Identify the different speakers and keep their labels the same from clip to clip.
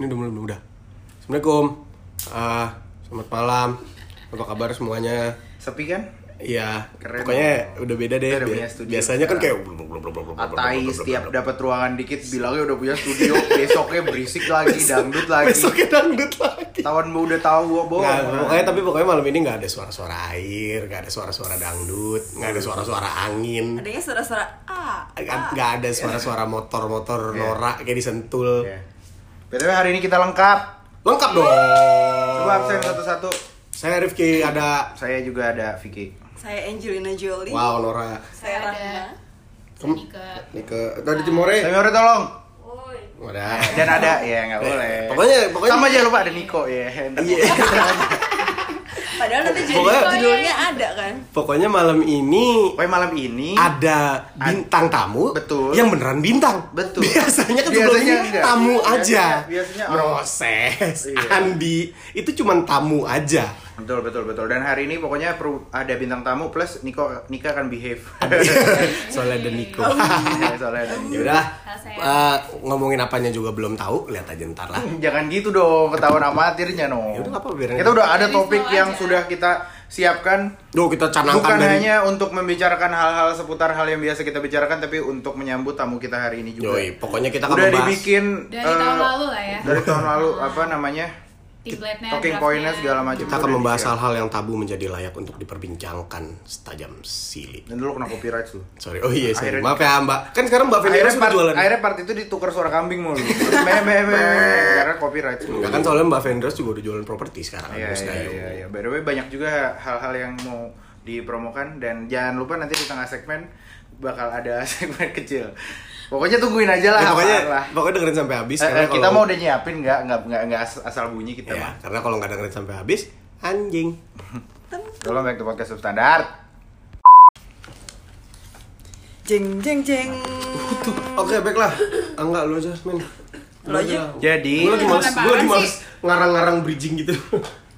Speaker 1: Ini udah mulai, udah. Assalamualaikum. Ah, selamat malam. Apa kabar semuanya?
Speaker 2: Sepi kan?
Speaker 1: Iya,
Speaker 2: Keren.
Speaker 1: pokoknya udah beda deh.
Speaker 2: Udah
Speaker 1: Bia-
Speaker 2: punya studio
Speaker 1: biasanya kan kayak
Speaker 2: sekarang. Atai setiap dapat ruangan dikit bilangnya udah punya studio, besoknya berisik lagi, dangdut lagi. Oh,
Speaker 1: Besoknya dangdut lagi.
Speaker 2: Tahun mau udah tahu gua
Speaker 1: Nggak,
Speaker 2: bohong.
Speaker 1: Nah, pokoknya tapi pokoknya malam ini nggak ada suara-suara air, nggak ada suara-suara dangdut, nggak ada suara-suara angin,
Speaker 3: adanya suara-suara ah
Speaker 1: nggak nggak ada suara-suara motor-motor
Speaker 2: Iya.
Speaker 1: norak kayak disentul.
Speaker 2: Ya. BTW hari ini kita lengkap.
Speaker 1: Lengkap dong. Oh.
Speaker 2: Coba absen satu-satu.
Speaker 1: Saya Rifki ada
Speaker 2: Saya juga ada Vicky.
Speaker 3: saya Angelina Jolie
Speaker 1: wow Nora.
Speaker 3: saya
Speaker 4: Ada.
Speaker 3: Rahma
Speaker 4: Sanika.
Speaker 1: Nike tadi Timore.
Speaker 2: Sayore tolong.
Speaker 4: Woi.
Speaker 1: Wadah. Eh,
Speaker 2: Dan ada ya nggak boleh.
Speaker 1: Pokoknya pokoknya
Speaker 2: sama aja lupa ada Niko ya.
Speaker 1: Iya.
Speaker 3: padahal nanti jadi
Speaker 1: Pokoknya-
Speaker 3: judulnya ada kan
Speaker 1: Pokoknya malam ini
Speaker 2: Pokoknya malam ini
Speaker 1: ada bintang tamu
Speaker 2: Betul.
Speaker 1: yang beneran bintang
Speaker 2: Betul.
Speaker 1: biasanya kan
Speaker 2: Biasanya
Speaker 1: sebelum ini
Speaker 2: enggak.
Speaker 1: tamu
Speaker 2: Biasanya-
Speaker 1: aja
Speaker 2: biasanya orang-
Speaker 1: proses
Speaker 2: Iya.
Speaker 1: Andi itu cuman tamu aja
Speaker 2: Betul betul betul. Dan hari ini pokoknya perlu ada bintang tamu plus Niko Nika akan behave.
Speaker 1: soalnya ada Niko
Speaker 2: Ya, Soalnya ada Niko.
Speaker 1: yaudah
Speaker 4: Saya-
Speaker 1: eh, ngomongin apanya juga belum tahu lihat aja ntar lah
Speaker 2: Jangan gitu dong, ketahuan amatirnya
Speaker 1: Yaudah,
Speaker 2: no.
Speaker 1: Ya nggak apa-apa, biarin
Speaker 2: Kita
Speaker 1: aja.
Speaker 2: udah ada
Speaker 4: Jadi
Speaker 2: topik
Speaker 4: slow
Speaker 2: yang
Speaker 4: aja.
Speaker 2: sudah kita siapkan
Speaker 1: Duh kita canangkan
Speaker 2: bukan
Speaker 1: dari
Speaker 2: hanya untuk membicarakan hal-hal seputar hal yang biasa kita bicarakan tapi untuk menyambut tamu kita hari ini juga.
Speaker 1: Yoi, pokoknya kita akan
Speaker 2: Udah
Speaker 1: membahas
Speaker 2: dibikin
Speaker 4: Dari
Speaker 2: eh,
Speaker 4: tahun lalu lah ya.
Speaker 2: Dari tahun lalu apa namanya?
Speaker 4: Template-nya,
Speaker 2: Talking pointnya
Speaker 4: draft-nya.
Speaker 2: segala macam.
Speaker 1: kita akan membahas hal-hal yang tabu menjadi layak untuk diperbincangkan setajam sili
Speaker 2: Dan dulu kena copyright lu.
Speaker 1: sorry oh iya sorry
Speaker 2: Akhirnya-
Speaker 1: maaf ya mbak kan sekarang mbak Fenira
Speaker 2: Akhirnya
Speaker 1: sudah
Speaker 2: part,
Speaker 1: jualan
Speaker 2: akhirnya part itu ditukar suara kambing mulu. me me me. Karena copyright.
Speaker 1: Enggak kan soalnya Mbak Vendros juga udah jualan properti sekarang
Speaker 2: Iya,
Speaker 1: Agus
Speaker 2: iya,
Speaker 1: Gayu.
Speaker 2: iya, iya. By the way banyak juga hal-hal yang mau dipromokan dan jangan lupa nanti di tengah segmen bakal ada segmen kecil. Pokoknya tungguin aja lah.
Speaker 1: Ya, pokoknya
Speaker 2: apaan lah.
Speaker 1: pokoknya dengerin sampai habis
Speaker 2: Eh, eh,
Speaker 1: karena
Speaker 2: kita mau
Speaker 1: kalau-
Speaker 2: udah nyiapin nggak nggak nggak nggak as- asal bunyi kita
Speaker 1: ya,
Speaker 2: mah.
Speaker 1: karena kalau nggak dengerin sampai habis anjing.
Speaker 2: Tolong back to podcast substandard.
Speaker 3: jeng jeng jeng
Speaker 1: Oke, baik lah. Enggak lu aja, men.
Speaker 3: Lu aja.
Speaker 2: Jadi
Speaker 1: Gue lagi
Speaker 4: Lu
Speaker 1: males,
Speaker 4: apaan
Speaker 1: gue lagi
Speaker 4: sih?
Speaker 1: males ngarang-ngarang bridging gitu.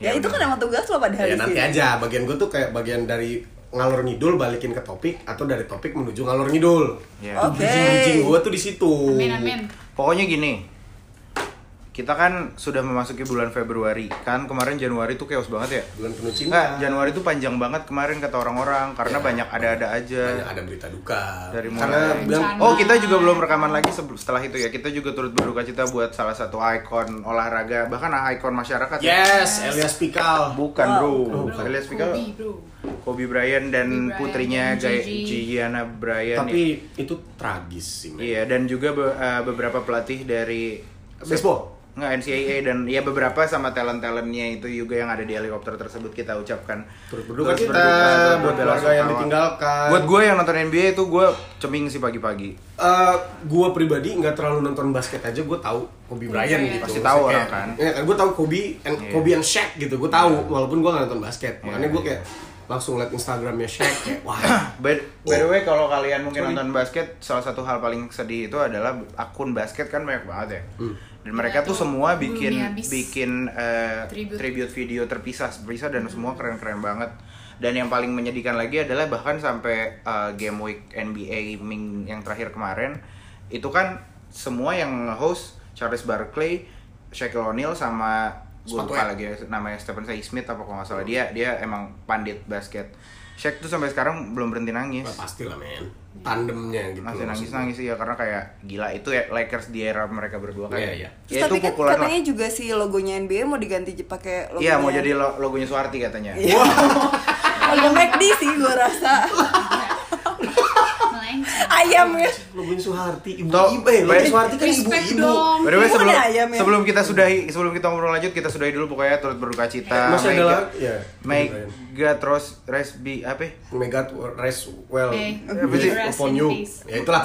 Speaker 3: ya, itu kan emang tugas lo pada
Speaker 1: ya
Speaker 3: hari
Speaker 1: nanti aja, bagian gue tuh kayak bagian dari ngalor ngidul balikin ke topik atau dari topik menuju ngalor ngidul.
Speaker 2: Ya.
Speaker 1: Itu
Speaker 3: Oke.
Speaker 1: Bridging-bridging gue tuh di situ.
Speaker 4: Amin amin.
Speaker 2: pokoknya gini. Kita kan sudah memasuki bulan Februari. Kan kemarin Januari tuh chaos banget ya.
Speaker 1: Bulan penuh cinta. Iya.
Speaker 2: Enggak, Januari tuh panjang banget kemarin kata orang-orang karena banyak ada-ada aja.
Speaker 1: Banyak ada berita duka.
Speaker 2: dari mulai
Speaker 1: karena bilang
Speaker 4: Bencana.
Speaker 2: oh kita juga belum rekaman lagi sebelum setelah itu ya kita juga turut berduka cita buat salah satu ikon olahraga bahkan ikon masyarakat ya.
Speaker 1: Yes, Elias Pikal.
Speaker 2: bukan
Speaker 3: Oh,
Speaker 2: bro
Speaker 1: bukan.
Speaker 2: Elias Pikal
Speaker 4: Kobe, bro.
Speaker 2: Kobe Bryant dan
Speaker 4: Kobe Bryant
Speaker 2: putrinya
Speaker 4: dan
Speaker 2: Gaya-
Speaker 4: Gigi.
Speaker 2: Gianna Bryant ya.
Speaker 1: Tapi itu tragis sih, men.
Speaker 2: iya dan juga be- eh, beberapa pelatih dari
Speaker 1: Baseball.
Speaker 2: nggak NCAA dan ya beberapa sama talent talentnya itu juga yang ada di helikopter tersebut kita ucapkan
Speaker 1: Turut berduka kita
Speaker 2: Turut berduka, turut
Speaker 1: buat
Speaker 2: bela
Speaker 1: keluarga yang
Speaker 2: sungkawa.
Speaker 1: ditinggalkan.
Speaker 2: buat gue yang nonton NBA itu gue ceming sih pagi-pagi
Speaker 1: Eh, gua pribadi nggak terlalu nonton basket aja, gue tahu Kobe Bryant
Speaker 4: Bryant.
Speaker 1: gitu.
Speaker 2: Pasti tahu
Speaker 1: Maksudnya
Speaker 2: orang
Speaker 1: kayak-
Speaker 2: kan.
Speaker 1: Iya kan, gue tahu Kobe and
Speaker 2: Iya.
Speaker 1: Kobe and Shaq gitu, gue tahu walaupun gue nggak nonton basket. Makanya
Speaker 2: Iya,
Speaker 1: gue
Speaker 2: iya.
Speaker 1: kayak langsung liat Instagramnya Shaq kayak wah.
Speaker 2: By, by the way kalau kalian mungkin nonton basket salah satu hal paling sedih itu adalah akun basket kan banyak banget ya. Dan mereka tuh
Speaker 4: Ternyata
Speaker 2: semua
Speaker 4: Iya, belum
Speaker 2: bikin
Speaker 4: dihabis.
Speaker 2: bikin eh, tribute.
Speaker 4: Tribute. Hmm.
Speaker 2: video terpisah-pisah dan semua keren-keren banget. Dan yang paling menyedihkan lagi adalah bahkan sampai eh, game week NBA Ming yang terakhir kemarin itu kan semua yang host Charles Barkley, Shaquille O'Neal sama gue
Speaker 1: Sepatu
Speaker 2: lupa
Speaker 1: ya?
Speaker 2: lagi namanya Stephen Say Smith apa kalau nggak
Speaker 1: Oh.
Speaker 2: salah dia dia emang pandit basket. Shaq tuh sampai sekarang belum berhenti nangis
Speaker 1: Nah, pasti lah men, tandemnya gitu.
Speaker 2: masih
Speaker 1: loh,
Speaker 2: nangis
Speaker 1: maksudnya.
Speaker 2: nangis sih ya karena kayak gila itu ya Lakers di era mereka berdua kan
Speaker 1: Iya, iya.
Speaker 3: Terus
Speaker 2: ya itu
Speaker 3: tapi kan
Speaker 2: pukulan lah
Speaker 3: katanya juga si logonya NBA mau diganti j- pakai logo
Speaker 2: iya mau jadi lo-
Speaker 3: ya.
Speaker 2: logonya Suwarti katanya
Speaker 3: Iya, logo McD sih gue rasa
Speaker 4: Melenceng.
Speaker 3: ayamnya
Speaker 1: Lu Bin Suharti, ibu
Speaker 2: Tau,
Speaker 1: ibu, ya, Lu Bin
Speaker 2: baik.
Speaker 1: Suharti kan ibu
Speaker 4: Respect
Speaker 1: ibu.
Speaker 4: dong.
Speaker 2: By the way,
Speaker 3: Emang
Speaker 2: sebelum,
Speaker 3: ada ayam ya?
Speaker 2: sebelum kita sudahi sebelum kita ngobrol lanjut kita sudahi dulu pokoknya turut berduka cita
Speaker 1: Masih ada
Speaker 2: Mega-
Speaker 1: lagi? Iya,
Speaker 2: Mega terus Resbi apa ya?
Speaker 1: Mega rest well,
Speaker 4: Eh,
Speaker 1: be
Speaker 4: rest
Speaker 1: upon
Speaker 4: in
Speaker 1: you.
Speaker 4: peace.
Speaker 1: Ya itulah.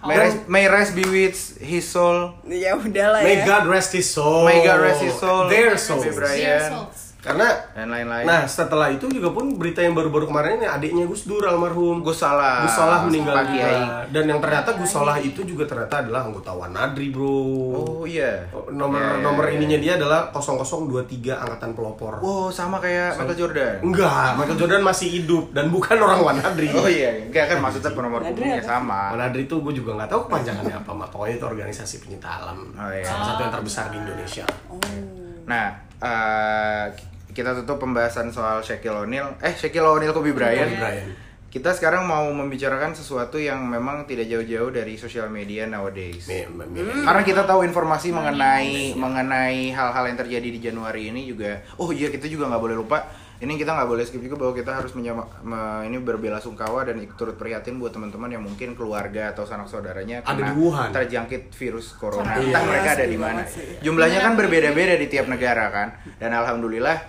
Speaker 2: May, rest, may rest be with his soul
Speaker 3: ya udahlah
Speaker 1: May
Speaker 3: ya
Speaker 1: God rest his soul.
Speaker 2: May God rest his soul.
Speaker 1: Their soul.
Speaker 2: Kobe Bryant.
Speaker 4: Dear souls.
Speaker 1: Karena
Speaker 2: dan lain-lain.
Speaker 1: Nah setelah itu juga pun berita yang baru-baru kemarin ini adiknya Gus Dur almarhum
Speaker 2: Gus Salah.
Speaker 1: Gus Salah meninggal Iya.
Speaker 2: Pak
Speaker 1: juga.
Speaker 2: Kiai.
Speaker 1: Dan yang ternyata Gus Salah itu juga ternyata adalah anggota Wanadri bro
Speaker 2: Oh iya.
Speaker 1: Nomor
Speaker 2: Iya, iya,
Speaker 1: nomor
Speaker 2: iya.
Speaker 1: ininya dia adalah 0023 angkatan pelopor
Speaker 2: Wow, sama kayak Michael Jordan.
Speaker 1: Enggak, Michael Jordan masih hidup dan bukan orang Wanadri
Speaker 2: Oh iya, enggak kan maksudnya penomor
Speaker 3: Nadri
Speaker 2: punggungnya
Speaker 3: apa?
Speaker 2: sama.
Speaker 1: Wanadri itu gue juga nggak tahu kepanjangannya apa mak. Pokoknya itu organisasi penyita alam
Speaker 2: Oh, iya.
Speaker 1: Salah satu yang terbesar di Indonesia Kan,
Speaker 2: Nah, eh, kita tutup pembahasan soal Shaquille O'Neal. Eh, Shaquille O'Neal Kobe Bryant.
Speaker 1: Kobe Bryant.
Speaker 2: Kita sekarang mau membicarakan sesuatu yang memang tidak jauh-jauh dari social media nowadays.
Speaker 1: Nih,
Speaker 3: Hmm.
Speaker 1: Mimi.
Speaker 2: Karena kita tahu informasi
Speaker 1: Hmm. Iya
Speaker 2: mengenai mengenai hal-hal yang terjadi di Januari ini juga. Oh iya kita juga nggak boleh lupa. Ini kita nggak boleh skip juga bahwa kita harus menyama, me- ini berbela sungkawa dan ik- turut prihatin buat teman-teman yang mungkin keluarga atau sanak saudaranya
Speaker 1: Ada
Speaker 2: kena
Speaker 1: di Wuhan.
Speaker 2: terjangkit virus corona.
Speaker 1: Iya.
Speaker 2: Entah mereka ada di
Speaker 3: Sedih
Speaker 2: mana.
Speaker 3: banget sih.
Speaker 2: Jumlahnya kan berbeda-beda di tiap negara kan. Dan alhamdulillah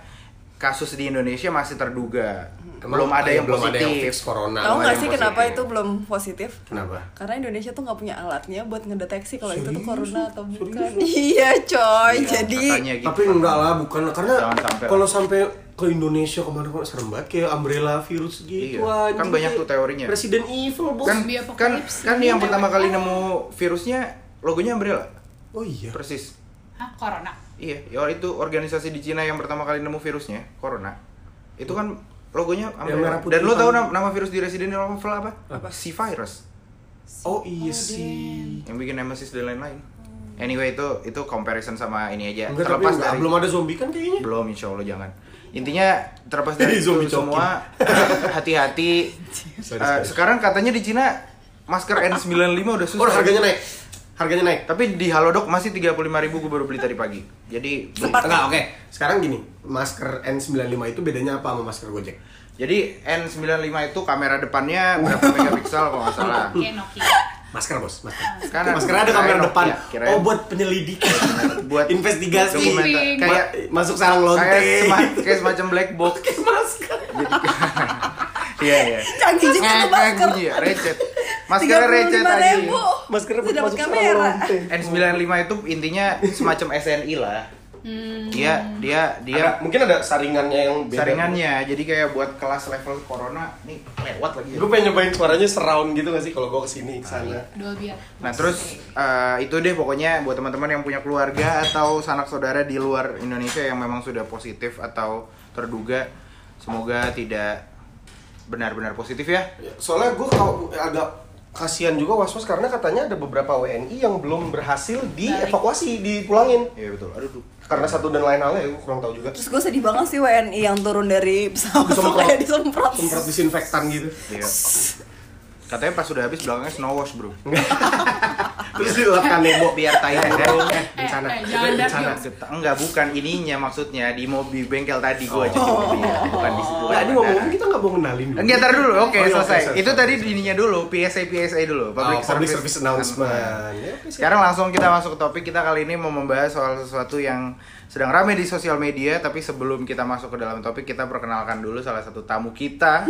Speaker 2: kasus di Indonesia masih terduga. Belum ada
Speaker 1: iya,
Speaker 2: yang
Speaker 1: belum ada yang
Speaker 2: positif.
Speaker 1: fix corona.
Speaker 3: Tahu
Speaker 2: ada
Speaker 3: nggak
Speaker 2: yang
Speaker 3: sih kenapa
Speaker 2: positif.
Speaker 3: itu belum positif?
Speaker 1: Kenapa?
Speaker 3: Karena Indonesia tuh nggak punya alatnya buat ngedeteksi kalau itu tuh
Speaker 1: Serius?
Speaker 3: corona atau bukan.
Speaker 1: Serius?
Speaker 3: Iya coy, jadi
Speaker 2: Katanya gitu.
Speaker 1: Tapi enggak lah, bukan karena
Speaker 2: Jangan sampai.
Speaker 1: kalau sampai ke Indonesia kemana-mana serem banget kayak umbrella virus gitu
Speaker 2: Iya,
Speaker 1: anjing.
Speaker 2: kan banyak tuh teorinya.
Speaker 1: Presiden evil bos.
Speaker 2: kan kan
Speaker 4: Zombie apocalypse.
Speaker 2: kan yang pertama kali nemu virusnya logonya umbrella
Speaker 1: oh iya.
Speaker 2: persis
Speaker 4: Hah, corona.
Speaker 2: iya ya itu organisasi di Cina yang pertama kali nemu virusnya corona itu kan logonya
Speaker 1: merah
Speaker 2: umbrella
Speaker 1: putih
Speaker 2: dan lo tahu
Speaker 1: kan.
Speaker 2: nam- nama virus di Resident Evil apa apa si virus
Speaker 1: Oh iya sih.
Speaker 2: yang bikin nemesis dan lain-lain anyway itu itu comparison sama ini aja
Speaker 1: Enggak, tapi
Speaker 2: Iya, terlepas
Speaker 1: enggak,
Speaker 2: dari
Speaker 1: belum ada zombie kan kayaknya.
Speaker 2: belum insya Allah jangan intinya terlepas dari itu
Speaker 1: Zombie
Speaker 2: semua hati-hati
Speaker 1: Sorry,
Speaker 2: Eh,
Speaker 1: sorry.
Speaker 2: sekarang katanya di Cina masker N95 udah susah
Speaker 1: Oh, harganya naik. Harganya naik.
Speaker 2: Tapi di Halodoc masih 35.000 ribu gue baru beli tadi pagi. Jadi beli.
Speaker 1: Enggak, oke. Sekarang gini, masker N95 itu bedanya apa sama masker Gojek?
Speaker 2: Jadi N95 itu kamera depannya berapa megapiksel kalau nggak salah.
Speaker 4: Oke, Nokia.
Speaker 1: Masker, Bos, masker.
Speaker 2: Sekarang-
Speaker 1: masker Iya. ada kamera
Speaker 2: kirain-
Speaker 1: depan.
Speaker 2: ya, kirain.
Speaker 1: oh, buat penyelidikan,
Speaker 2: Buat
Speaker 1: investigasi.
Speaker 2: dokumenter.
Speaker 4: Briefing.
Speaker 2: Kayak
Speaker 1: Ma- masuk sarang lonte.
Speaker 2: kayak sema- kayak semacam black box.
Speaker 1: masker.
Speaker 2: Iya iya.
Speaker 3: canggih juga
Speaker 2: Ngek,
Speaker 3: tuh
Speaker 2: ngek
Speaker 3: masker.
Speaker 2: bunyi, recet. Maskernya recet aja.
Speaker 3: ribu.
Speaker 1: Masker
Speaker 3: Sudah dapat
Speaker 1: masuk sarang
Speaker 3: kamera.
Speaker 1: lonte.
Speaker 2: N95 itu intinya semacam SNI lah. Dia dia dia
Speaker 1: Ada- mungkin ada iya. saringannya yang beda.
Speaker 2: saringannya. Jadi kayak buat kelas level corona nih lewat lagi.
Speaker 1: Gue pengen nyobain suaranya surround gitu gak sih kalau gue kesini kesana.
Speaker 4: Dolby Atmos.
Speaker 2: Nah terus eh, itu deh pokoknya buat teman-teman yang punya keluarga atau sanak saudara di luar Indonesia yang memang sudah positif atau terduga, semoga tidak benar-benar positif ya.
Speaker 1: iya. Soalnya gue kalau agak kasihan juga was-was karena katanya ada beberapa WNI yang belum berhasil dievakuasi, dipulangin.
Speaker 2: Iya betul. Aduh, duh.
Speaker 1: Karena satu dan lain halnya, gue kurang tahu juga.
Speaker 3: Terus gue sedih banget sih WNI yang turun dari pesawat tuh
Speaker 1: Disemprot.
Speaker 3: kayak disemprot.
Speaker 1: Semprot disinfektan gitu.
Speaker 2: Iya. Katanya pas sudah habis belakangnya snow wash bro.
Speaker 1: Terus dilapkan nebo.
Speaker 2: Biar tai turun. Eh,
Speaker 4: Eh,
Speaker 1: Bencana.
Speaker 4: Ah. eh, jangan
Speaker 1: Bencana.
Speaker 4: dark jokes.
Speaker 2: geta- Enggak bukan ininya maksudnya di mobil bengkel tadi gua jadi mobilnya bukan di situ. Nah.
Speaker 1: Tadi ngomong kita nggak mau kenalin dulu.
Speaker 2: Enggak, tar dulu. Oke,
Speaker 1: Oh, iya, oke,
Speaker 2: selesai.
Speaker 1: sorry,
Speaker 2: itu
Speaker 1: sorry,
Speaker 2: tadi
Speaker 1: sorry.
Speaker 2: ininya dulu, PSA PSA dulu,
Speaker 1: Oh, public service announcement.
Speaker 2: Iya,
Speaker 1: Ya, oke, siap.
Speaker 2: Sekarang langsung kita masuk ke topik kita kali ini mau membahas soal sesuatu yang sedang ramai di sosial media tapi sebelum kita masuk ke dalam topik kita perkenalkan dulu salah satu tamu kita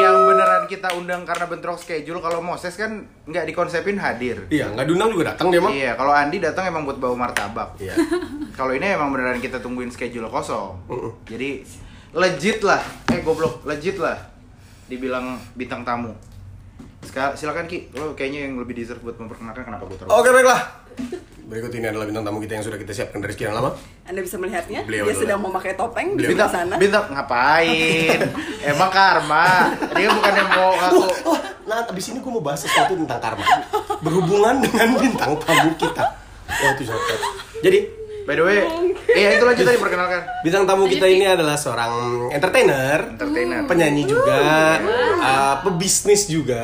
Speaker 2: yang beneran kita undang karena bentrok schedule kalau Moses kan nggak dikonsepin hadir
Speaker 1: Iya, nggak diundang juga datang dia mah.
Speaker 2: iya kalau Andi datang emang buat bawa martabak
Speaker 1: Iya.
Speaker 2: kalau ini emang beneran kita tungguin schedule kosong jadi legit lah eh goblok legit lah dibilang bintang tamu Sekal- silakan Ki, lo kayaknya yang lebih deserve buat memperkenalkan kenapa gue terus.
Speaker 1: Oke baiklah. Berikut ini adalah bintang tamu kita yang sudah kita siapkan dari sekian lama.
Speaker 3: Anda bisa melihatnya,
Speaker 1: Beliau
Speaker 3: dia
Speaker 1: dulu.
Speaker 3: sedang memakai topeng di
Speaker 1: Beliau.
Speaker 3: sebelah
Speaker 2: Bintang,
Speaker 3: sana.
Speaker 2: bintang ngapain? Emang karma. Dia bukannya mau aku.
Speaker 1: Wah, nah abis ini gue mau bahas sesuatu tentang karma berhubungan dengan bintang tamu kita. Wah itu cocok. Jadi
Speaker 2: By the way, iya itu lanjut tadi perkenalkan.
Speaker 1: bintang tamu kita ini adalah seorang entertainer,
Speaker 2: Entertainer.
Speaker 1: penyanyi juga, eh, pebisnis juga,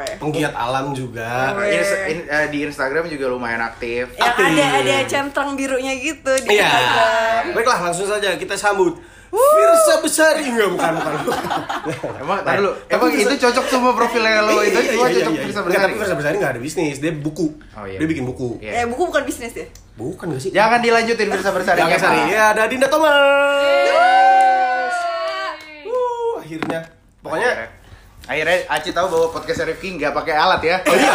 Speaker 3: Iya.
Speaker 1: penggiat alam juga.
Speaker 3: Iya.
Speaker 2: Ins- in- eh, di Instagram juga lumayan aktif.
Speaker 3: Yang
Speaker 1: Ati.
Speaker 3: ada ada centang birunya gitu di
Speaker 1: Iya.
Speaker 3: Instagram.
Speaker 1: Baiklah langsung saja kita sambut Firsa Besari enggak bukan bukan. bukan.
Speaker 2: Emang tar dulu.
Speaker 1: Tapi Iya,
Speaker 2: Emang
Speaker 1: bisa-
Speaker 2: itu cocok semua profilnya lo itu semua cocok bisa
Speaker 1: Nggak, tapi
Speaker 2: bersama.
Speaker 1: Firsa Besari nggak ada bisnis, dia buku.
Speaker 2: Oh, iya.
Speaker 1: Dia bikin buku.
Speaker 2: Iya.
Speaker 3: Eh buku bukan bisnis ya?
Speaker 1: Bukan gak sih?
Speaker 2: Jangan dilanjutin Firsa Bersari.
Speaker 1: Jangan Sari.
Speaker 2: Pak.
Speaker 1: Ya, ada Dinda Thomas.
Speaker 4: Yeay.
Speaker 1: Wuh, akhirnya.
Speaker 2: Pokoknya
Speaker 1: Pokoknya
Speaker 2: akhirnya Aci tahu bahwa podcast Rifki nggak pakai alat ya.
Speaker 1: Oh iya.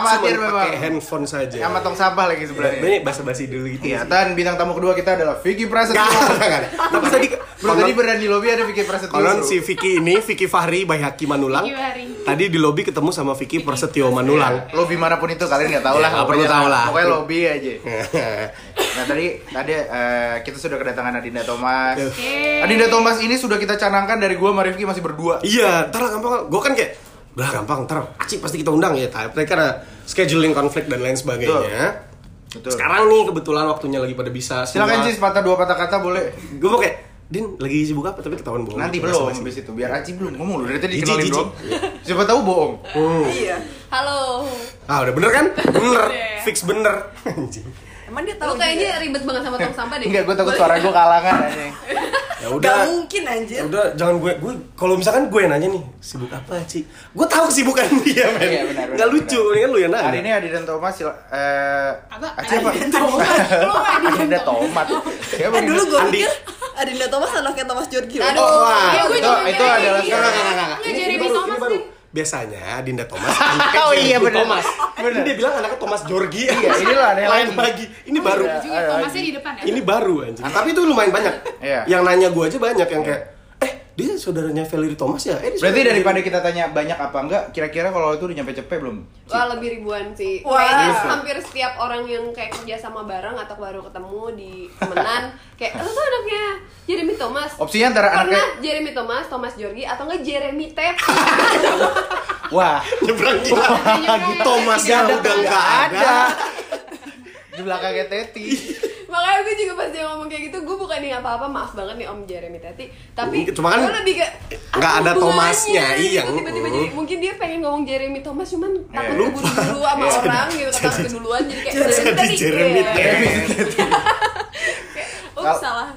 Speaker 2: Amatir
Speaker 1: Cuman
Speaker 2: memang.
Speaker 1: pakai Iya, handphone saja.
Speaker 2: Sama tong sampah
Speaker 1: Ini
Speaker 2: lagi sebenarnya.
Speaker 1: basa-basi dulu gitu.
Speaker 2: Iya, dan bintang tamu kedua kita adalah
Speaker 1: Iya.
Speaker 2: Vicky Prasetyo. Iya,
Speaker 1: Tapi tadi
Speaker 2: Bro, tadi beneran di lobi ada Vicky Prasetyo.
Speaker 1: Konon
Speaker 2: bro.
Speaker 1: si Vicky ini, Vicky Fahri by Haki Manulang.
Speaker 4: Vicky Fahri.
Speaker 1: Tadi di lobi ketemu sama Iya. Vicky Prasetyo Manulang.
Speaker 2: Iya, Lobby manapun itu kalian nggak tahu lah.
Speaker 1: Ya, nggak perlu
Speaker 2: pokoknya-
Speaker 1: tahu lah.
Speaker 2: Pokoknya lobby aja. Nah tadi tadi eh, kita sudah kedatangan Adinda Thomas.
Speaker 4: Yeay.
Speaker 2: Adinda Thomas ini sudah kita canangkan dari gua sama Rifki masih berdua.
Speaker 1: Iya, ntar lah gampang. Gue kan kayak, udah gampang, ntar acik pasti kita undang ya. Tapi karena scheduling konflik dan lain sebagainya.
Speaker 2: Betul.
Speaker 1: Sekarang nih kebetulan waktunya lagi pada bisa.
Speaker 2: Silakan Cis patah dua patah kata boleh.
Speaker 1: Gue mau kayak, Din lagi sibuk apa? Tapi ketahuan bohong.
Speaker 2: Nanti
Speaker 1: Gitu,
Speaker 2: belum
Speaker 1: basa-basi.
Speaker 2: habis itu biar Aci belum ngomong lu dari tadi
Speaker 1: Jijik,
Speaker 2: dikenalin
Speaker 1: jijik.
Speaker 2: dong. Siapa tahu bohong.
Speaker 1: Hmm.
Speaker 3: Iya.
Speaker 4: Halo.
Speaker 1: Ah udah bener kan? Bener,
Speaker 4: Iya.
Speaker 1: fix bener. Anjing.
Speaker 3: Emang dia tahu ya?
Speaker 4: Lu kayaknya
Speaker 3: dia?
Speaker 4: ribet banget sama tong sampah deh.
Speaker 2: Enggak, gua takut suara gua kalangan anjing.
Speaker 1: ya
Speaker 3: Gak
Speaker 1: udah.
Speaker 3: mungkin anjir.
Speaker 1: Ya udah jangan gue gue kalau misalkan gue yang nanya nih sibuk apa Ci? Gue tahu kesibukan dia men.
Speaker 2: Iya, benar, benar,
Speaker 1: Nggak lucu,
Speaker 2: benar.
Speaker 1: mendingan lu yang nanya.
Speaker 2: Hari ini Adinda Thomas sila, eh
Speaker 4: Apa?
Speaker 2: Aci apa?
Speaker 4: Adinda Thomas. Lu
Speaker 2: Adinda
Speaker 4: Adinda
Speaker 2: Thomas. Siapa
Speaker 3: Eh
Speaker 2: ini?
Speaker 3: dulu gue
Speaker 1: Andi.
Speaker 3: pikir Adinda Thomas anaknya Thomas Giorgio.
Speaker 4: Aduh,
Speaker 2: Oh, wah,
Speaker 4: ya gue
Speaker 2: itu-
Speaker 4: juga
Speaker 2: itu
Speaker 4: kayak
Speaker 2: adalah-
Speaker 4: gitu.
Speaker 2: Nggak, nggak,
Speaker 1: nggak, nggak.
Speaker 4: Nggak,
Speaker 1: Ini
Speaker 4: Jeremy
Speaker 1: baru,
Speaker 4: Thomas
Speaker 1: ini baru.
Speaker 4: nih.
Speaker 1: Biasanya Dinda Thomas.
Speaker 2: Oh, iya,
Speaker 1: Jeremy
Speaker 2: benar.
Speaker 1: Thomas.
Speaker 2: Benar.
Speaker 1: Ini dia bilang anaknya Thomas Georgi.
Speaker 2: Iya, inilah aneh
Speaker 1: lain
Speaker 2: lagi.
Speaker 1: lagi. Ini
Speaker 2: Oh,
Speaker 1: baru.
Speaker 4: Iya, juga. Thomasnya di depan ya.
Speaker 1: Ini baru anjing. Tapi itu lumayan banyak.
Speaker 2: Iya.
Speaker 1: Yang nanya gue aja banyak yang kayak eh dia saudaranya Valerie Thomas ya? Eh, dia
Speaker 2: Berarti
Speaker 1: saudaranya
Speaker 2: daripada
Speaker 1: Jeremy-
Speaker 2: kita tanya banyak apa enggak, kira-kira kalau itu udah nyampe cepet belum?
Speaker 5: Wah lebih ribuan sih.
Speaker 3: Wah.
Speaker 5: Kayaknya
Speaker 3: Serius, ya?
Speaker 5: hampir setiap orang yang kayak kerja sama bareng atau baru ketemu di temenan kayak lu tuh anaknya Jeremy Thomas.
Speaker 2: Opsinya antara
Speaker 5: Karena
Speaker 2: anaknya-
Speaker 5: Jeremy Thomas, Thomas Jorgi atau enggak Jeremy Ted.
Speaker 2: Wah,
Speaker 1: nyebrang gila.
Speaker 4: Nyebrang.
Speaker 1: Thomasnya
Speaker 2: Tidak ada,
Speaker 1: udah nggak
Speaker 2: nggak
Speaker 1: ada.
Speaker 2: di belakangnya Teti.
Speaker 5: Makanya gue juga pas dia ngomong kayak gitu, gue bukan nih apa-apa, maaf banget nih Om Jeremy Teti. Tapi
Speaker 1: Cuma kan
Speaker 5: gue lebih ke
Speaker 1: nggak ada
Speaker 5: apa hubungannya
Speaker 1: Thomasnya,
Speaker 5: gitu,
Speaker 1: iya.
Speaker 5: Tiba-tiba
Speaker 1: Mm.
Speaker 5: jadi mungkin dia pengen ngomong Jeremy Thomas, cuman takut
Speaker 2: Iya.
Speaker 5: keburu dulu sama orang gitu, kata keduluan jadi kayak
Speaker 1: Jadi Jeremy
Speaker 5: Iya.
Speaker 1: Ted.
Speaker 5: Kayak, Ups, salah.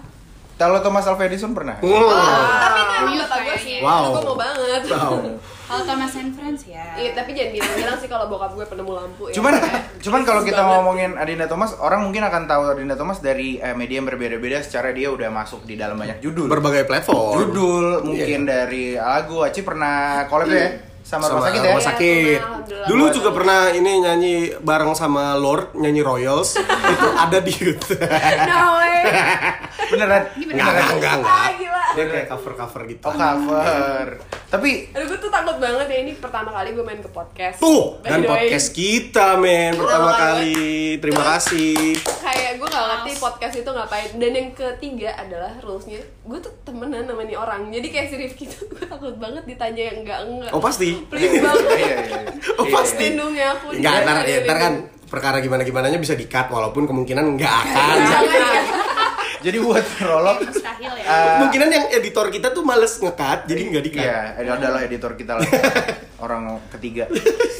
Speaker 2: Kalau Thomas Alva Edison pernah?
Speaker 1: Wow.
Speaker 5: Oh, tapi itu emang
Speaker 4: Iya,
Speaker 5: bapak gue
Speaker 1: kayaknya.
Speaker 5: sih. Itu
Speaker 1: Wow.
Speaker 5: gue mau banget.
Speaker 4: Kalau Thomas and Friends ya.
Speaker 5: Iya, tapi jangan bilang-bilang sih kalau bokap gue penemu lampu ya.
Speaker 2: Cuman, cuman kalau kita
Speaker 5: Banget.
Speaker 2: ngomongin Adinda Thomas, orang mungkin akan tahu Adinda Thomas dari eh, media yang berbeda-beda. Secara dia udah masuk di dalam banyak judul.
Speaker 1: Berbagai platform. Iya.
Speaker 2: judul mungkin dari lagu. Aci pernah collab ya sama, rumah sakit ya.
Speaker 1: rumah sakit.
Speaker 5: Iya, alhamdulillah.
Speaker 1: Dulu juga pernah ini nyanyi bareng sama Lord nyanyi Royals itu ada di YouTube.
Speaker 5: No way.
Speaker 2: Beneran?
Speaker 1: Enggak,
Speaker 4: Ini beneran.
Speaker 1: enggak, enggak, enggak.
Speaker 5: Ah, gila.
Speaker 1: Dia kayak cover-cover gitu.
Speaker 2: Oh cover. Tapi
Speaker 5: Aduh, gue tuh takut banget ya ini pertama kali gue main ke podcast.
Speaker 1: Tuh,
Speaker 5: By
Speaker 1: dan
Speaker 5: the way, Oh
Speaker 1: podcast kita men pertama
Speaker 5: Pertama kali.
Speaker 1: kali. Terima kasih.
Speaker 5: kayak gue gak ngerti podcast itu ngapain dan yang ketiga adalah rulesnya gue tuh temenan sama nih orang jadi kayak si Rifki tuh gue takut banget ditanya yang enggak enggak
Speaker 1: Oh, pasti.
Speaker 5: please
Speaker 2: Iya,
Speaker 5: banget
Speaker 2: iya, iya.
Speaker 1: Oh,
Speaker 2: Iya,
Speaker 1: pasti.
Speaker 5: lindungi aku Iya,
Speaker 1: Enggak, ntar, ya, ntar kan perkara gimana-gimananya bisa di-cut walaupun kemungkinan enggak akan.
Speaker 5: iya,
Speaker 2: iya. Jadi buat prolog
Speaker 4: Mustahil ya.
Speaker 2: eh,
Speaker 1: Kemungkinan yang editor kita tuh males nge-cut jadi enggak di-cut.
Speaker 2: Iya, ini adalah editor kita lah. orang ketiga.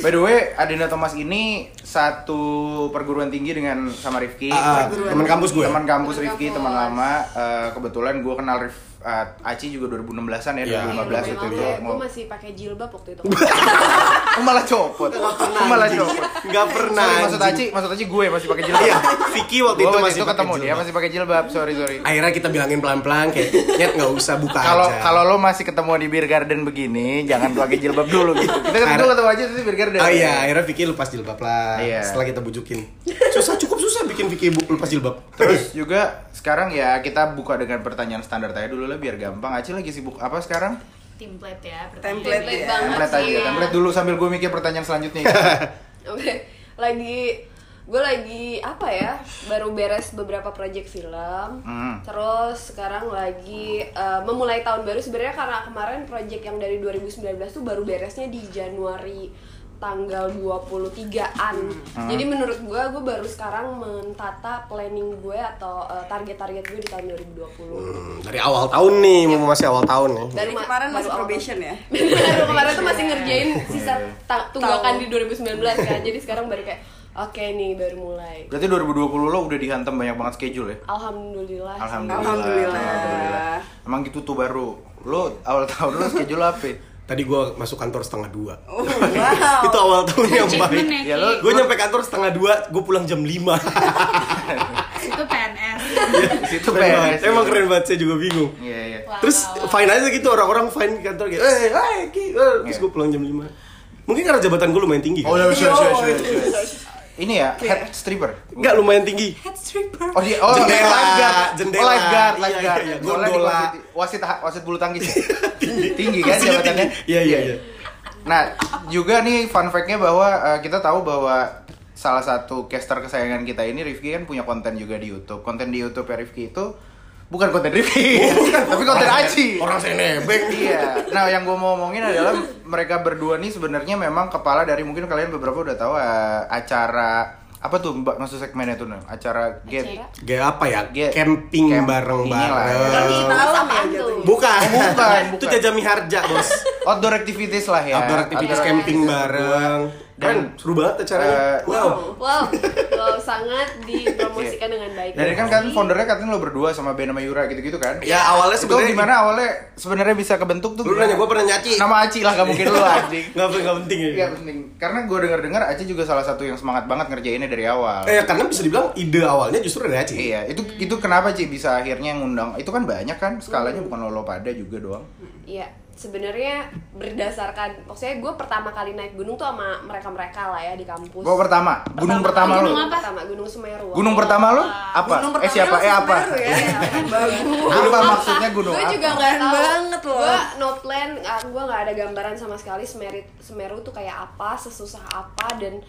Speaker 2: By the way, Adinda Thomas ini satu perguruan tinggi dengan sama Rifki.
Speaker 1: Ah, ah,
Speaker 2: Perguruan
Speaker 1: teman
Speaker 2: tinggi.
Speaker 1: kampus gue.
Speaker 2: Teman kampus
Speaker 5: Teman
Speaker 2: Rifki,
Speaker 5: kampus.
Speaker 2: teman lama. Eh, kebetulan gue kenal Rif eh, Aci juga 2016-an ya,
Speaker 1: Iya.
Speaker 2: 2015 itu dia.
Speaker 5: gue
Speaker 2: Mau-
Speaker 5: masih pakai jilbab waktu itu
Speaker 2: Oh, malah copot. Oh, malah copot.
Speaker 1: Enggak pernah.
Speaker 2: Sorry, maksud
Speaker 1: anjing.
Speaker 2: Aci, maksud Aci gue masih pakai
Speaker 1: Iya,
Speaker 2: jilbab.
Speaker 1: Vicky
Speaker 2: Gue
Speaker 1: waktu itu
Speaker 2: waktu
Speaker 1: masih
Speaker 2: itu
Speaker 1: pakai
Speaker 2: ketemu dia
Speaker 1: jilbab.
Speaker 2: masih pakai jilbab. Sorry, sorry.
Speaker 1: akhirnya kita bilangin pelan-pelan kayak nyet nggak usah buka
Speaker 2: Kalau
Speaker 1: aja.
Speaker 2: kalau lo masih ketemu di beer garden begini, jangan pakai jilbab dulu gitu. Kita ketemu
Speaker 1: Akhirnya-
Speaker 2: ketemu aja di beer garden.
Speaker 1: Oh iya, akhirnya Vicky lepas jilbab lah.
Speaker 2: ya. Iya.
Speaker 1: Setelah kita bujukin. Susah cukup susah bikin Vicky bu- lepas jilbab.
Speaker 2: Terus juga sekarang ya kita buka dengan pertanyaan standar tanya dulu lah biar gampang. Aci lagi sibuk apa sekarang?
Speaker 4: Template ya. pertanyaan.
Speaker 3: Template ya.
Speaker 4: banget
Speaker 2: Template
Speaker 4: sih
Speaker 2: aja,
Speaker 4: ya.
Speaker 2: template dulu sambil gue mikir pertanyaan selanjutnya. ya.
Speaker 5: oke lagi gue lagi apa ya baru beres beberapa proyek film
Speaker 2: Hmm.
Speaker 5: terus sekarang lagi eh, memulai tahun baru sebenarnya karena kemarin proyek yang dari 2019 tuh baru beresnya di Januari tanggal 23-an jadi menurut gue gue baru sekarang mentata planning gue atau eh, target-target gue di tahun 2020
Speaker 1: Hmm, dari awal tahun nih, mau masih awal tahun nih.
Speaker 5: Dari
Speaker 3: Jadi kemarin masih probation ya?
Speaker 5: Baru kemarin tuh masih ngerjain sisa ta- tunggakan
Speaker 3: Tahu.
Speaker 5: di 2019 kan. Jadi sekarang baru kayak oke nih baru mulai.
Speaker 2: Berarti 2020 lo udah dihantam banyak banget schedule ya?
Speaker 5: Alhamdulillah. sih.
Speaker 2: Alhamdulillah.
Speaker 3: Alhamdulillah.
Speaker 2: Emang gitu tuh baru. Lo awal tahun lo schedule apa?
Speaker 1: Tadi gua masuk kantor setengah dua.
Speaker 3: Oh, wow.
Speaker 1: itu awal tahun yang
Speaker 4: Achievement
Speaker 1: baik.
Speaker 2: Ya,
Speaker 4: ya.
Speaker 2: lo-
Speaker 1: Gue nyampe kantor setengah dua, gue pulang jam lima.
Speaker 4: Ki. Itu PNS.
Speaker 2: Di situ
Speaker 1: Keren banget.
Speaker 2: beres.
Speaker 1: Emang keren banget, saya juga bingung.
Speaker 2: Iya iya.
Speaker 4: Wow.
Speaker 1: Terus fine aja gitu orang-orang fine di kantor kayak, eh, eh, Ki, eh." terus
Speaker 2: Iya.
Speaker 1: gue pulang jam lima.
Speaker 6: Mungkin karena jabatan gue lumayan tinggi.
Speaker 1: Oh,
Speaker 6: Kan?
Speaker 1: ya, sure, sure, sure, sure.
Speaker 2: Ini ya, head stripper.
Speaker 6: Enggak lumayan tinggi.
Speaker 3: Head stripper.
Speaker 2: Oh dia, oh
Speaker 1: Jendela,
Speaker 2: dia lifeguard,
Speaker 6: jendela.
Speaker 2: oh, lifeguard,
Speaker 6: Iya,
Speaker 2: lifeguard,
Speaker 6: iya, iya.
Speaker 2: Soalnya di
Speaker 6: Gondola.
Speaker 2: wasit, wasit wasit bulu tangkis, ya? tinggi kan
Speaker 6: Kursinya
Speaker 2: jabatannya.
Speaker 6: tinggi. Iya, iya, iya.
Speaker 2: Nah, juga nih fun fact-nya bahwa eh, kita tahu bahwa salah satu caster kesayangan kita ini Rifki kan punya konten juga di YouTube. Konten di YouTube ya Rifki itu bukan konten Rifki,
Speaker 6: Oh,
Speaker 2: tapi konten Aci.
Speaker 1: Orang saya nebeng.
Speaker 2: Iya. Nah, yang gue mau ngomongin adalah mereka berdua nih sebenarnya memang kepala dari mungkin kalian beberapa udah tahu eh, acara apa tuh Mbak maksud segmennya tuh Nang? acara game
Speaker 6: Gak apa ya?
Speaker 2: Ge-
Speaker 6: camping
Speaker 2: camp-
Speaker 1: Kan
Speaker 2: inilah. Iya. Oh,
Speaker 6: bareng-bareng.
Speaker 3: Kita alam ya jatuhnya.
Speaker 6: Bukan.
Speaker 2: bukan,
Speaker 6: Itu
Speaker 2: bukan.
Speaker 6: jajami harja, Bos.
Speaker 2: outdoor activities lah ya.
Speaker 6: Outdoor activities
Speaker 2: Outdoor
Speaker 6: camping
Speaker 2: activities
Speaker 6: bareng. Dan
Speaker 2: Dan-
Speaker 6: seru banget acaranya.
Speaker 2: Eh,
Speaker 6: wow.
Speaker 5: Wow, wow sangat dipromosikan dengan baik.
Speaker 2: Dan ini kan kan foundernya katanya lo berdua sama Ben sama Yura gitu-gitu kan?
Speaker 1: Ya awalnya
Speaker 2: Itu
Speaker 1: sebenarnya
Speaker 2: gimana awalnya sebenarnya bisa kebentuk tuh?
Speaker 1: Lu
Speaker 2: gimana?
Speaker 1: nanya gue pernah nyaci.
Speaker 2: Nama Aci lah gak mungkin lu anjing.
Speaker 6: Nggak nggak penting ya.
Speaker 2: Iya penting. Karena gue denger dengar Aci juga salah satu yang semangat banget ngerjainnya dari awal.
Speaker 6: Eh, karena bisa dibilang ide awalnya justru dari Aci.
Speaker 2: Iya, itu itu kenapa Ci bisa akhirnya ngundang? Itu kan banyak kan skalanya bukan lolo pada juga doang.
Speaker 5: Iya, sebenarnya berdasarkan maksudnya gue pertama kali naik gunung tuh sama mereka-mereka lah ya di kampus.
Speaker 2: Gua pertama, gunung pertama,
Speaker 4: Pertama.
Speaker 2: lu.
Speaker 4: Gunung apa?
Speaker 5: Pertama Gunung Semeru.
Speaker 2: Gunung pertama lu apa?
Speaker 3: Gunung
Speaker 2: eh
Speaker 3: pertama
Speaker 2: siapa? Eh apa?
Speaker 3: Semeru ya. Bagus.
Speaker 2: Apa maksudnya gunung
Speaker 3: Gue
Speaker 2: apa?
Speaker 3: juga nggak
Speaker 5: Tahu,
Speaker 3: banget loh.
Speaker 5: Gua no plan, ah, gua nggak ada gambaran sama sekali Semeru, Semeru tuh kayak apa, sesusah apa dan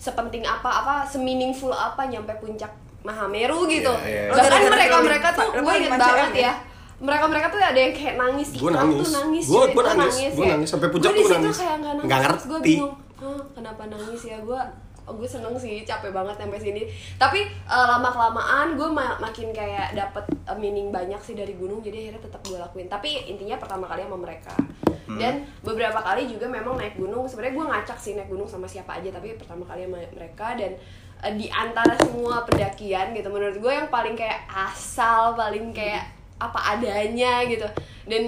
Speaker 5: sepenting apa, apa semeaningful apa nyampe puncak Mahameru gitu.
Speaker 1: Iya, iya.
Speaker 3: Lo
Speaker 5: Bahkan
Speaker 3: gara-gara
Speaker 5: mereka-mereka
Speaker 3: trolling,
Speaker 5: tuh
Speaker 3: Pak. Lo
Speaker 5: gue
Speaker 3: paling
Speaker 5: inget
Speaker 3: macam
Speaker 5: banget
Speaker 3: ya.
Speaker 5: ya. Mereka-mereka tuh ada yang kayak nangis,
Speaker 6: Gue
Speaker 5: Ikram
Speaker 6: nangis.
Speaker 5: tuh nangis,
Speaker 6: Gue-
Speaker 5: Syed
Speaker 6: gue
Speaker 5: tuh
Speaker 6: nangis. Gue nangis. Sampai puncak
Speaker 5: Gua di
Speaker 6: gue
Speaker 5: situ
Speaker 6: nangis.
Speaker 5: kayak nggak nangis.
Speaker 6: Nggak
Speaker 5: Terus Gue
Speaker 6: ngerti.
Speaker 5: bingung, "Hah, kenapa nangis ya gue oh, gue seneng sih capek banget sampai sini tapi eh, lama kelamaan gue makin kayak dapet eh, meaning banyak sih dari gunung jadi akhirnya tetap gue lakuin tapi intinya pertama kali sama mereka dan beberapa kali juga memang naik gunung sebenarnya gue ngacak sih naik gunung sama siapa aja tapi pertama kali sama mereka dan eh, di antara semua pendakian gitu menurut gue yang paling kayak asal paling kayak apa adanya gitu dan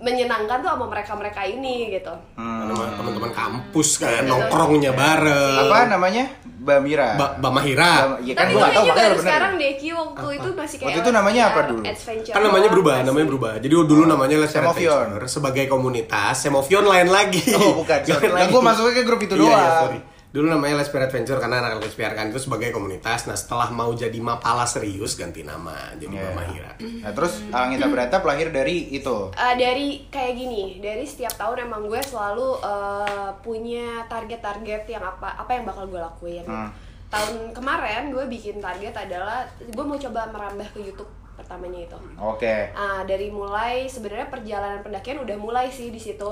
Speaker 5: menyenangkan tuh sama mereka mereka ini gitu
Speaker 2: Hmm.
Speaker 1: Sama teman-teman kampus kan
Speaker 5: Iya.
Speaker 1: nongkrongnya bareng.
Speaker 2: Apa namahnya? Mbak Mira.
Speaker 1: Ba Mbak Mahira.
Speaker 2: Mbak- ya kan
Speaker 5: tapi
Speaker 2: gua nggak tahu
Speaker 5: kayaknya
Speaker 2: makanya
Speaker 5: baru
Speaker 2: lu bener.
Speaker 5: sekarang deh Ki waktu itu masih kayak
Speaker 2: Waktu itu namanya apa dulu?
Speaker 5: adventure
Speaker 6: Kan namanya
Speaker 5: doang,
Speaker 6: berubah,
Speaker 5: masih.
Speaker 6: namanya berubah. Jadi dulu namanya Les
Speaker 2: Oh, Semovion.
Speaker 6: Adventure. sebagai komunitas, Semovion lain lagi.
Speaker 2: Oh, bukan, sorry. Nah, gua masuknya ke grup itu
Speaker 6: Iya, iya,
Speaker 2: doang.
Speaker 6: sorry. Dulu namanya Les Peer Adventure karena anak Les Peer kan itu sebagai komunitas. Nah, setelah mau jadi Mapala serius ganti nama jadi
Speaker 2: Iya.
Speaker 6: Mbak Mahira.
Speaker 2: Nah, terus Alangita Beratap lahir dari itu.
Speaker 5: Eh, dari kayak gini dari setiap tahun emang gue selalu eh, punya target-target yang apa apa yang bakal gue lakuin
Speaker 2: Hmm.
Speaker 5: tahun kemarin gue bikin target adalah gue mau coba merambah ke YouTube pertamanya itu
Speaker 2: Oke.
Speaker 5: Ah, dari mulai sebenarnya perjalanan pendakian udah mulai sih di situ.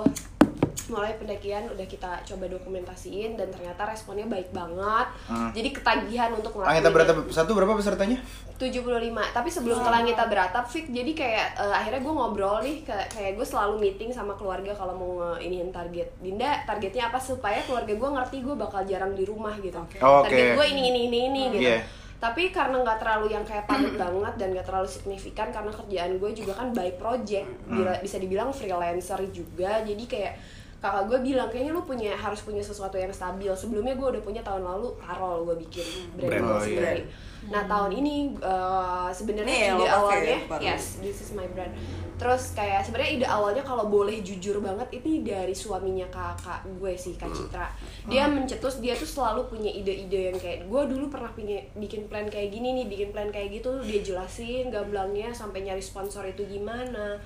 Speaker 5: Mulai pendakian udah kita coba dokumentasiin dan ternyata responnya baik banget.
Speaker 2: Hmm.
Speaker 5: Jadi ketagihan untuk ngelakuin.
Speaker 2: Alangita Beratap satu berapa pesertanya?
Speaker 5: 75. Tapi sebelum ke langit beratap Fik, jadi kayak eh, akhirnya gue ngobrol nih ke- kayak gue selalu meeting sama keluarga kalau mau iniin target. Dinda, targetnya apa supaya keluarga gue ngerti gue bakal jarang di rumah gitu.
Speaker 2: Oh, Oke.
Speaker 5: Target gue ini ini ini ini gitu.
Speaker 2: Iya.
Speaker 5: Tapi karena nggak terlalu yang kayak padat banget dan nggak terlalu signifikan karena kerjaan gue juga kan by project,
Speaker 2: Hmm.
Speaker 5: bila- bisa dibilang freelancer juga. Jadi kayak kakak gue bilang kayaknya lu punya harus punya sesuatu yang stabil. Sebelumnya gue udah punya tahun lalu Karol gue bikin brand,
Speaker 6: Brand,
Speaker 5: gue
Speaker 2: oh, iya.
Speaker 5: sendiri. Nah tahun ini eh, sebenarnya
Speaker 3: Nih, yang
Speaker 5: ide
Speaker 3: lo pakai
Speaker 2: ya,
Speaker 5: awalnya
Speaker 3: baru.
Speaker 5: yes this is my brand. Terus kayak sebenarnya ide awalnya kalau boleh jujur banget ini dari suaminya kakak gue sih Kak Citra. Dia mencetus dia tuh selalu punya ide-ide yang kayak gue dulu pernah punya bikin plan kayak gini nih bikin plan kayak gitu dia jelasin gamblangnya sampai nyari sponsor itu gimana.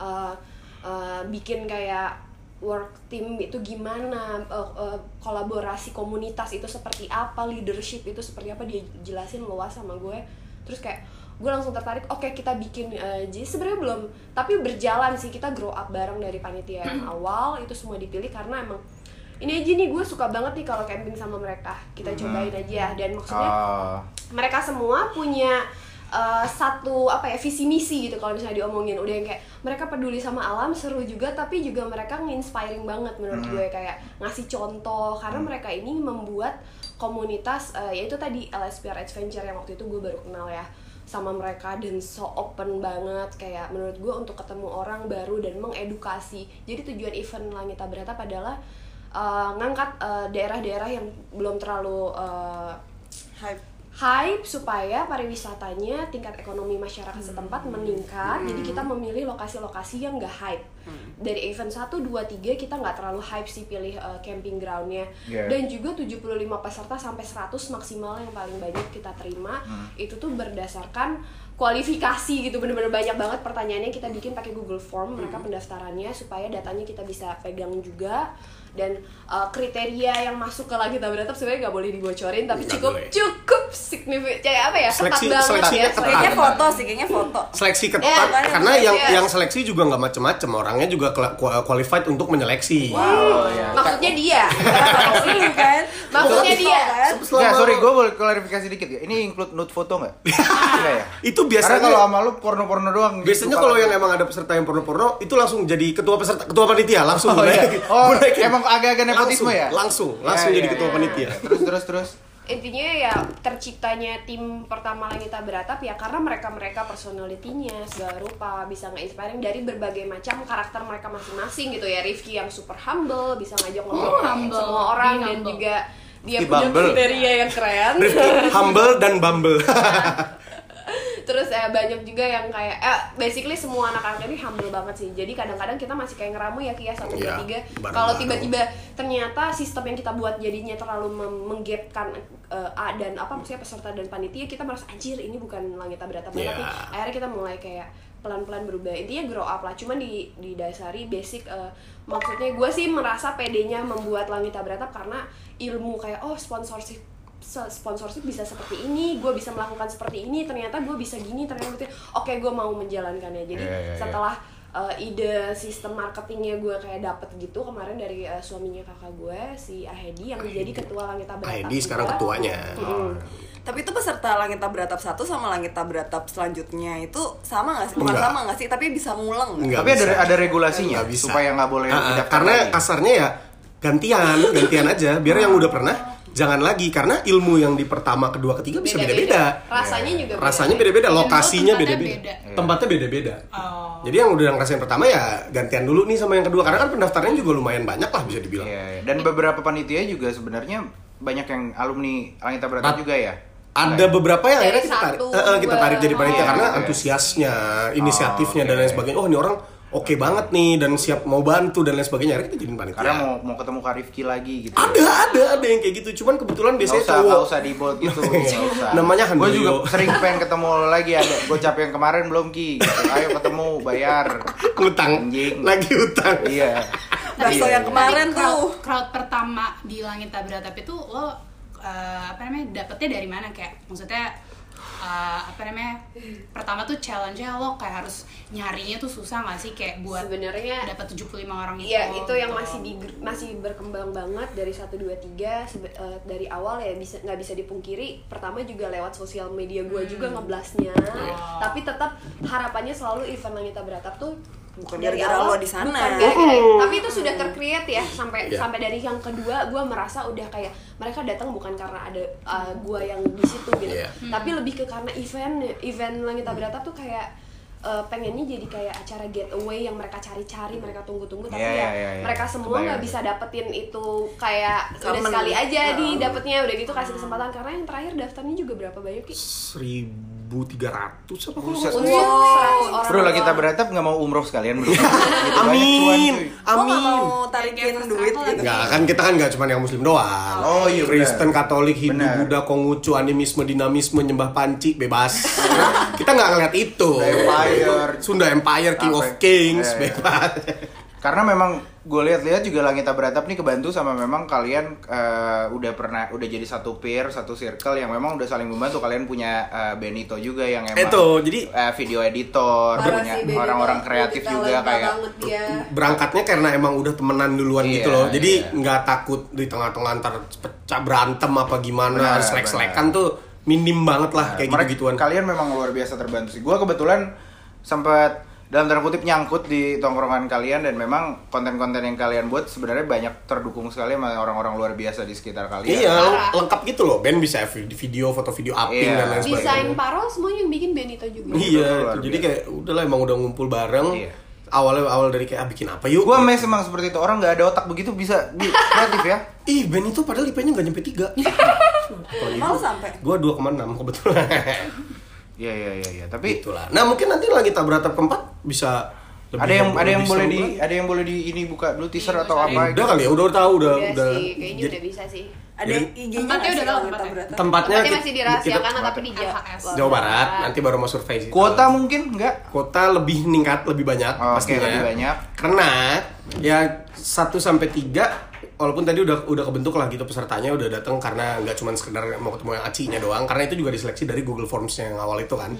Speaker 5: Eh, eh, bikin kayak work team itu gimana eh, eh, kolaborasi komunitas itu seperti apa leadership itu seperti apa dia jelasin luas sama gue terus kayak gue langsung tertarik oke kita bikin eh, jadi sebenarnya belum tapi berjalan sih kita grow up bareng dari panitia yang awal itu semua dipilih karena emang ini aja nih gue suka banget nih kalau camping sama mereka kita cobain aja ya, dan maksudnya
Speaker 2: Oh.
Speaker 5: mereka semua punya uh, satu apa ya visi misi gitu kalau misalnya diomongin udah yang kayak mereka peduli sama alam seru juga tapi juga mereka nginspiring banget menurut gue kayak ngasih contoh karena mereka ini membuat komunitas uh, yaitu tadi LSPR Adventure yang waktu itu gue baru kenal ya sama mereka dan so open banget kayak menurut gue untuk ketemu orang baru dan mengedukasi jadi tujuan event Langita Beratap adalah uh, ngangkat uh, daerah-daerah yang belum terlalu uh,
Speaker 3: Hype.
Speaker 5: hype supaya
Speaker 2: Hmm.
Speaker 5: pariwisatanya tingkat ekonomi masyarakat setempat meningkat jadi kita memilih lokasi-lokasi yang nggak hype
Speaker 2: Hmm.
Speaker 5: dari event 1, 2, 3 kita nggak terlalu hype sih pilih eh, camping groundnya
Speaker 2: Yeah.
Speaker 5: dan juga 75 peserta sampai 100 maksimal yang paling banyak kita terima
Speaker 2: Hmm.
Speaker 5: itu tuh berdasarkan kualifikasi gitu bener-bener banyak banget pertanyaannya kita bikin pakai Google Form mereka
Speaker 2: Hmm.
Speaker 5: pendaftarannya supaya datanya kita bisa pegang juga dan eh, kriteria yang masuk ke lagi kita beratap sebenarnya nggak boleh dibocorin tapi
Speaker 1: Nggak
Speaker 5: cukup
Speaker 1: boleh.
Speaker 5: cukup signifikan kayak apa ya ketat
Speaker 1: ya. Seleksi-
Speaker 5: banget
Speaker 1: seleksinya
Speaker 5: ya
Speaker 1: ketat. Oh, iya.
Speaker 5: seleksinya
Speaker 3: Kayaknya foto sih, kayaknya foto.
Speaker 1: seleksi ketat
Speaker 5: Eh, banyak
Speaker 1: karena
Speaker 5: seleksi,
Speaker 1: yang
Speaker 5: ya.
Speaker 1: yang seleksi juga nggak macem-macem orangnya juga kla- qua- qualified untuk menyeleksi
Speaker 2: Oh, ya.
Speaker 5: maksudnya dia
Speaker 3: Iya kan?
Speaker 5: maksudnya dia
Speaker 6: Ya,
Speaker 2: Nggak, sorry, gue boleh klarifikasi dikit ya. Ini include nude foto nggak? Nggak ya?
Speaker 1: itu Iya, biasanya
Speaker 2: Karena kalau sama lu porno-porno doang.
Speaker 1: biasanya
Speaker 2: gitu,
Speaker 1: kalau
Speaker 2: Pak.
Speaker 1: yang emang ada peserta yang porno-porno itu langsung jadi ketua peserta ketua panitia langsung
Speaker 2: Oh, iya. Oh,
Speaker 1: Boleh.
Speaker 2: emang agak-agak nepotisme
Speaker 1: Langsung,
Speaker 2: ya? iya,
Speaker 1: langsung, langsung jadi ketua panitia.
Speaker 2: Terus terus terus.
Speaker 5: intinya ya terciptanya tim pertama Langita Beratap ya karena mereka-mereka personalitinya segala rupa bisa nge-inspiring dari berbagai macam karakter mereka masing-masing gitu ya Rifki yang super humble bisa ngajak ngobrol
Speaker 4: Oh, humble.
Speaker 5: semua orang
Speaker 4: Being
Speaker 5: dan
Speaker 4: humble.
Speaker 5: juga dia
Speaker 2: Rifki
Speaker 5: punya
Speaker 2: Bumble.
Speaker 5: kriteria yang keren
Speaker 1: Rifki humble dan bumble
Speaker 5: terus eh, banyak juga yang kayak eh, basically semua anak-anak ini humble banget sih jadi kadang-kadang kita masih kayak ngeramu ya kia satu dua
Speaker 1: Iya,
Speaker 5: tiga
Speaker 1: bareng-bareng.
Speaker 5: kalau tiba-tiba ternyata sistem yang kita buat jadinya terlalu mem- menggapkan eh, A dan apa maksudnya peserta dan panitia kita merasa anjir ini bukan langit berata
Speaker 1: Iya.
Speaker 5: tapi akhirnya kita mulai kayak pelan-pelan berubah intinya grow up lah cuman di didasari basic eh, maksudnya gue sih merasa pedenya membuat langit beratap karena ilmu kayak oh sponsorship se- sponsorship bisa seperti ini gue bisa melakukan seperti ini ternyata gue bisa gini ternyata gitu oke gue mau menjalankannya jadi
Speaker 2: Iya, iya, iya.
Speaker 5: setelah eh, ide sistem marketingnya gue kayak dapet gitu kemarin dari eh, suaminya kakak gue si Ahedi yang jadi ketua langit beratap
Speaker 1: Ahedi sekarang
Speaker 5: juga.
Speaker 1: ketuanya.
Speaker 5: Mm-mm.
Speaker 3: Tapi itu peserta Langit Beratap 1 sama Langit Beratap selanjutnya itu sama nggak sih? Bukan
Speaker 1: Nggak.
Speaker 3: sama nggak sih? Tapi bisa ngulang nggak?
Speaker 1: Nggak
Speaker 2: Tapi ada
Speaker 1: bisa.
Speaker 2: ada regulasinya
Speaker 1: Nggak bisa.
Speaker 2: supaya nggak boleh
Speaker 1: Ah, ah,
Speaker 2: daftar
Speaker 1: karena
Speaker 2: lagi.
Speaker 1: kasarnya ya gantian gantian aja biar yang udah pernah jangan lagi karena ilmu yang di pertama kedua ketiga bisa beda-beda Iya.
Speaker 5: rasanya juga
Speaker 1: rasanya beda-beda
Speaker 4: Dan
Speaker 1: lokasinya
Speaker 4: dulu tempatnya
Speaker 1: beda-beda
Speaker 2: Iya.
Speaker 4: beda.
Speaker 1: tempatnya beda-beda
Speaker 4: Oh.
Speaker 1: jadi yang udah ngerasain pertama ya gantian dulu nih sama yang kedua karena kan pendaftarannya juga lumayan banyak lah bisa dibilang
Speaker 2: Iya, iya. Dan beberapa panitia juga sebenarnya banyak yang alumni Langit Berata
Speaker 1: Tat-
Speaker 2: juga ya.
Speaker 1: ada beberapa yang akhirnya
Speaker 5: Dari
Speaker 1: kita tarik
Speaker 5: satu,
Speaker 1: eh, eh, kita
Speaker 5: dua.
Speaker 1: tarik jadi panitia
Speaker 2: Oh.
Speaker 1: karena
Speaker 2: Oke.
Speaker 1: antusiasnya inisiatifnya
Speaker 2: Oh,
Speaker 1: dan lain
Speaker 2: oke.
Speaker 1: sebagainya oh ini orang oke banget nih dan siap mau bantu dan lain sebagainya akhirnya kita jadi panitia
Speaker 2: Karena mau mau ketemu Kak Rifki lagi gitu.
Speaker 1: ya. ada ada ada yang kayak gitu cuman kebetulan
Speaker 2: Nggak
Speaker 1: biasanya
Speaker 2: usah,
Speaker 1: cowok Iya.
Speaker 2: nggak usah di bold gitu. nggak usah.
Speaker 1: Namanya
Speaker 2: Gue
Speaker 1: Handoyo.
Speaker 2: juga sering pengen ketemu lo lagi ada. Gue capek yang kemarin belum ki. Gitu. Ayo ketemu, bayar.
Speaker 1: utang
Speaker 2: Anjing.
Speaker 1: lagi utang
Speaker 2: Iya.
Speaker 3: Bakso
Speaker 2: Iya,
Speaker 3: yang
Speaker 2: iya.
Speaker 3: kemarin
Speaker 4: Tapi crowd,
Speaker 3: tuh.
Speaker 4: crowd pertama di Langit Beratap itu lo eh, apa namanya dapetnya dari mana kayak maksudnya eh, apa namanya pertama tuh challenge-nya lo kayak harus nyarinya tuh susah gak sih kayak buat
Speaker 5: Sebenarnya-
Speaker 4: dapat 75 orang itu
Speaker 5: Iya, itu yang
Speaker 4: gitu.
Speaker 5: masih di masih berkembang banget dari 1 2 3 sebe- eh, dari awal ya bisa nggak bisa dipungkiri. Pertama juga lewat sosial media gua juga ngeblasnya. Tapi tetap harapannya selalu event Langita Beratap tuh
Speaker 3: Bukan
Speaker 5: dari
Speaker 3: gara-gara
Speaker 5: awal
Speaker 3: lo di sana.
Speaker 5: bukan gara-gara- tapi itu sudah tercreate ya sampai
Speaker 1: Iya.
Speaker 5: sampai dari yang kedua gua merasa udah kayak mereka datang bukan karena ada eh, gua yang di situ gitu.
Speaker 1: Iya.
Speaker 3: Hmm.
Speaker 5: Tapi lebih ke karena event event Langita Beratap tuh kayak eh, pengennya jadi kayak acara getaway yang mereka cari-cari, mereka tunggu-tunggu tapi
Speaker 2: Iya,
Speaker 5: ya,
Speaker 2: iya, iya, iya.
Speaker 5: mereka semua nggak
Speaker 2: Kebayang.
Speaker 5: bisa dapetin itu kayak udah
Speaker 3: Common.
Speaker 5: sekali aja di dapetnya udah gitu kasih kesempatan karena yang terakhir daftarnya juga berapa banyak Ki?
Speaker 1: 1300 apa kalau
Speaker 2: Buset.
Speaker 1: nggak
Speaker 5: Untuk
Speaker 3: Wow.
Speaker 5: 100 orang
Speaker 2: Bro, lagi kita
Speaker 5: doang.
Speaker 2: beratap nggak mau umroh sekalian bro. Gitu,
Speaker 1: salah?
Speaker 2: banyak
Speaker 1: amin
Speaker 2: cuan, cuy.
Speaker 3: Lo nggak
Speaker 1: amin
Speaker 3: mau tarikin
Speaker 4: Kayak
Speaker 3: duit
Speaker 4: first
Speaker 3: gitu?
Speaker 1: Enggak kan kita kan nggak cuma yang muslim doang
Speaker 2: Oh, iya, benar.
Speaker 1: Kristen Katolik Hindu
Speaker 2: Benar.
Speaker 1: Buddha Konghucu animisme dinamisme nyembah panci bebas kita nggak ngeliat itu
Speaker 2: Sunda Empire.
Speaker 1: Sunda Empire King
Speaker 2: Apa?
Speaker 1: of Kings
Speaker 2: Iya, iya.
Speaker 1: bebas
Speaker 2: Karena memang gue lihat-lihat juga Langita Beratap nih kebantu sama memang kalian eh, udah pernah udah jadi satu peer, satu circle yang memang udah saling membantu. Kalian punya eh, Benito juga yang emang
Speaker 1: Itu, jadi-
Speaker 2: eh, video editor,
Speaker 3: Parah
Speaker 2: punya
Speaker 3: sih, baby
Speaker 2: orang-orang
Speaker 3: banget.
Speaker 2: kreatif
Speaker 3: Lebih
Speaker 2: juga
Speaker 3: talenta
Speaker 2: kayak
Speaker 3: banget
Speaker 5: iya.
Speaker 3: dia.
Speaker 1: berangkatnya karena emang udah temenan duluan
Speaker 2: Iya,
Speaker 1: gitu loh jadi
Speaker 2: iya.
Speaker 1: nggak takut di tengah-tengah antar pecah berantem apa gimana
Speaker 2: Benar,
Speaker 1: selek-selekan tuh minim banget lah kayak
Speaker 2: Mereka-
Speaker 1: gitu-gituan
Speaker 2: Kalian memang luar biasa terbantu sih. Gue kebetulan sempat dalam tanda kutip nyangkut di tongkrongan kalian dan memang konten-konten yang kalian buat sebenarnya banyak terdukung sekali sama orang-orang luar biasa di sekitar kalian.
Speaker 1: Iya, leng- lengkap gitu loh. Band bisa vi- video, foto-video uping
Speaker 2: Iya.
Speaker 1: dan lain
Speaker 5: desain
Speaker 1: sebagainya.
Speaker 5: parol semuanya yang bikin Benito juga
Speaker 1: Iya,
Speaker 2: Luar
Speaker 1: itu. jadi
Speaker 2: biasa.
Speaker 1: kayak udahlah emang udah ngumpul bareng.
Speaker 2: Iya.
Speaker 1: Awalnya awal dari kayak ah, bikin apa yuk?
Speaker 2: Gue mes emang seperti itu orang nggak ada otak begitu bisa bi- kreatif ya.
Speaker 1: Ih, band itu padahal IP-nya nggak nyampe 3.
Speaker 3: Malu sampai.
Speaker 1: Gua 2,6 kebetulan.
Speaker 2: Iya iya iya iya. Tapi
Speaker 1: Itulah. Nah, mungkin nanti lagi kita beratap keempat bisa Lebih
Speaker 2: ada yang
Speaker 1: heboh,
Speaker 2: ada yang
Speaker 1: lebih
Speaker 2: boleh
Speaker 1: seru
Speaker 2: di
Speaker 1: lah.
Speaker 2: ada yang boleh di ini buka dulu teaser
Speaker 4: Iya,
Speaker 2: atau
Speaker 4: sorry.
Speaker 2: apa gitu?
Speaker 1: udah kali ya udah tahu udah
Speaker 5: Udah,
Speaker 1: udah
Speaker 5: Iya sih, kayaknya
Speaker 1: jadi-
Speaker 5: udah bisa sih.
Speaker 3: Ada
Speaker 1: Jadi-
Speaker 3: IG-nya
Speaker 4: Tempatnya
Speaker 3: nggak sih
Speaker 4: udah tahu
Speaker 3: kalau kita
Speaker 4: tempatnya.
Speaker 3: berata?
Speaker 1: tempatnya
Speaker 5: Tapi
Speaker 1: kita-
Speaker 5: masih dirahasiakan
Speaker 1: kita-
Speaker 5: tapi di Jawa,
Speaker 4: LHS.
Speaker 1: Jawa Barat nanti baru mau survei sih.
Speaker 2: kuota mungkin enggak
Speaker 1: Kuota lebih ningkat lebih banyak
Speaker 2: Oh, oke,
Speaker 1: pastinya
Speaker 2: lebih banyak.
Speaker 1: karena ya 1 sampai tiga walaupun tadi udah udah kebentuk lah gitu pesertanya udah datang karena nggak cuma sekedar mau ketemu yang acinya doang karena itu juga diseleksi dari Google Forms yang awal itu kan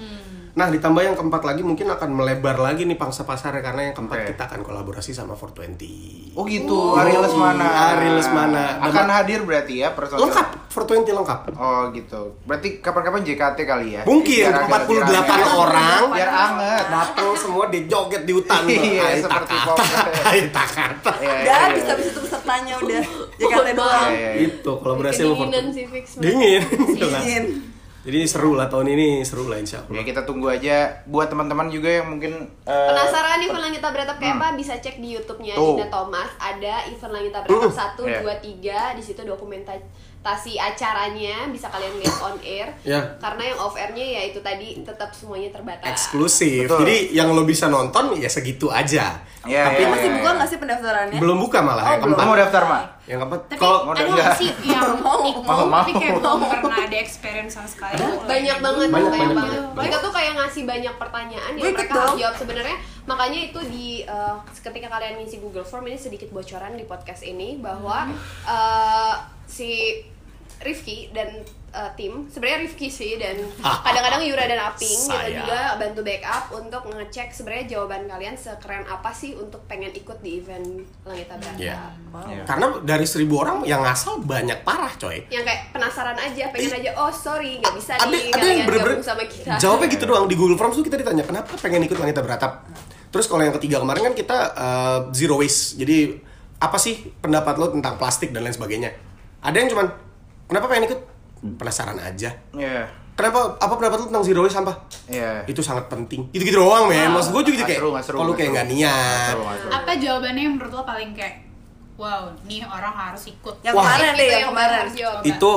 Speaker 1: nah ditambah yang keempat lagi mungkin akan melebar lagi nih pangsa pasarnya karena yang keempat
Speaker 2: Oke.
Speaker 1: kita akan kolaborasi sama 420
Speaker 2: oh gitu Ari Lesmana
Speaker 1: Ari Lesmana. Dan-
Speaker 2: akan hadir berarti ya personal
Speaker 1: lengkap 420 lengkap
Speaker 2: oh gitu berarti kapan-kapan JKT kali ya
Speaker 1: mungkin
Speaker 2: Biar agak
Speaker 1: 48
Speaker 2: lebih rame.
Speaker 1: orang
Speaker 2: biar anget
Speaker 1: datang semua dia joget di hutan
Speaker 2: Iya,
Speaker 1: Aita
Speaker 2: seperti
Speaker 1: kata,
Speaker 2: Popeye.
Speaker 1: Aita kata.
Speaker 2: Iya, iya,
Speaker 3: Udah
Speaker 2: iya.
Speaker 3: habis habis itu pesertanya udah JKT doang.
Speaker 2: Iya, iya.
Speaker 1: itu Gitu, kolaborasi sama
Speaker 5: Kedinginan
Speaker 1: Fortune.
Speaker 5: sih, fix.
Speaker 1: dingin gitu lah.
Speaker 3: Izin.
Speaker 1: jadi seru lah tahun ini seru lah insya
Speaker 2: Ya
Speaker 1: Allah
Speaker 2: kita tunggu aja buat teman-teman juga yang mungkin eh,
Speaker 5: Penasaran nih event Langit Beratap kayak apa? Bisa cek di YouTube-nya
Speaker 2: Tuh.
Speaker 5: Nina Thomas. Ada event Langit Beratap satu,
Speaker 2: Iya.
Speaker 5: dua, tiga. Di situ dokumentasi acaranya bisa kalian lihat on air.
Speaker 1: Iya.
Speaker 5: Karena yang off air-nya ya itu tadi tetap semuanya terbatas.
Speaker 1: eksklusif
Speaker 2: Iya. Betul.
Speaker 1: jadi yang lo bisa nonton ya segitu aja
Speaker 2: Iya,
Speaker 1: tapi
Speaker 2: iya,
Speaker 3: Masih
Speaker 2: iya. Oh,
Speaker 3: buka nggak sih pendaftarannya?
Speaker 1: belum buka malah yang
Speaker 2: belum
Speaker 1: keempat
Speaker 2: mau daftar mah
Speaker 1: yang keempat
Speaker 4: Tapi
Speaker 1: kalau
Speaker 2: mau
Speaker 4: ada
Speaker 2: enggak?
Speaker 4: nggak sih yang
Speaker 3: Mau,
Speaker 4: ikut,
Speaker 2: mau,
Speaker 4: tapi kayak belum pernah ada experience sama sekali.
Speaker 5: banyak
Speaker 1: Banyak,
Speaker 5: banget banyak,
Speaker 1: banyak,
Speaker 5: banget
Speaker 1: banyak.
Speaker 5: mereka tuh kayak ngasih banyak pertanyaan
Speaker 3: Gue
Speaker 5: yang mereka
Speaker 3: ikut
Speaker 5: harus
Speaker 3: dong.
Speaker 5: jawab sebenarnya makanya itu di eh, ketika kalian ngisi Google Form ini sedikit bocoran di podcast ini
Speaker 3: Hmm.
Speaker 5: bahwa eh, si Rifki dan eh, tim sebenarnya Rifki sih dan kadang-kadang Yura dan Aping kita
Speaker 1: Saya.
Speaker 5: juga bantu backup untuk ngecek sebenarnya jawaban kalian sekeren apa sih untuk pengen ikut di event Langit Berata
Speaker 1: Iya.
Speaker 2: Iya.
Speaker 1: karena dari seribu orang yang ngasal banyak parah coy
Speaker 5: yang kayak penasaran aja pengen aja oh sorry nggak bisa
Speaker 1: ada
Speaker 5: nih
Speaker 1: ada yang
Speaker 5: kalian
Speaker 1: bener-bener
Speaker 5: gabung sama kita
Speaker 1: jawabnya gitu doang di Google Forms tuh kita ditanya kenapa pengen ikut wanita beratap terus kalau yang ketiga kemarin kan kita uh, zero waste jadi apa sih pendapat lo tentang plastik dan lain sebagainya ada yang cuman kenapa pengen ikut
Speaker 2: Hmm.
Speaker 1: penasaran aja
Speaker 2: Iya.
Speaker 1: kenapa apa pendapat lo tentang zero waste sampah
Speaker 2: Iya.
Speaker 1: Eh. itu sangat penting gitu gitu doang men maksud gue juga
Speaker 2: Ah, Nggak
Speaker 1: kayak
Speaker 2: seru, nggak seru,
Speaker 1: kalau
Speaker 2: nggak
Speaker 1: kayak
Speaker 2: seru.
Speaker 1: nggak niat
Speaker 2: Seru, nggak seru.
Speaker 4: Apa jawabannya yang menurut lo paling kayak wow, nih orang harus ikut.
Speaker 3: Yang
Speaker 1: Wah.
Speaker 3: kemarin deh,
Speaker 5: Itu
Speaker 3: yang kemarin.
Speaker 5: harus jawab.
Speaker 1: itu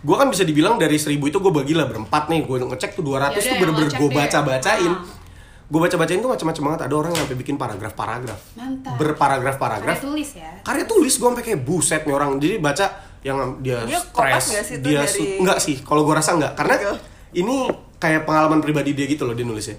Speaker 1: gue kan bisa dibilang dari 1000 itu gue bagilah berempat nih gue ngecek tuh 200
Speaker 4: Yaudah,
Speaker 1: tuh
Speaker 4: yang
Speaker 1: bener-bener
Speaker 4: ngecek
Speaker 1: gue
Speaker 4: deh.
Speaker 1: baca-bacain
Speaker 4: Ah.
Speaker 1: gue baca-bacain tuh macam-macam banget ada orang yang sampai bikin paragraf-paragraf
Speaker 4: Mantap. Ada
Speaker 1: berparagraf-paragraf
Speaker 4: tulis ya.
Speaker 1: karya tulis gue sampai kayak buset nih orang jadi baca yang dia,
Speaker 3: Dia kopas
Speaker 1: stres
Speaker 3: nggak sih itu
Speaker 1: dia
Speaker 3: dari-
Speaker 1: su- nggak sih kalau gue rasa nggak karena
Speaker 3: Gitu.
Speaker 1: ini kayak pengalaman pribadi dia gitu loh dia nulisnya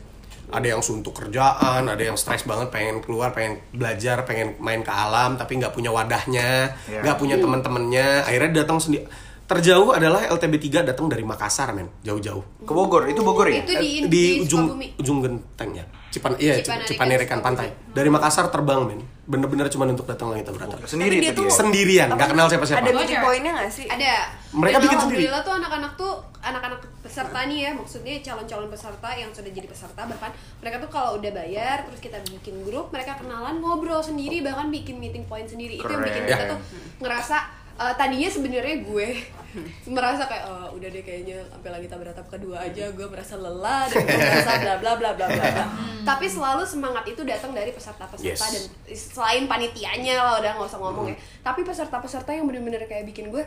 Speaker 1: ada yang suntuk kerjaan ada yang stres banget pengen keluar pengen belajar pengen main ke alam tapi nggak punya wadahnya
Speaker 2: Iya.
Speaker 1: nggak punya teman-temannya akhirnya datang sendiri terjauh adalah LTB 3 datang dari Makassar men jauh-jauh
Speaker 2: Ke Bogor, itu Bogor ya?
Speaker 5: Itu di,
Speaker 1: Iya, eh, di, ujung ujung genteng ya Cipan iya
Speaker 5: Cipanarikan,
Speaker 1: Cipanerikan pantai dari Makassar terbang men bener-bener cuma untuk datang langit beratap
Speaker 2: Sendiri ya?
Speaker 3: Tapi dia
Speaker 2: itu
Speaker 3: tuh-
Speaker 2: dia.
Speaker 1: sendirian nggak kenal siapa-siapa
Speaker 3: Ada bikin poinnya nggak sih?
Speaker 5: ada
Speaker 1: Mereka bikin
Speaker 5: Dan
Speaker 1: sendiri.
Speaker 5: alhamdulillah tuh anak-anak tuh anak-anak peserta nih ya maksudnya calon-calon peserta yang sudah jadi peserta bahkan mereka tuh kalau udah bayar terus kita bikin grup mereka kenalan ngobrol sendiri bahkan bikin meeting point sendiri itu yang bikin
Speaker 2: Keren.
Speaker 5: kita tuh ngerasa eh, tadinya sebenarnya gue merasa kayak "Eh, udah deh kayaknya sampai lagi kita beratap kedua aja gue merasa lelah dan gue merasa bla bla bla bla bla bla." tapi selalu semangat itu datang dari peserta-peserta
Speaker 1: Yes.
Speaker 5: dan selain panitianya lah udah nggak usah ngomong ya tapi peserta-peserta yang bener-bener kayak bikin gue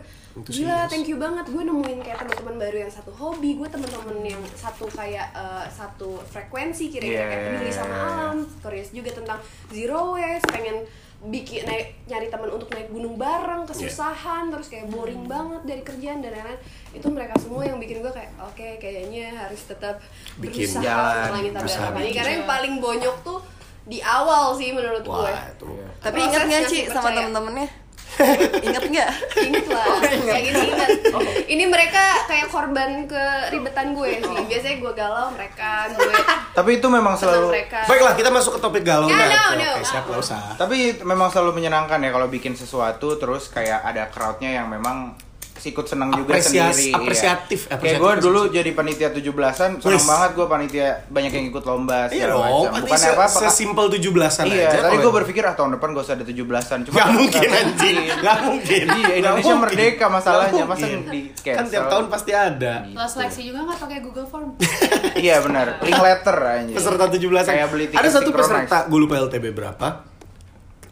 Speaker 5: gila thank you banget gue nemuin kayak teman-teman baru yang satu hobi gue teman-teman yang satu kayak eh, satu frekuensi kira-kira kayak
Speaker 2: Yeah.
Speaker 5: peduli sama alam curious juga tentang zero waste pengen bikin naik- nyari teman untuk naik gunung bareng kesusahan terus kayak boring banget dari kerjaan dan lain-lain itu mereka semua yang bikin gue kayak oke kayaknya harus tetap
Speaker 1: Bikin
Speaker 5: berusaha
Speaker 2: jalan,
Speaker 5: untuk langit
Speaker 1: berusaha
Speaker 5: berharapan
Speaker 1: bikin
Speaker 5: karena yang paling bonyok tuh di awal sih menurut gue
Speaker 1: Wah, itu.
Speaker 2: Iya.
Speaker 3: Tapi ingat nggak Ci
Speaker 5: Prosesnya sih
Speaker 3: sama
Speaker 5: percaya.
Speaker 3: temen-temennya? Ingat nggak?
Speaker 5: Ingat lah,
Speaker 1: Oh,
Speaker 5: kayak gini ingat. Ini mereka kayak korban keribetan gue sih.
Speaker 1: Oh.
Speaker 5: Biasanya gue galau, mereka gue
Speaker 2: Tapi itu memang
Speaker 5: senang
Speaker 2: selalu
Speaker 5: mereka.
Speaker 1: Baiklah, kita masuk ke topik galau
Speaker 5: Ya,
Speaker 1: dah.
Speaker 5: no,
Speaker 1: Oke,
Speaker 5: no.
Speaker 1: oke, siap, nggak
Speaker 2: Iya,
Speaker 1: usah.
Speaker 2: tapi memang selalu menyenangkan ya kalau bikin sesuatu terus kayak ada crowdnya yang memang ikut senang juga
Speaker 1: Apresiasi-
Speaker 2: sendiri
Speaker 1: apresiatif,
Speaker 2: iya. kayak
Speaker 1: apresiatif,
Speaker 2: gue dulu
Speaker 1: apresiatif.
Speaker 2: jadi panitia 17-an senang
Speaker 1: Wes.
Speaker 2: banget gue panitia banyak yang ikut lomba
Speaker 1: Iya
Speaker 2: segala
Speaker 1: dong,
Speaker 2: macam
Speaker 1: bukan
Speaker 2: bukan apa apa
Speaker 1: sesimpel 17-an
Speaker 2: iya
Speaker 1: aja.
Speaker 2: tadi
Speaker 1: kalau-
Speaker 2: gue berpikir ah tahun depan gak usah ada 17-an cuma
Speaker 1: Nggak mungkin anjing, nggak mungkin.
Speaker 2: Iya,
Speaker 1: Nggak
Speaker 2: Indonesia
Speaker 1: mungkin.
Speaker 2: merdeka masalahnya,
Speaker 1: Nggak
Speaker 2: masa
Speaker 1: mungkin.
Speaker 2: di
Speaker 1: Kan tiap
Speaker 2: cancel?
Speaker 1: tahun pasti ada.
Speaker 2: Gitu.
Speaker 4: Lo seleksi juga nggak pakai Google Form?
Speaker 2: iya benar link letter anjing
Speaker 1: Peserta 17-an.
Speaker 2: Iya. Kayak beli tiket
Speaker 1: Ada satu
Speaker 2: sinkronis.
Speaker 1: peserta, gue lupa LTB berapa.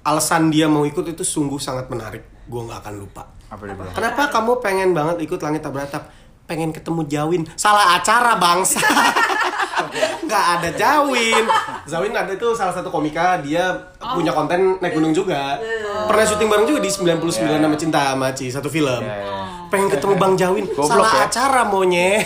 Speaker 1: Alasan dia mau ikut itu sungguh sangat menarik. Gue nggak akan lupa.
Speaker 2: apa dia bilang?
Speaker 1: Kenapa kamu pengen banget ikut langit tak beratap? Pengen ketemu Jawin. Salah acara bangsa. nggak ada Jawin Zawin ada itu salah satu komika dia punya konten naik gunung juga pernah syuting bareng juga di 99
Speaker 2: Iya.
Speaker 1: nama cinta sama Ci, satu film
Speaker 2: Iya, iya.
Speaker 1: pengen ketemu Bang Jawin
Speaker 2: Goblok
Speaker 1: salah
Speaker 2: ya.
Speaker 1: acara maunya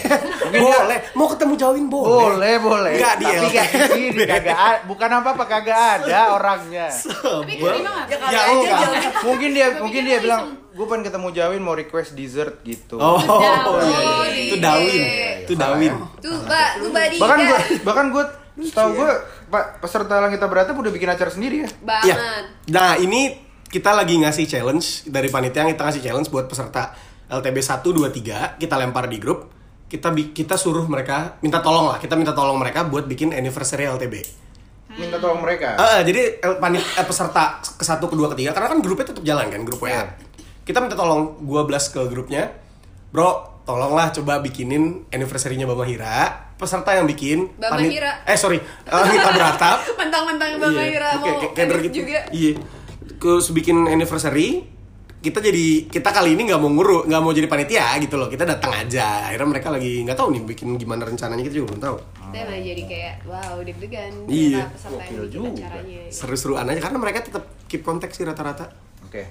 Speaker 1: boleh mau ketemu Jawin boleh
Speaker 2: Boleh, boleh.
Speaker 1: Nggak di
Speaker 2: Tapi kayak
Speaker 1: LTD.
Speaker 2: gini, kagak a- bukan apa-apa kagak ada orangnya.
Speaker 4: Tapi keterima nggak?
Speaker 3: Ya,
Speaker 1: ya
Speaker 3: kagak aja
Speaker 1: enggak
Speaker 3: jalan.
Speaker 2: mungkin dia
Speaker 4: Gua
Speaker 2: mungkin
Speaker 4: pikir
Speaker 2: dia
Speaker 4: lu
Speaker 2: bilang gue pengen ketemu Jawin mau request dessert gitu.
Speaker 1: oh
Speaker 4: Dawin.
Speaker 1: iya, iya. itu Dawin itu Dawin
Speaker 7: Tuh, Mbak, tuh Badi.
Speaker 2: Bahkan gue
Speaker 7: Iya.
Speaker 2: bahkan gue setahu
Speaker 7: ya.
Speaker 2: gue Pak peserta Langit Beratap udah bikin acara sendiri ya.
Speaker 1: Ya.
Speaker 5: banget
Speaker 1: Nah, ini kita lagi ngasih challenge dari panitia kita ngasih challenge buat peserta LTB 1 2 3, kita lempar di grup. Kita bi- kita suruh mereka minta tolong lah, kita minta tolong mereka buat bikin anniversary LTB.
Speaker 2: Minta
Speaker 7: Hmm.
Speaker 2: tolong mereka.
Speaker 1: Eh, eh, jadi el- panit eh, peserta ke satu kedua ketiga karena kan grupnya tetap jalan kan grup
Speaker 5: Iya.
Speaker 1: WA. Kita minta tolong gua blast ke grupnya. Bro, tolonglah coba bikinin anniversary-nya Bama Hira. Peserta yang bikin
Speaker 5: Bama
Speaker 1: panit-
Speaker 5: Hira.
Speaker 1: Eh, sorry. eh, kita beratap
Speaker 5: mentang-mentang Bang
Speaker 1: Iya,
Speaker 5: Ira
Speaker 1: oke,
Speaker 5: mau
Speaker 1: kayak- kayak
Speaker 5: edit
Speaker 1: gitu.
Speaker 5: juga
Speaker 1: Iya. Terus bikin anniversary, kita jadi kita kali ini nggak mau ngurus, nggak mau jadi panitia gitu loh. Kita datang aja. Akhirnya mereka lagi nggak tahu nih bikin gimana rencananya kita juga belum tahu.
Speaker 5: saya malah jadi kayak wow deg-degan
Speaker 1: Iya.
Speaker 5: ternyata peserta yang bikin acaranya
Speaker 1: Seru-seruan aja karena mereka tetap keep kontak sih rata-rata.
Speaker 2: Oke.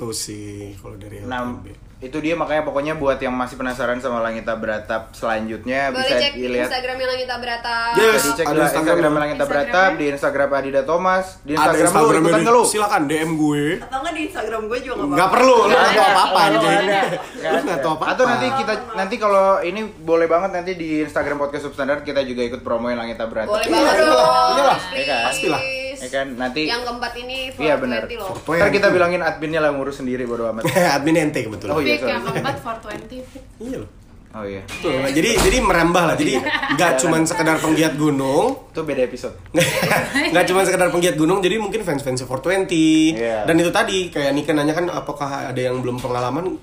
Speaker 1: Tuh sih kalau dari
Speaker 2: Nah,
Speaker 1: LTB.
Speaker 2: itu dia makanya pokoknya buat yang masih penasaran sama Langita Beratap selanjutnya
Speaker 7: Boleh
Speaker 2: bisa
Speaker 7: cek
Speaker 2: dilihat
Speaker 7: Instagramnya Langit Abrata.
Speaker 1: Yes,
Speaker 2: Bisa dicek
Speaker 1: ada
Speaker 2: di
Speaker 1: Instagram. ya?
Speaker 2: Instagram Langita
Speaker 7: ya?
Speaker 2: Beratap, di Instagram Adida Thomas, di
Speaker 1: Ada
Speaker 2: Instagram lu
Speaker 1: Instagram
Speaker 2: ikutan ke
Speaker 1: lu.
Speaker 2: lu.
Speaker 1: Silakan DM gue.
Speaker 3: Atau nggak di Instagram gue juga nggak
Speaker 1: Nggak
Speaker 3: apa-apa.
Speaker 1: perlu, lu
Speaker 2: Nggak
Speaker 1: nggak tahu
Speaker 2: ada,
Speaker 1: apa-apa
Speaker 2: nggak
Speaker 1: anjing.
Speaker 2: ada.
Speaker 1: Lu nggak tahu apa-apa.
Speaker 2: Atau nanti kita nanti kalau ini boleh banget nanti di Instagram podcast substandard kita juga ikut promoin Langita Beratap.
Speaker 7: Boleh
Speaker 1: Iya,
Speaker 7: banget
Speaker 1: iya lah,
Speaker 7: dong.
Speaker 1: iya lah.
Speaker 7: please.
Speaker 2: Iya kan?
Speaker 1: Pastilah.
Speaker 2: Ya kan nanti
Speaker 7: Yang keempat ini
Speaker 2: Iya benar.
Speaker 7: 420
Speaker 1: Oh,
Speaker 7: loh.
Speaker 2: Ntar kita bilangin adminnya lah ngurus sendiri bodo amat.
Speaker 1: admin ente kebetulan.
Speaker 2: Oh, iya,
Speaker 4: Pick yang
Speaker 2: sorry.
Speaker 4: keempat 420
Speaker 1: Iya loh.
Speaker 2: Oh iya.
Speaker 1: Betul, Mbak. jadi jadi merambah lah. Jadi nggak cuman sekedar penggiat gunung,
Speaker 2: Itu beda episode.
Speaker 1: nggak cuman sekedar penggiat gunung. Jadi mungkin fans fans 420.
Speaker 2: Iya.
Speaker 1: Dan itu tadi kayak Nika nanya kan apakah ada yang belum pengalaman?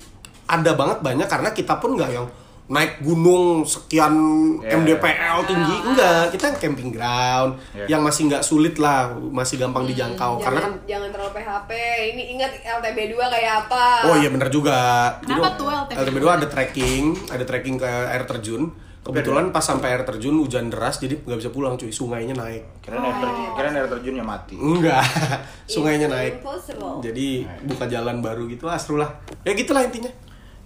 Speaker 1: Ada banget banyak karena kita pun nggak yang naik gunung sekian
Speaker 2: Iya.
Speaker 1: MDPL tinggi
Speaker 4: Iya.
Speaker 1: enggak kita yang camping ground
Speaker 2: Iya.
Speaker 1: yang masih nggak sulit lah masih
Speaker 4: Hmm,
Speaker 1: gampang
Speaker 4: iya.
Speaker 1: dijangkau karena kan
Speaker 7: Jangan, jangan terlalu PHP. Ini ingat LTB 2 kayak apa?
Speaker 1: Oh iya benar juga.
Speaker 4: Kenapa tuh LTB?
Speaker 1: LTB 2 ada trekking, ada trekking ke air terjun. Kebetulan pas sampai air terjun hujan deras jadi nggak bisa pulang cuy, sungainya naik.
Speaker 2: Keren air
Speaker 7: Oh.
Speaker 2: terjun, keren air terjunnya mati.
Speaker 1: Enggak. sungainya
Speaker 4: Iya.
Speaker 7: It's
Speaker 1: naik.
Speaker 5: Oh.
Speaker 7: impossible.
Speaker 1: Jadi buka jalan baru gitu ah seru lah. Ya gitulah intinya.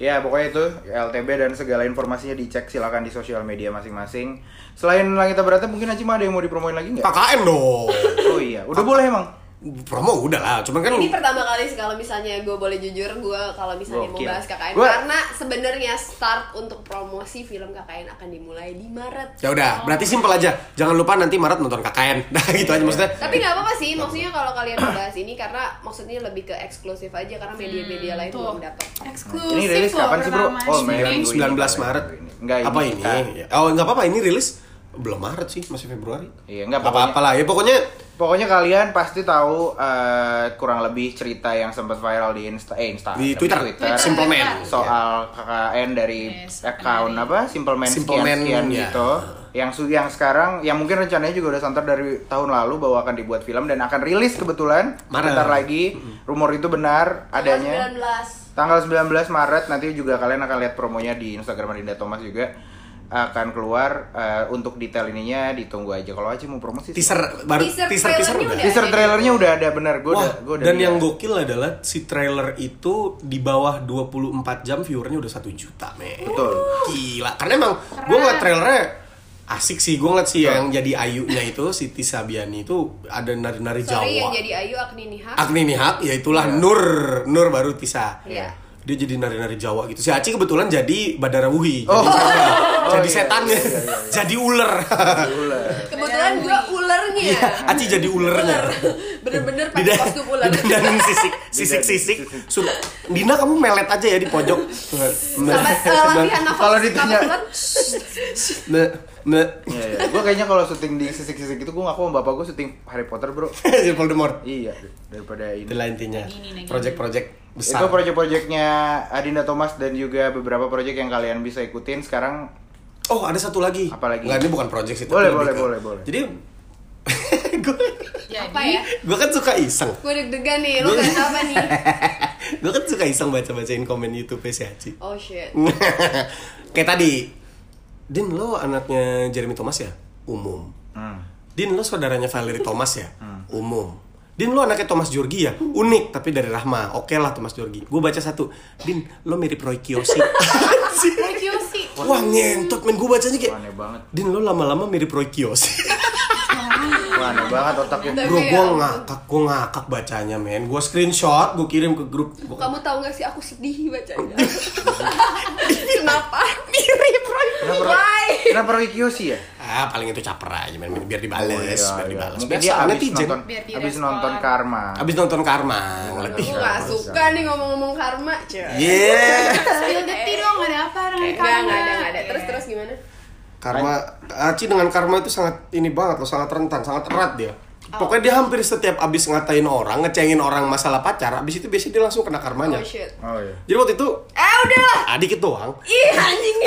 Speaker 2: Ya pokoknya itu LTB dan segala informasinya dicek silakan di sosial media masing-masing. Selain Langita Berata mungkin Acima ada yang mau dipromoin lagi nggak?
Speaker 1: KKN dong.
Speaker 2: Oh iya, udah boleh emang.
Speaker 1: Promo udah lah, cuman kan
Speaker 7: Ini pertama kali sih kalau misalnya gue boleh jujur gue kalau misalnya mau
Speaker 2: Gokil.
Speaker 7: bahas KKN
Speaker 2: Gua-
Speaker 7: karena sebenarnya start untuk promosi film KKN akan dimulai di Maret.
Speaker 1: ya udah, berarti simpel aja. Jangan lupa nanti Maret nonton KKN. Nah, gitu aja maksudnya.
Speaker 7: Tapi nggak apa-apa sih maksudnya kalau kalian mau bahas ini karena maksudnya lebih ke eksklusif aja karena
Speaker 5: Iya,
Speaker 7: media-media lain
Speaker 4: tuh.
Speaker 7: belum dapat.
Speaker 4: Eksklusif
Speaker 2: Ini rilis
Speaker 4: loh,
Speaker 2: kapan sih bro?
Speaker 4: pertama
Speaker 2: Oh
Speaker 4: ini.
Speaker 2: Mei minggu ini.
Speaker 1: 19 Maret.
Speaker 2: Enggak
Speaker 1: apa ini?
Speaker 2: kan.
Speaker 1: Oh, nggak apa-apa, ini rilis belum Maret sih, masih Februari.
Speaker 2: Iya, nggak
Speaker 1: apa-apa
Speaker 2: apa-apa.
Speaker 1: lah. Ya pokoknya
Speaker 2: Pokoknya kalian pasti tahu eh, kurang lebih cerita yang sempat viral di Insta, eh Insta,
Speaker 1: di Twitter, Ya. Simple Man.
Speaker 2: soal KKN dari
Speaker 4: Yes,
Speaker 2: account
Speaker 4: dari-
Speaker 2: apa Simple Man
Speaker 1: Simple
Speaker 2: sekian,
Speaker 1: Man,
Speaker 2: sekian
Speaker 1: ya.
Speaker 2: gitu yang su yang sekarang yang mungkin rencananya juga udah santer dari tahun lalu bahwa akan dibuat film dan akan rilis kebetulan
Speaker 1: Maret.
Speaker 2: bentar lagi rumor itu benar adanya
Speaker 7: 19.
Speaker 2: tanggal 19 Maret nanti juga kalian akan lihat promonya di Instagram Adinda Thomas juga akan keluar eh, untuk detail ininya ditunggu aja kalau aja mau promosi
Speaker 1: teaser baru teaser
Speaker 7: Teaser
Speaker 1: teaser,
Speaker 7: trailernya
Speaker 1: udah.
Speaker 7: udah.
Speaker 2: teaser trailernya udah ada benar gue
Speaker 1: Wah,
Speaker 2: udah gue udah
Speaker 1: dan
Speaker 2: lihat.
Speaker 1: yang gokil adalah si trailer itu di bawah 24 jam viewernya udah 1 juta, men.
Speaker 2: Betul.
Speaker 1: Gila. Karena emang gue ngeliat trailernya asik sih. Gue ngeliat
Speaker 2: Iya.
Speaker 1: sih yang jadi Ayunya itu, si Tisa Biani itu ada nari-nari Jawa.
Speaker 7: Sorry yang jadi Ayu Agni Nihak.
Speaker 1: Agni Nihak, ya itulah
Speaker 2: Iya.
Speaker 1: Nur. Nur baru Tisa.
Speaker 7: Iya.
Speaker 1: Dia jadi nari-nari Jawa gitu. Si Aci kebetulan jadi Badara Wuhi. Jadi,
Speaker 2: Oh.
Speaker 1: jadi
Speaker 2: iya,
Speaker 1: setan.
Speaker 2: iya, iya, iya.
Speaker 1: jadi ular.
Speaker 2: Ular.
Speaker 7: Kebetulan gue ulernya.
Speaker 1: Iya, Aci jadi ulernya.
Speaker 7: Bener-bener
Speaker 1: Dida,
Speaker 7: pakai kostum ular.
Speaker 1: didandanin sisik, sisik, sisik. Sur, Dina kamu melet aja ya di pojok.
Speaker 7: Sampai eh, latihan nafas.
Speaker 2: Kalau ditanya-
Speaker 7: kapan kan?
Speaker 1: Me, me,
Speaker 2: Iya, iya. Gue kayaknya kalau syuting di sisik-sisik gitu, itu gue ngaku sama bapak gue syuting Harry Potter bro.
Speaker 1: jadi Voldemort.
Speaker 2: Iya daripada ini.
Speaker 1: Itulah intinya.
Speaker 4: Gini, gini.
Speaker 1: Project-project besar.
Speaker 2: Itu proyek-proyeknya Adinda Thomas dan juga beberapa proyek yang kalian bisa ikutin sekarang.
Speaker 1: Oh, ada satu lagi.
Speaker 2: Apa lagi?
Speaker 1: Nggak, ini bukan project sih. tapi
Speaker 2: Boleh,
Speaker 1: lebih
Speaker 2: boleh,
Speaker 1: ke-
Speaker 2: boleh, boleh.
Speaker 1: Jadi, gue
Speaker 4: Iya,
Speaker 7: Apa ya?
Speaker 1: gue kan suka iseng.
Speaker 7: Gue deg-degan nih, lo kan apa nih?
Speaker 1: gue kan suka iseng baca-bacain komen YouTube si Aci.
Speaker 7: Oh shit.
Speaker 1: Kayak tadi, Din lo anaknya Jeremy Thomas ya? umum.
Speaker 2: Hmm.
Speaker 1: Din lo saudaranya Valerie Thomas ya? Umum. Din lo anaknya Thomas Jorgi ya? Unik tapi dari Rahma. Oke lah Thomas Jorgi. Gue baca satu. Din lo mirip Roy Kiyoshi. Anjing.
Speaker 5: Kiosi.
Speaker 1: Wah ngentot men gue bacanya kayak.
Speaker 2: Aneh banget.
Speaker 1: Din lo lama-lama mirip Roy
Speaker 5: Iya.
Speaker 1: Kiyoshi.
Speaker 2: Wah, aneh banget otaknya.
Speaker 5: Tapi
Speaker 1: Bro
Speaker 5: ya
Speaker 1: gue
Speaker 5: ampun.
Speaker 1: ngakak, gue ngakak bacanya men. Gue screenshot, gue kirim ke grup.
Speaker 5: Kamu tahu gak sih aku sedih bacanya. Kenapa? Mirip Roy.
Speaker 2: Kenapa,
Speaker 5: Why?
Speaker 2: kenapa Roy Kiyoshi ya?
Speaker 1: Ah paling itu caper aja men, biar dibales,
Speaker 2: Oh, iya,
Speaker 1: biar
Speaker 2: iya.
Speaker 1: dibales.
Speaker 2: Mungkin dia
Speaker 1: Biasa,
Speaker 2: abis
Speaker 1: netizen.
Speaker 2: nonton, Iya.
Speaker 4: Biar direspon.
Speaker 2: abis nonton Karma.
Speaker 1: Abis nonton Karma.
Speaker 5: Aku
Speaker 1: Lebih.
Speaker 5: gak suka nih ngomong-ngomong karma.
Speaker 1: Iya.
Speaker 5: Cuy.
Speaker 1: Yeah.
Speaker 4: Spill the tea dong, ada apa orang
Speaker 5: Enggak,
Speaker 4: karma.
Speaker 5: enggak ada,
Speaker 4: Iya.
Speaker 5: enggak ada. Terus terus gimana?
Speaker 1: Karma Aci Ah, dengan karma itu sangat ini banget loh, sangat rentan, sangat erat dia.
Speaker 5: Oh.
Speaker 1: Pokoknya dia hampir setiap abis ngatain orang, ngecengin orang masalah pacar, abis itu biasanya dia langsung kena karmanya.
Speaker 5: Oh shit.
Speaker 2: Oh iya.
Speaker 1: Jadi waktu itu
Speaker 5: Eh udah.
Speaker 1: ah, dikit doang.
Speaker 5: Ih anjing.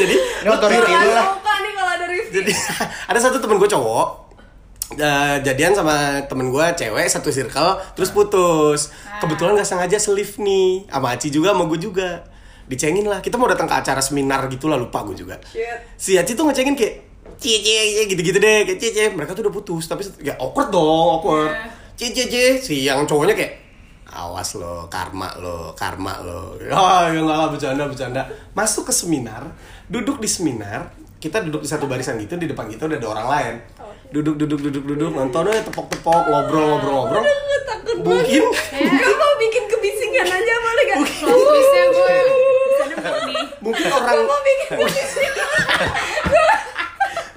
Speaker 2: Ini ya. otoriti lu lah.
Speaker 5: Gak suka nih kalau ada review.
Speaker 1: Jadi ada satu temen gue cowok eh, jadian sama temen gue cewek satu circle terus putus kebetulan nggak sengaja selif nih sama Aci juga sama gue juga dicengin lah kita mau datang ke acara seminar gitu lah lupa gue juga si Aci tuh ngecengin kayak cie cie cie gitu-gitu deh kayak cie cie mereka tuh udah putus tapi set- ya awkward dong awkward cie cie cie si yang cowoknya kayak awas lo karma lo karma lo ah ya nggak lah bercanda bercanda masuk ke seminar duduk di seminar kita duduk di satu barisan gitu di depan kita udah ada orang lain duduk duduk duduk duduk nonton udah tepok tepok ngobrol ngobrol ngobrol mungkin
Speaker 5: Gak mau bikin kebisingan aja boleh gak?
Speaker 4: Bisa gue. nih.
Speaker 1: mungkin orang
Speaker 5: Mau bikin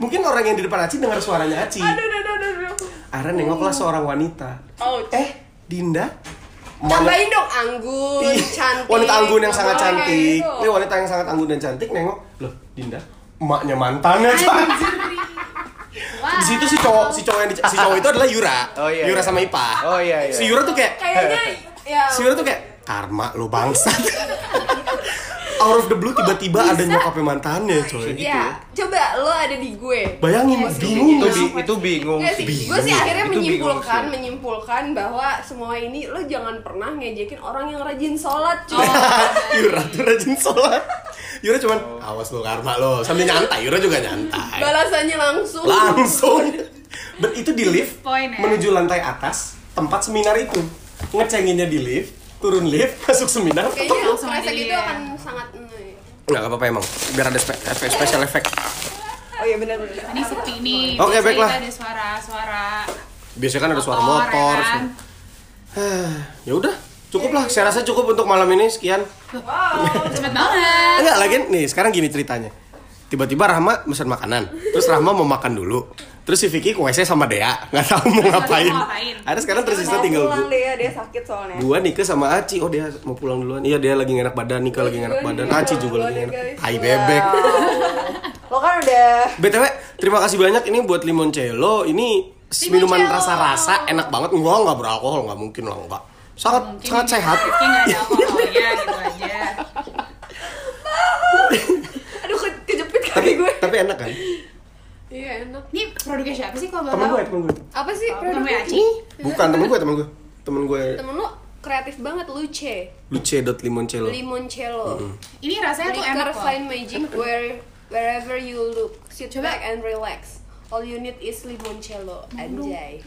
Speaker 1: mungkin orang yang di depan Aci dengar suaranya Aci
Speaker 5: Aduh, aduh, aduh, aduh, aduh.
Speaker 1: Ara nengoklah seorang wanita
Speaker 5: Oh,
Speaker 1: Eh, Dinda?
Speaker 5: Tambahin dong anggun,
Speaker 1: Ih,
Speaker 5: cantik.
Speaker 1: Iya,
Speaker 5: Oh,
Speaker 1: Wanita anggun yang
Speaker 5: Nggak
Speaker 1: sangat
Speaker 5: boleh kayak
Speaker 1: cantik.
Speaker 5: gitu.
Speaker 1: Ini wanita yang sangat anggun dan cantik nengok, loh, Dinda, emaknya mantannya. Cak.
Speaker 4: Wah.
Speaker 1: Di situ si cowok, si cowok yang di- si cowok itu adalah Yura.
Speaker 2: Oh, iya,
Speaker 1: Yura
Speaker 2: iya.
Speaker 1: sama Ipa.
Speaker 2: Oh, iya, iya.
Speaker 1: Si Yura tuh kayak
Speaker 5: Kayaknya ya.
Speaker 1: si Yura tuh kayak karma lo bangsat. Out of the blue tiba-tiba ada nyokapnya mantannya, coy.
Speaker 5: ya. Coba lo ada di
Speaker 1: gitu
Speaker 5: gue. Iya,
Speaker 1: Bayangin, bingung
Speaker 2: Itu,
Speaker 1: gak sih?
Speaker 2: bi- itu bingung
Speaker 5: Nggak
Speaker 2: sih.
Speaker 5: Iya, sih, gue sih akhirnya
Speaker 2: Itu bingung
Speaker 5: menyimpulkan,
Speaker 2: sih.
Speaker 5: menyimpulkan bahwa semua ini lo jangan pernah ngejekin orang yang rajin sholat cuy.
Speaker 1: Oh. Yura tuh rajin sholat. Yura cuman awas lo karma lo. Sambil nyantai, Yura juga nyantai.
Speaker 5: Balasannya langsung.
Speaker 1: langsung Dan itu di lift
Speaker 4: Point, ya?
Speaker 1: menuju lantai atas tempat seminar itu ngecenginnya di lift turun lift masuk seminar
Speaker 5: Kayaknya
Speaker 1: ketemu.
Speaker 4: Langsung
Speaker 5: kerasa
Speaker 4: aja
Speaker 5: gitu
Speaker 4: dia.
Speaker 5: akan sangat. mm,
Speaker 1: nggak apa-apa emang biar ada spe- efek special effect
Speaker 3: Oh iya benar benar.
Speaker 4: Ini sepi nih.
Speaker 1: Oke,
Speaker 4: Biasanya
Speaker 1: baiklah.
Speaker 4: kita Ada suara-suara.
Speaker 1: biasanya kan ada suara
Speaker 4: Motor,
Speaker 1: motor
Speaker 4: ya kan?
Speaker 1: semua. Hah, ya udah cukup lah saya rasa cukup untuk malam ini sekian
Speaker 4: Oh, Cepet banget.
Speaker 1: enggak lagi nih sekarang gini ceritanya tiba-tiba Rahma pesan makanan terus Rahma mau makan dulu terus si Vicky ke WC sama Dea nggak tahu mau ngapain
Speaker 4: mau ngapain.
Speaker 1: ada sekarang tersisa
Speaker 3: Mau
Speaker 1: tinggal
Speaker 3: pulang
Speaker 1: gua.
Speaker 3: deh ya, dia sakit soalnya.
Speaker 1: gua Nika sama Aci oh dia mau pulang duluan iya dia lagi ngenak badan Nika lagi ngenak badan Aci juga lagi ngenak tai bebek
Speaker 3: Iya. Lo kan udah
Speaker 1: btw terima kasih banyak ini buat limoncello ini s- minuman rasa-rasa enak banget enggak nggak beralkohol nggak mungkin lah enggak sangat
Speaker 4: Mungkin
Speaker 1: sangat
Speaker 4: ini
Speaker 1: sehat
Speaker 4: Rifki nggak ada alkoholnya gitu aja.
Speaker 5: Aduh ke- kejepit
Speaker 1: tapi
Speaker 5: kaki gue.
Speaker 1: tapi enak kan
Speaker 5: Iya enak.
Speaker 4: Ini produknya siapa sih kalau
Speaker 1: temen gue
Speaker 4: boleh tahu?
Speaker 1: temen gue
Speaker 5: Apa sih?
Speaker 4: Temen gue
Speaker 5: produknya?
Speaker 4: Aci.
Speaker 1: bukan temen gue temen gue temen gue
Speaker 5: Temen lo kreatif banget Luce.
Speaker 1: luce.limoncello
Speaker 5: Limoncello.
Speaker 4: Ini rasanya tuh enak
Speaker 5: Liquor
Speaker 4: kok.
Speaker 5: find magic where wherever you look. Sit
Speaker 4: Coba.
Speaker 5: back and relax. All you need is limoncello. Anjay.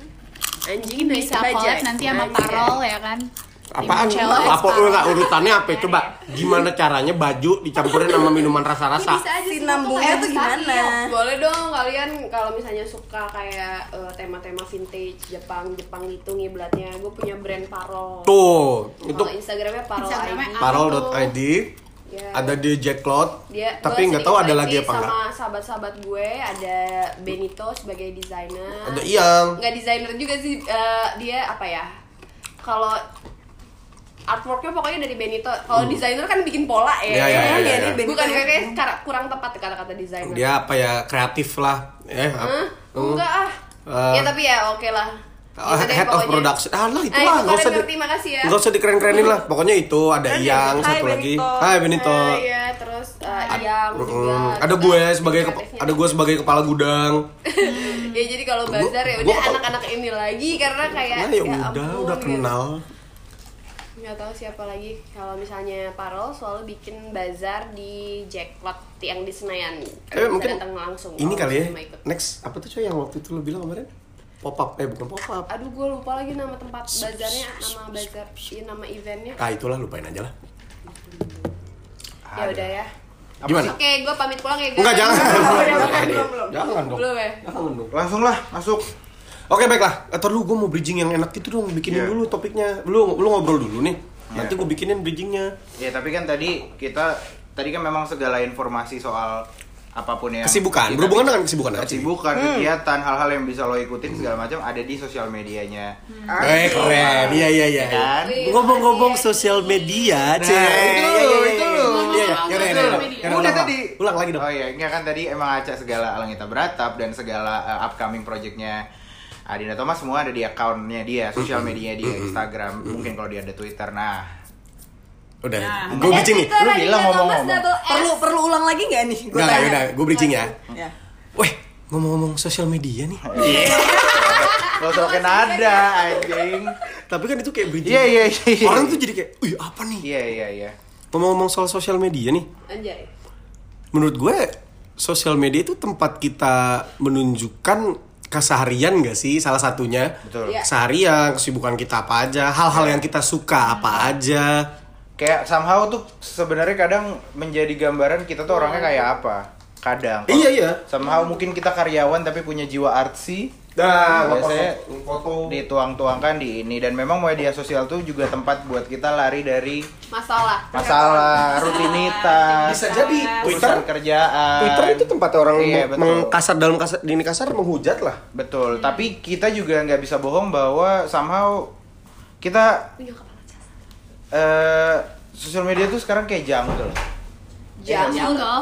Speaker 5: Anjing
Speaker 4: Mungkin bisa
Speaker 2: ya?
Speaker 4: collab nanti sama Parol ya kan.
Speaker 1: apaan
Speaker 4: Limoncello
Speaker 1: apa
Speaker 4: extra.
Speaker 1: enggak urutannya apa ya? coba gimana caranya baju dicampurin sama minuman rasa-rasa
Speaker 3: sinambungnya tuh gimana?
Speaker 5: Boleh dong kalian kalau misalnya suka kayak eh, tema-tema vintage Jepang Jepang gitu ngiblatnya. Gue punya brand Parol.
Speaker 1: tuh itu
Speaker 5: Kalau Instagramnya Parol
Speaker 4: Instagramnya
Speaker 5: ID.
Speaker 4: apa?
Speaker 1: parol.id
Speaker 5: Ya.
Speaker 1: ada di Jacklot
Speaker 5: Dia,
Speaker 1: tapi
Speaker 5: gua
Speaker 1: nggak tahu
Speaker 5: sedikit
Speaker 1: ada lagi
Speaker 5: koleksi
Speaker 1: apa enggak
Speaker 5: Sama sahabat-sahabat gue ada Benito sebagai desainer.
Speaker 1: ada Iyang
Speaker 5: nggak desainer juga sih eh, dia apa ya kalau artworknya pokoknya dari Benito kalau desainer kan bikin pola
Speaker 1: Hmm.
Speaker 5: ya,
Speaker 1: Iya, iya, iya, iya, iya.
Speaker 5: bukan kayak kayak kurang tepat kata-kata desainer
Speaker 1: dia apa ya kreatif lah eh apa?
Speaker 5: Hah? enggak ah
Speaker 1: Eh.
Speaker 5: ya tapi ya oke lah
Speaker 1: Eh,
Speaker 5: Gitu deh
Speaker 1: head of
Speaker 5: pokoknya.
Speaker 1: production ah lah itu
Speaker 5: Eh,
Speaker 1: lah nggak
Speaker 5: itu kalian
Speaker 1: usah di
Speaker 5: ngerti, makasih ya.
Speaker 1: nggak usah dikeren-kerenin lah pokoknya itu ada
Speaker 3: Keren ya?
Speaker 1: Iyang
Speaker 3: Hai,
Speaker 1: satu lagi
Speaker 3: Benito.
Speaker 1: Hai Benito
Speaker 5: Eh, iya terus eh, Iyam juga
Speaker 1: Mm, ada
Speaker 5: Terus,
Speaker 1: gue
Speaker 5: eh,
Speaker 1: sebagai kepa-
Speaker 5: kreatifnya.
Speaker 1: ada gue sebagai kepala gudang
Speaker 5: ya jadi kalau bazar ya
Speaker 1: gua
Speaker 5: udah
Speaker 1: kepala-
Speaker 5: anak-anak ini lagi karena kayak ya gitu.
Speaker 1: nah ya, udah
Speaker 5: ampun,
Speaker 1: udah
Speaker 5: gitu.
Speaker 1: kenal
Speaker 7: nggak tahu siapa lagi kalau misalnya Parol selalu bikin bazar di jackpot yang di Senayan Bisa
Speaker 1: Tapi Eh, mungkin
Speaker 7: datang langsung
Speaker 1: ini
Speaker 7: kalau
Speaker 1: kali ya.
Speaker 7: mau ikut.
Speaker 1: Next, apa tuh coy yang waktu itu lo bilang kemarin? Pop up, eh bukan pop up.
Speaker 7: aduh gue lupa lagi nama tempat bazarnya nama bazar iya, nama eventnya
Speaker 1: Ah itulah lupain aja lah.
Speaker 7: ya udah ya
Speaker 1: Gimana?
Speaker 7: oke gue pamit pulang ya guys
Speaker 1: Enggak jangan.
Speaker 7: belum belum
Speaker 1: Jangan dong.
Speaker 7: belum ya
Speaker 1: Jangan dong.
Speaker 2: Langsung lah masuk.
Speaker 1: Oke baiklah. Atau lu gue mau bridging yang enak gitu dong. Bikinin
Speaker 2: Iya.
Speaker 1: dulu topiknya. Lu lu ngobrol dulu nih. Nanti gue bikinin bridgingnya.
Speaker 2: Ya tapi kan tadi kita tadi kan memang segala informasi soal apapun yang
Speaker 1: Kesibukan.
Speaker 2: kita
Speaker 1: Berhubungan
Speaker 2: bikin.
Speaker 1: dengan kesibukan aja. sih.
Speaker 2: Iya. kesibukan kegiatan hal-hal yang bisa lo ikutin segala macam ada di sosial medianya
Speaker 1: Eh keren. Iya iya iya.
Speaker 2: Kan?
Speaker 1: Ngomong-ngomong sosial media,
Speaker 2: Nah,
Speaker 1: cek.
Speaker 2: itu
Speaker 1: Iya, iya, iya,
Speaker 2: itu
Speaker 1: iya,
Speaker 2: lu.
Speaker 1: iya, iya. Yaudah, yaudah,
Speaker 4: Sosial
Speaker 1: yaudah.
Speaker 4: media.
Speaker 1: Yaudah,
Speaker 2: Udah
Speaker 1: ulang,
Speaker 2: tadi.
Speaker 1: ulang. Ulang lagi dong.
Speaker 2: Oh iya, enggak kan tadi emang acak segala Alangita Beratap dan segala eh, upcoming projectnya Adinda Thomas semua ada di akunnya dia, sosial media dia, Instagram, mungkin kalau dia ada Twitter. Nah,
Speaker 1: Udah.
Speaker 4: Nah,
Speaker 1: Gue bridging nih.
Speaker 2: Lu bilang ngomong-ngomong.
Speaker 3: Perlu perlu ulang lagi nggak nih? Gua
Speaker 1: Udah nggak, udah, gue bridging ya.
Speaker 3: Ya.
Speaker 1: Weh, ngomong-ngomong sosial media nih.
Speaker 2: lo sorokin ada anjing.
Speaker 1: Tapi kan itu kayak bridging.
Speaker 2: Iya, iya, iya, iya.
Speaker 1: Orang tuh jadi kayak, "Wih, apa nih?"
Speaker 2: Iya, iya, iya.
Speaker 1: Ngomong-ngomong soal sosial media nih.
Speaker 7: anjay
Speaker 1: Menurut gue sosial media itu tempat kita menunjukkan keseharian gak sih salah satunya
Speaker 2: Betul.
Speaker 7: Iya.
Speaker 1: seharian kesibukan kita apa aja hal-hal yang kita suka apa aja
Speaker 2: Kayak somehow tuh sebenarnya kadang menjadi gambaran kita tuh orangnya kayak apa. Kadang. Kalau
Speaker 1: Iya, iya.
Speaker 2: Somehow mungkin kita karyawan tapi punya jiwa artsy.
Speaker 6: Nah,
Speaker 2: Biasanya
Speaker 6: foto.
Speaker 2: dituang-tuangkan di ini dan memang media sosial tuh juga tempat buat kita lari dari
Speaker 7: masalah
Speaker 2: masalah rutinitas
Speaker 6: Bisa jadi
Speaker 2: Iya,
Speaker 6: Twitter.
Speaker 2: urusan kerjaan
Speaker 6: Twitter itu tempat orang
Speaker 2: Iya,
Speaker 6: meng-
Speaker 2: betul.
Speaker 6: mengkasar dalam kasar, dini kasar menghujat lah.
Speaker 2: betul tapi kita juga nggak bisa bohong bahwa somehow kita eh sosial media tuh sekarang kayak jungle
Speaker 7: jungle
Speaker 4: Jungle.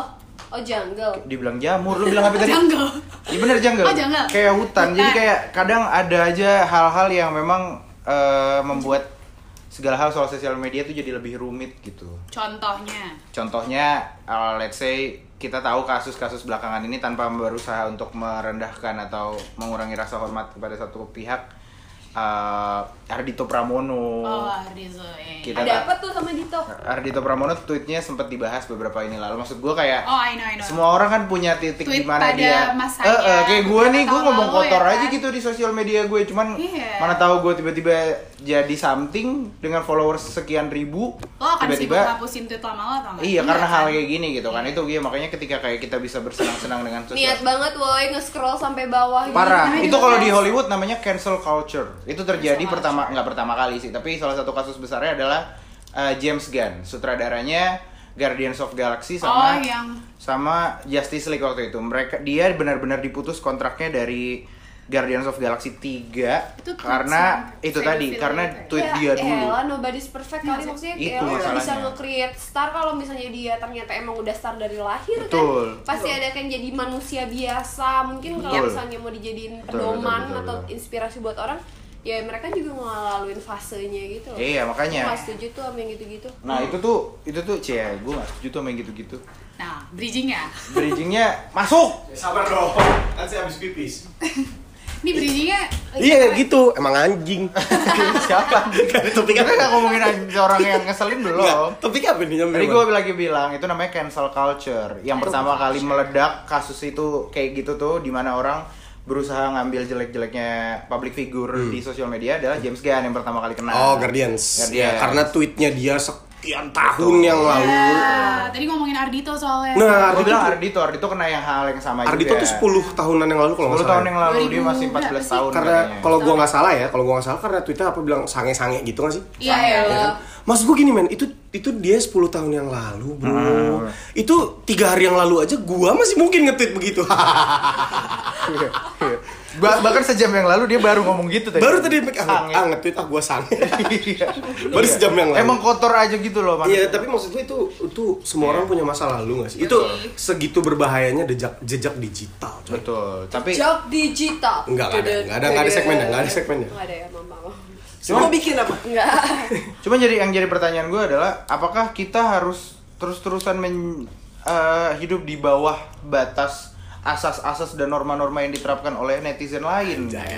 Speaker 7: oh jungle
Speaker 2: dibilang jamur lu bilang apa tadi
Speaker 4: Jungle.
Speaker 2: Iya bener jungle.
Speaker 4: Oh, jungle. Eh.
Speaker 2: Kayak hutan. Jadi
Speaker 4: Hutan.
Speaker 2: kayak kadang ada aja hal-hal yang memang eh, membuat segala hal soal sosial media itu jadi lebih rumit gitu.
Speaker 4: Contohnya.
Speaker 2: Contohnya, eh, let's say kita tahu kasus-kasus belakangan ini tanpa berusaha untuk merendahkan atau mengurangi rasa hormat kepada satu pihak. eh, Ardhito Pramono.
Speaker 4: Oh, Ardizo. Eh.
Speaker 2: Kita
Speaker 7: ada
Speaker 2: ta-
Speaker 7: apa tuh sama Dito
Speaker 2: Ardhito Pramono tweetnya sempat dibahas beberapa ini lalu. Maksud gue kayak
Speaker 4: Oh, I know, I know.
Speaker 2: semua orang kan punya titik di
Speaker 4: Tweet
Speaker 2: mana
Speaker 4: pada
Speaker 2: dia
Speaker 4: masanya
Speaker 2: Eh, eh, kayak gue nih gue
Speaker 4: beberapa
Speaker 2: ngomong
Speaker 4: tahun lalu
Speaker 2: kotor
Speaker 4: ya
Speaker 2: aja
Speaker 4: kan?
Speaker 2: gitu di sosial media gue cuman
Speaker 4: Iya.
Speaker 2: mana tahu gue tiba-tiba jadi something dengan followers sekian ribu
Speaker 4: Lo akan sibuk
Speaker 2: tiba-tiba
Speaker 4: hapusin tweet lama lo atau nggak?
Speaker 2: iya karena
Speaker 4: kan?
Speaker 2: hal kayak gini gitu kan itu dia makanya ketika kayak kita bisa bersenang-senang dengan
Speaker 7: niat
Speaker 2: sosial
Speaker 7: banget woi nge-scroll sampai bawah gitu.
Speaker 2: parah
Speaker 4: Namanya
Speaker 2: itu
Speaker 4: juga
Speaker 2: kalau di
Speaker 4: cancel.
Speaker 2: Hollywood namanya cancel culture itu terjadi
Speaker 4: Cancel
Speaker 2: pertama nggak pertama kali sih tapi salah satu kasus besarnya adalah eh, James Gunn sutradaranya Guardians of Galaxy
Speaker 4: Oh,
Speaker 2: sama
Speaker 4: yang
Speaker 2: sama Justice League waktu itu. Mereka dia benar-benar diputus kontraknya dari Guardians of Galaxy 3
Speaker 4: Itu tweet
Speaker 2: karena
Speaker 4: sama-
Speaker 2: itu
Speaker 4: saya
Speaker 2: tadi
Speaker 4: feel
Speaker 2: karena
Speaker 4: itu ya.
Speaker 2: tweet
Speaker 7: Ya,
Speaker 2: dia dulu.
Speaker 7: elah, nobody's perfect kali maksudnya
Speaker 2: Itu
Speaker 7: ya lo nggak bisa
Speaker 2: masalahnya.
Speaker 7: nge-create star kalau misalnya dia ternyata emang udah star dari lahir
Speaker 2: Betul.
Speaker 7: kan pasti ada kan jadi manusia biasa mungkin
Speaker 2: Betul.
Speaker 7: kalau misalnya mau dijadiin
Speaker 2: Betul, betul,
Speaker 7: pedoman
Speaker 2: betul,
Speaker 7: atau
Speaker 2: betul.
Speaker 7: inspirasi buat orang ya mereka juga ngelaluin fasenya gitu loh
Speaker 2: Iya, makanya.
Speaker 7: Gua nggak setuju tuh sama yang gitu-gitu
Speaker 2: Nah, itu tuh itu tuh cie, gue gak setuju tuh sama yang gitu-gitu.
Speaker 4: nah, bridging ya.
Speaker 2: Bridgingnya masuk.
Speaker 1: sabar dong kan saya habis pipis
Speaker 4: Ini bridgingnya eh,
Speaker 1: Iya gitu, emang anjing.
Speaker 2: Siapa? Tapi kan nggak ngomongin aja orang yang ngeselin belum.
Speaker 1: Tapi apa nih nyampe?
Speaker 2: Tadi gue lagi bilang itu namanya cancel culture. Yang pertama kali meledak kasus itu kayak gitu tuh dimana orang berusaha ngambil jelek-jeleknya public figure di sosial media adalah James Gunn yang pertama kali kena.
Speaker 1: Hmm. Oh, Guardians.
Speaker 2: Guardians.
Speaker 1: Ya, karena tweetnya dia sekian tahun yang lalu.
Speaker 4: ya, tadi ngomongin Ardito
Speaker 1: Nah,
Speaker 4: soalnya.
Speaker 2: Gue
Speaker 1: Ardito,
Speaker 2: bilang Ardito, Ardito kena yang hal yang sama
Speaker 1: Ardito
Speaker 2: juga.
Speaker 1: tuh 10 tahunan yang lalu kalau nggak salah.
Speaker 2: 10 Iya.
Speaker 1: ya.
Speaker 2: tahun yang lalu iya. dia
Speaker 4: 2000
Speaker 2: masih 14 tahun
Speaker 1: karena
Speaker 2: katanya.
Speaker 1: kalau gua nggak salah ya, kalau gua nggak salah karena tweetnya apa bilang sange-sange gitu nggak sih?
Speaker 4: Iya, iya.
Speaker 1: Ya kan? Maksud gue gini men, itu itu dia 10 tahun yang lalu bro
Speaker 2: Ah.
Speaker 1: Itu tiga hari yang lalu aja gua masih mungkin nge-tweet begitu
Speaker 2: Bah- bahkan sejam yang lalu dia baru ngomong gitu tadi.
Speaker 1: Baru tadi ah,
Speaker 2: Sange.
Speaker 1: ah nge-tweet ah gua sange
Speaker 2: Iya.
Speaker 1: Baru sejam yang lalu.
Speaker 2: Emang kotor aja gitu loh maksudnya.
Speaker 1: Iya, tapi maksud gue itu itu semua
Speaker 2: Iya.
Speaker 1: orang punya masa lalu nggak sih? Itu segitu berbahayanya jejak jejak digital. coy.
Speaker 2: Betul. Tapi
Speaker 7: job digital
Speaker 1: Enggak, enggak ada, enggak ada, enggak ada segmennya, enggak ada segmennya.
Speaker 7: nggak ada ya mama
Speaker 3: Mau bikin apa?
Speaker 2: Cuma jadi yang jadi pertanyaan gue adalah apakah kita harus terus-terusan men- eh, hidup di bawah batas asas-asas dan norma-norma yang diterapkan oleh netizen lain.
Speaker 3: Anjay.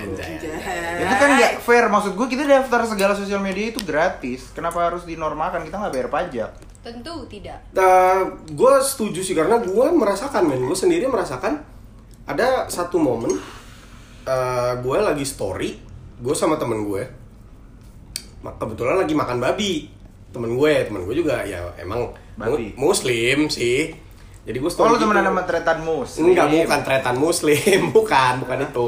Speaker 2: Itu kan nggak fair. Maksud gue kita daftar segala sosial media itu gratis. Kenapa harus dinormalkan? Kita nggak bayar pajak.
Speaker 7: Tentu tidak.
Speaker 1: gue Eh, setuju sih karena gue merasakan men, gue sendiri merasakan ada satu momen eh, gue lagi story, gue sama temen gue, Ma- kebetulan lagi makan babi, temen gue, temen gue juga ya emang
Speaker 2: Babi.
Speaker 1: mu- muslim sih, jadi gue
Speaker 2: Oh,
Speaker 1: story.
Speaker 2: lu temenan
Speaker 1: gitu.
Speaker 2: sama tretan mus.
Speaker 1: Enggak, bukan tretan muslim, bukan, bukan itu.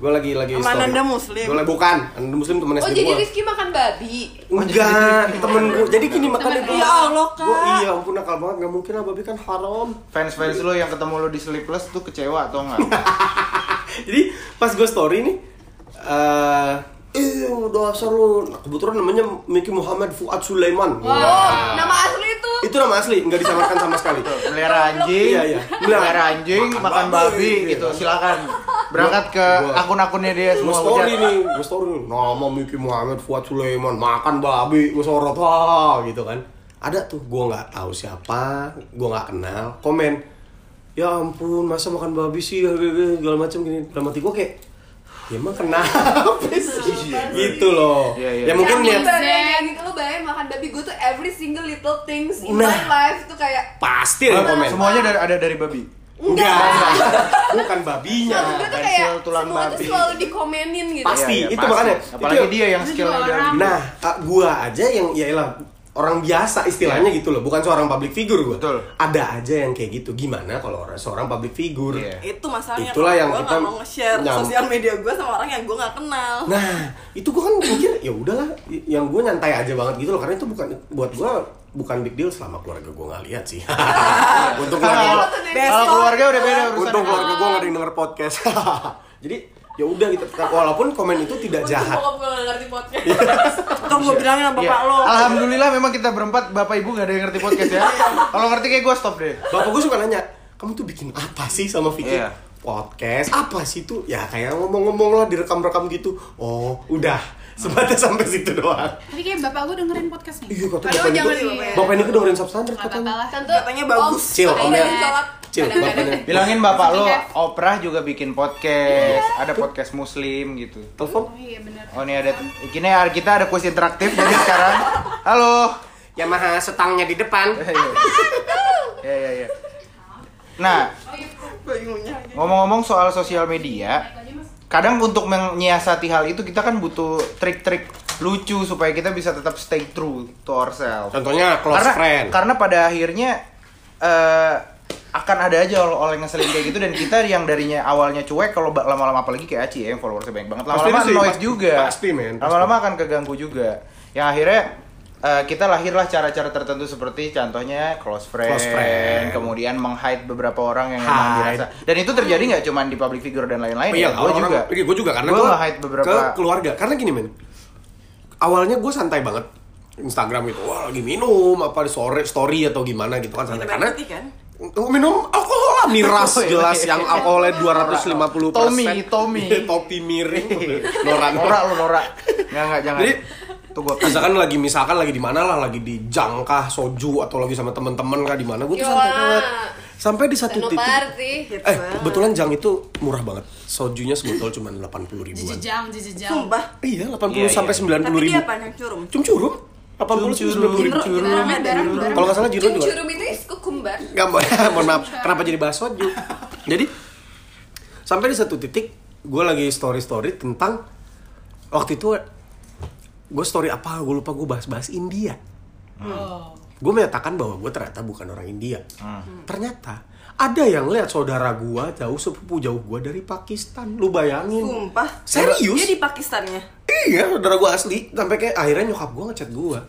Speaker 1: Gue lagi lagi
Speaker 3: Sama Ananda Muslim?
Speaker 1: Gue lagi bukan, Ananda muslim temen
Speaker 7: Oh jadi
Speaker 1: SD gue.
Speaker 7: Rifki makan babi.
Speaker 1: Enggak, temen gue. Jadi gini makanya gue.
Speaker 3: Ya Allah, Kak.
Speaker 1: Gue iya, ampun nakal banget, nggak mungkin lah babi kan haram.
Speaker 2: Fans-fans lu yang ketemu lu di Sleepless tuh kecewa atau enggak?
Speaker 1: Jadi pas gue story nih, eh eh dasar lu. Nah, kebetulan namanya Miki Muhammad Fuad Sulaiman. Ah.
Speaker 7: Wah, nama asli itu.
Speaker 1: Itu nama asli, nggak disamarkan sama sekali.
Speaker 2: melihara anjing,
Speaker 1: Iya, iya.
Speaker 2: melihara anjing, makan babi
Speaker 1: babi,
Speaker 2: gitu.
Speaker 1: iya.
Speaker 2: Silakan berangkat ke
Speaker 1: Gua-
Speaker 2: akun-akunnya dia
Speaker 1: Gue
Speaker 2: semua.
Speaker 1: story
Speaker 2: hujat.
Speaker 1: nih, gue story nih. Nama Miki Muhammad Fuad Sulaiman makan babi, gue sorot wah gitu kan. Ada tuh, gue nggak tahu siapa, gue nggak kenal. Komen, ya ampun masa makan babi sih segala macam gini. Dalam hati gue kayak, ya emang kenapa sih? gitu loh.
Speaker 2: Iya, iya.
Speaker 1: Ya mungkin
Speaker 7: ya, lu
Speaker 1: lihat
Speaker 7: bayangin, lu bayangin makan babi gue tuh every single little things
Speaker 1: Nah.
Speaker 7: in my life tuh kayak
Speaker 1: pasti ada Iya, komen.
Speaker 2: Iya, Semuanya dari, ada dari babi.
Speaker 1: Enggak, bukan babinya.
Speaker 7: Maksud gue tuh
Speaker 2: pensil,
Speaker 7: kayak
Speaker 2: tulang
Speaker 7: semua tuh
Speaker 2: babi.
Speaker 7: selalu dikomenin gitu.
Speaker 1: Pasti. itu makanya. Itu
Speaker 2: Iya, Apalagi
Speaker 1: yang-
Speaker 2: dia yang
Speaker 4: Itu
Speaker 2: skillnya
Speaker 4: dua
Speaker 2: dari
Speaker 4: orang.
Speaker 1: Nah, ah, gua aja yang ya elah, orang biasa istilahnya gitu loh, bukan seorang public figure gua.
Speaker 2: Iya. Betul.
Speaker 1: Ada aja yang kayak gitu. Gimana kalau orang seorang public figure?
Speaker 2: Iya.
Speaker 3: Itu masalahnya.
Speaker 1: Itulah yang
Speaker 3: gue
Speaker 1: kita
Speaker 3: mau nge-share
Speaker 1: nyam-
Speaker 3: sosial media gue sama orang yang gue nggak kenal.
Speaker 1: Nah, itu gua kan mikir ya udahlah, y- yang gua nyantai aja banget gitu loh karena itu bukan buat gua bukan big deal selama keluarga gua nggak lihat sih. Untuk keluarga
Speaker 2: Kalau keluarga udah beda urusan.
Speaker 1: Untung keluarga gue gak ada yang denger podcast. Jadi ya udah gitu. Walaupun komen itu tidak jahat. Iya.
Speaker 7: Bokap gue gak ngerti podcast.
Speaker 3: Atau gue bilangin sama
Speaker 2: Iya.
Speaker 3: bapak lo.
Speaker 2: Alhamdulillah memang kita berempat bapak ibu gak ada yang ngerti podcast ya. Kalau ngerti kayak gue stop deh.
Speaker 1: Bapak gue suka nanya, kamu tuh bikin apa sih sama Vicky?
Speaker 2: Iya.
Speaker 1: Podcast apa sih tuh? Ya kayak ngomong-ngomong lah direkam-rekam gitu. Oh, udah. Sebatas sampai situ doang.
Speaker 4: Tapi kayak bapak gue dengerin podcast nih.
Speaker 1: Iya, kata
Speaker 7: Aduh,
Speaker 1: bapak
Speaker 7: jangan
Speaker 1: ini
Speaker 7: di-
Speaker 1: bapak ini kedengerin substandard
Speaker 4: Gak apa-apa
Speaker 1: katanya. Iya.
Speaker 4: lah.
Speaker 7: Tentu
Speaker 3: Katanya bagus.
Speaker 1: Cil,
Speaker 7: Om,
Speaker 1: omnya.
Speaker 7: kadang-kadang sholat,
Speaker 1: Cil,
Speaker 7: kadang-kadang-
Speaker 1: bapaknya.
Speaker 2: Bilangin bapak lo,
Speaker 4: Maksudnya-
Speaker 2: Oprah juga bikin podcast, ada podcast muslim gitu.
Speaker 1: Telepon.
Speaker 4: Oh iya bener.
Speaker 2: Oh ini ada, kini kita ada kuis interaktif jadi sekarang. Halo.
Speaker 1: Yamaha setangnya di depan.
Speaker 2: Ya ya ya. Nah, ngomong-ngomong soal sosial media, kadang untuk menyiasati hal itu kita kan butuh trik-trik lucu supaya kita bisa tetap stay true to ourselves.
Speaker 1: Contohnya close
Speaker 2: karena,
Speaker 1: friend.
Speaker 2: Karena pada akhirnya eh, akan ada aja oleh-oleh ngeselin kayak gitu dan kita yang darinya awalnya cuek kalau ba- lama-lama apalagi kayak Aci ya yang followersnya banyak banget
Speaker 1: Pasti
Speaker 2: lama-lama
Speaker 1: sih,
Speaker 2: noise
Speaker 1: pasti-
Speaker 2: juga
Speaker 1: pasti, men, pasti.
Speaker 2: lama-lama akan keganggu juga yang akhirnya eh, kita lahirlah cara-cara tertentu seperti contohnya close friend,
Speaker 1: Close friend.
Speaker 2: kemudian meng-hide beberapa orang yang memang
Speaker 1: Hide.
Speaker 2: dirasa dan itu terjadi nggak cuma di public figure dan lain-lain
Speaker 1: iya,
Speaker 2: ya, gue juga
Speaker 1: gue juga karena
Speaker 2: gue
Speaker 1: gue
Speaker 2: nge-hide beberapa
Speaker 1: ke keluarga. Karena gini men, awalnya gue santai banget Instagram gitu, wah lagi minum apa di sore story atau gimana gitu kan santai
Speaker 3: Minum
Speaker 1: karena
Speaker 3: air putih, kan?
Speaker 1: minum alkohol lah, miras gelas yang alkoholnya 250
Speaker 2: Oh, iya. Tommy, Tommy.
Speaker 1: Iya, topi miring norak
Speaker 2: norak lu norak nggak nggak jangan
Speaker 1: Jadi-
Speaker 2: tuh gue
Speaker 1: misalkan lagi misalkan lagi di mana lah lagi di jangkah soju atau lagi sama temen-temen kah di mana gue tuh
Speaker 7: Yo,
Speaker 3: ah.
Speaker 1: santai banget sampai di satu
Speaker 7: Seno
Speaker 1: titik
Speaker 7: party.
Speaker 1: eh kebetulan jang itu murah banget sojunya sebotol cuma 80 ribuan
Speaker 4: Jejejang, jejejang.
Speaker 3: Sumpah.
Speaker 1: iya 80
Speaker 2: Iya, iya.
Speaker 1: sampai 90
Speaker 3: Tapi
Speaker 1: ribu
Speaker 3: dia panjang curum.
Speaker 1: cum curum 80 sampai 90 ribu
Speaker 4: Kita namanya bareng-bareng.
Speaker 1: kalau nggak salah jiro juga
Speaker 7: Cucurum itu is kukumbar.
Speaker 1: Gak mau, mohon maaf. Kenapa jadi bahas soju? jadi sampai di satu titik gue lagi story story tentang waktu itu gue story apa gue lupa gue bahas-bahas India.
Speaker 4: Oh.
Speaker 1: Gue menyatakan bahwa gue ternyata bukan orang India. Ternyata ada yang lihat saudara gue jauh sepupu jauh gue dari Pakistan. Lu bayangin?
Speaker 3: Sumpah.
Speaker 1: Serius?
Speaker 3: Dia di Pakistannya.
Speaker 1: Iya, saudara gue asli. Sampai kayak akhirnya nyokap gue ngechat gue.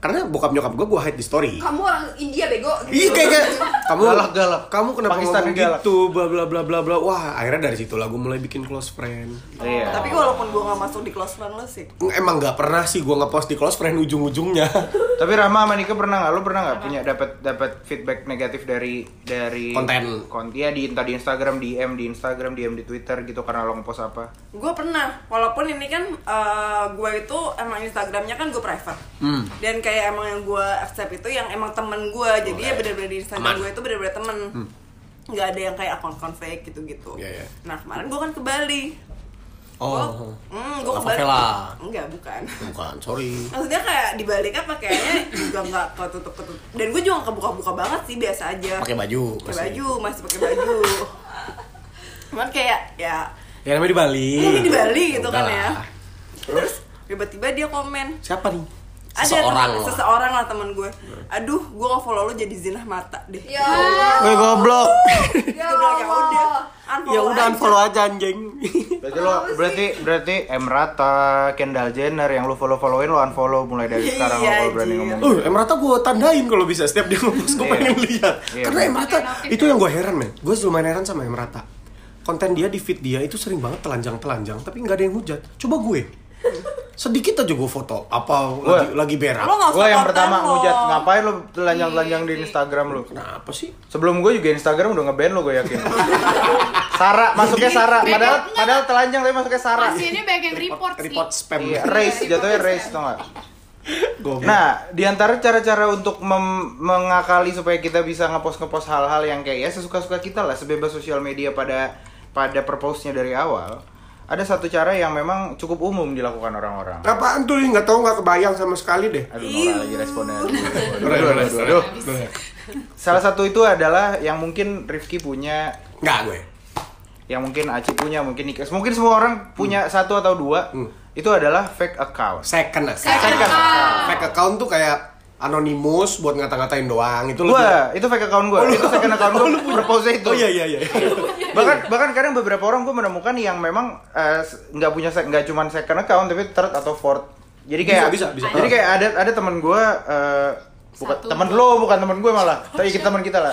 Speaker 1: Karena bokap nyokap gue gue hide di story.
Speaker 7: Kamu orang India bego.
Speaker 1: Iya kayak kayak, kamu
Speaker 2: Galak, galak.
Speaker 1: Kamu kenapa
Speaker 2: Pakistan
Speaker 1: ngomong
Speaker 2: galak.
Speaker 1: gitu bla bla bla bla bla. Wah, akhirnya dari situlah gue mulai bikin close friend.
Speaker 2: iya.
Speaker 3: Tapi walaupun gue nggak masuk di close friend lo sih.
Speaker 1: Emang nggak pernah sih gue ngepost di close friend ujung-ujungnya.
Speaker 2: Tapi Rama sama Nika pernah nggak? Lu pernah nggak punya dapat dapat feedback negatif dari dari
Speaker 1: Konten.
Speaker 2: konten ya di entah di Instagram, DM di Instagram, DM di Twitter gitu karena lo ngepost apa?
Speaker 3: Gue pernah, walaupun ini kan eh, gue itu emang Instagramnya kan gue private
Speaker 1: Hmm.
Speaker 3: Dan kayak emang yang gue accept itu yang emang temen gue Jadi ya bener-bener di Instagram gue itu bener-bener temen nggak ada yang kayak akun-akun fake gitu-gitu.
Speaker 1: Hmm. Iya, iya.
Speaker 3: Nah kemarin gue kan ke Bali.
Speaker 1: Oh,
Speaker 3: Gua- hmm, gue ke Bali.
Speaker 1: Favela.
Speaker 3: Enggak bukan.
Speaker 1: bukan, sorry.
Speaker 3: Maksudnya kayak di Bali kan pakaiannya juga nggak ketutup ketutup. Dan gue juga nggak kebuka-buka banget sih biasa aja.
Speaker 1: Pakai baju.
Speaker 3: Pakai
Speaker 1: pasti.
Speaker 3: baju, masih pakai baju. Cuman kayak ya
Speaker 1: Ya namanya di Bali.
Speaker 3: ini di Bali gitu kan
Speaker 1: Udah
Speaker 3: ya.
Speaker 1: lah.
Speaker 3: Terus tiba-tiba dia komen
Speaker 1: Siapa nih?
Speaker 3: ada
Speaker 1: Seseorang
Speaker 3: temen-
Speaker 1: loh.
Speaker 3: seseorang lah teman gue aduh gue nggak follow lo jadi zinah mata deh
Speaker 7: Ya Allah.
Speaker 1: Woi goblok.
Speaker 3: ya bilang ya udah unfollow
Speaker 1: ya udah
Speaker 3: aja."
Speaker 1: unfollow aja anjing.
Speaker 2: Berarti lo berarti berarti Emrata, Kendall Jenner yang lo follow-followin lo unfollow mulai dari
Speaker 3: Iya,
Speaker 2: sekarang lo kalau berani
Speaker 3: anjir.
Speaker 2: ngomong.
Speaker 1: Uh, Emrata gue tandain kalau bisa setiap dia ngepost gue
Speaker 2: Iya.
Speaker 1: pengen lihat.
Speaker 2: Iya,
Speaker 1: Karena
Speaker 2: bener.
Speaker 1: Emrata
Speaker 4: Aktif
Speaker 1: itu yang gue heran men. Gue lumayan heran sama Emrata. Konten dia di feed dia itu sering banget telanjang-telanjang, tapi nggak ada yang hujat. Coba gue, sedikit aja gue foto apa lagi, lagi berak.
Speaker 3: Lo nggak
Speaker 2: Gue yang
Speaker 3: usah
Speaker 2: pertama
Speaker 3: konten lo. Iya,
Speaker 2: ngujat ngapain lo telanjang-telanjang di Instagram lo?
Speaker 1: Kenapa Nah, sih?
Speaker 2: Sebelum gue juga Instagram udah nge-ban lo gue yakin. Sara, masuknya Sara. Padahal padahal telanjang tapi masuknya Sara.
Speaker 4: Pasiennya banyak yang report, sih.
Speaker 1: Report spam.
Speaker 2: Iya, race jatuhnya race tau gak? Nah, di antara cara-cara untuk mem- mengakali supaya kita bisa ngepost ngepost hal-hal yang kayak ya sesuka-suka kita lah, sebebas sosial media pada pada purpose-nya dari awal, ada satu cara yang memang cukup umum dilakukan orang-orang.
Speaker 1: Apaan tuh nih? Nggak tahu nggak kebayang sama sekali deh.
Speaker 2: Aduh, Nora lagi responnya.
Speaker 1: Aduh, aduh, aduh, aduh.
Speaker 2: Salah satu itu adalah yang mungkin Rifki punya,
Speaker 1: Nggak gue.
Speaker 2: yang mungkin Aci punya, mungkin Nikas, mungkin semua orang punya satu atau dua.
Speaker 1: Hmm.
Speaker 2: Itu adalah fake account.
Speaker 1: Second lah.
Speaker 2: Second account.
Speaker 1: Fake account tuh kayak anonimus buat ngata-ngatain doang. Itu lebih-
Speaker 2: Gua, itu fake account gua. itu second account gua. Propose itu.
Speaker 1: Oh iya iya iya.
Speaker 2: bahkan bahkan kadang beberapa orang gue menemukan yang memang eh, nggak punya sec- nggak cuma second account tapi third atau fourth jadi kayak
Speaker 1: Bisa, Ah. bisa, bisa.
Speaker 2: jadi kayak ada ada teman gue eh, bukan
Speaker 4: Satu.
Speaker 2: teman lo bukan teman gue malah tapi kita teman kita lah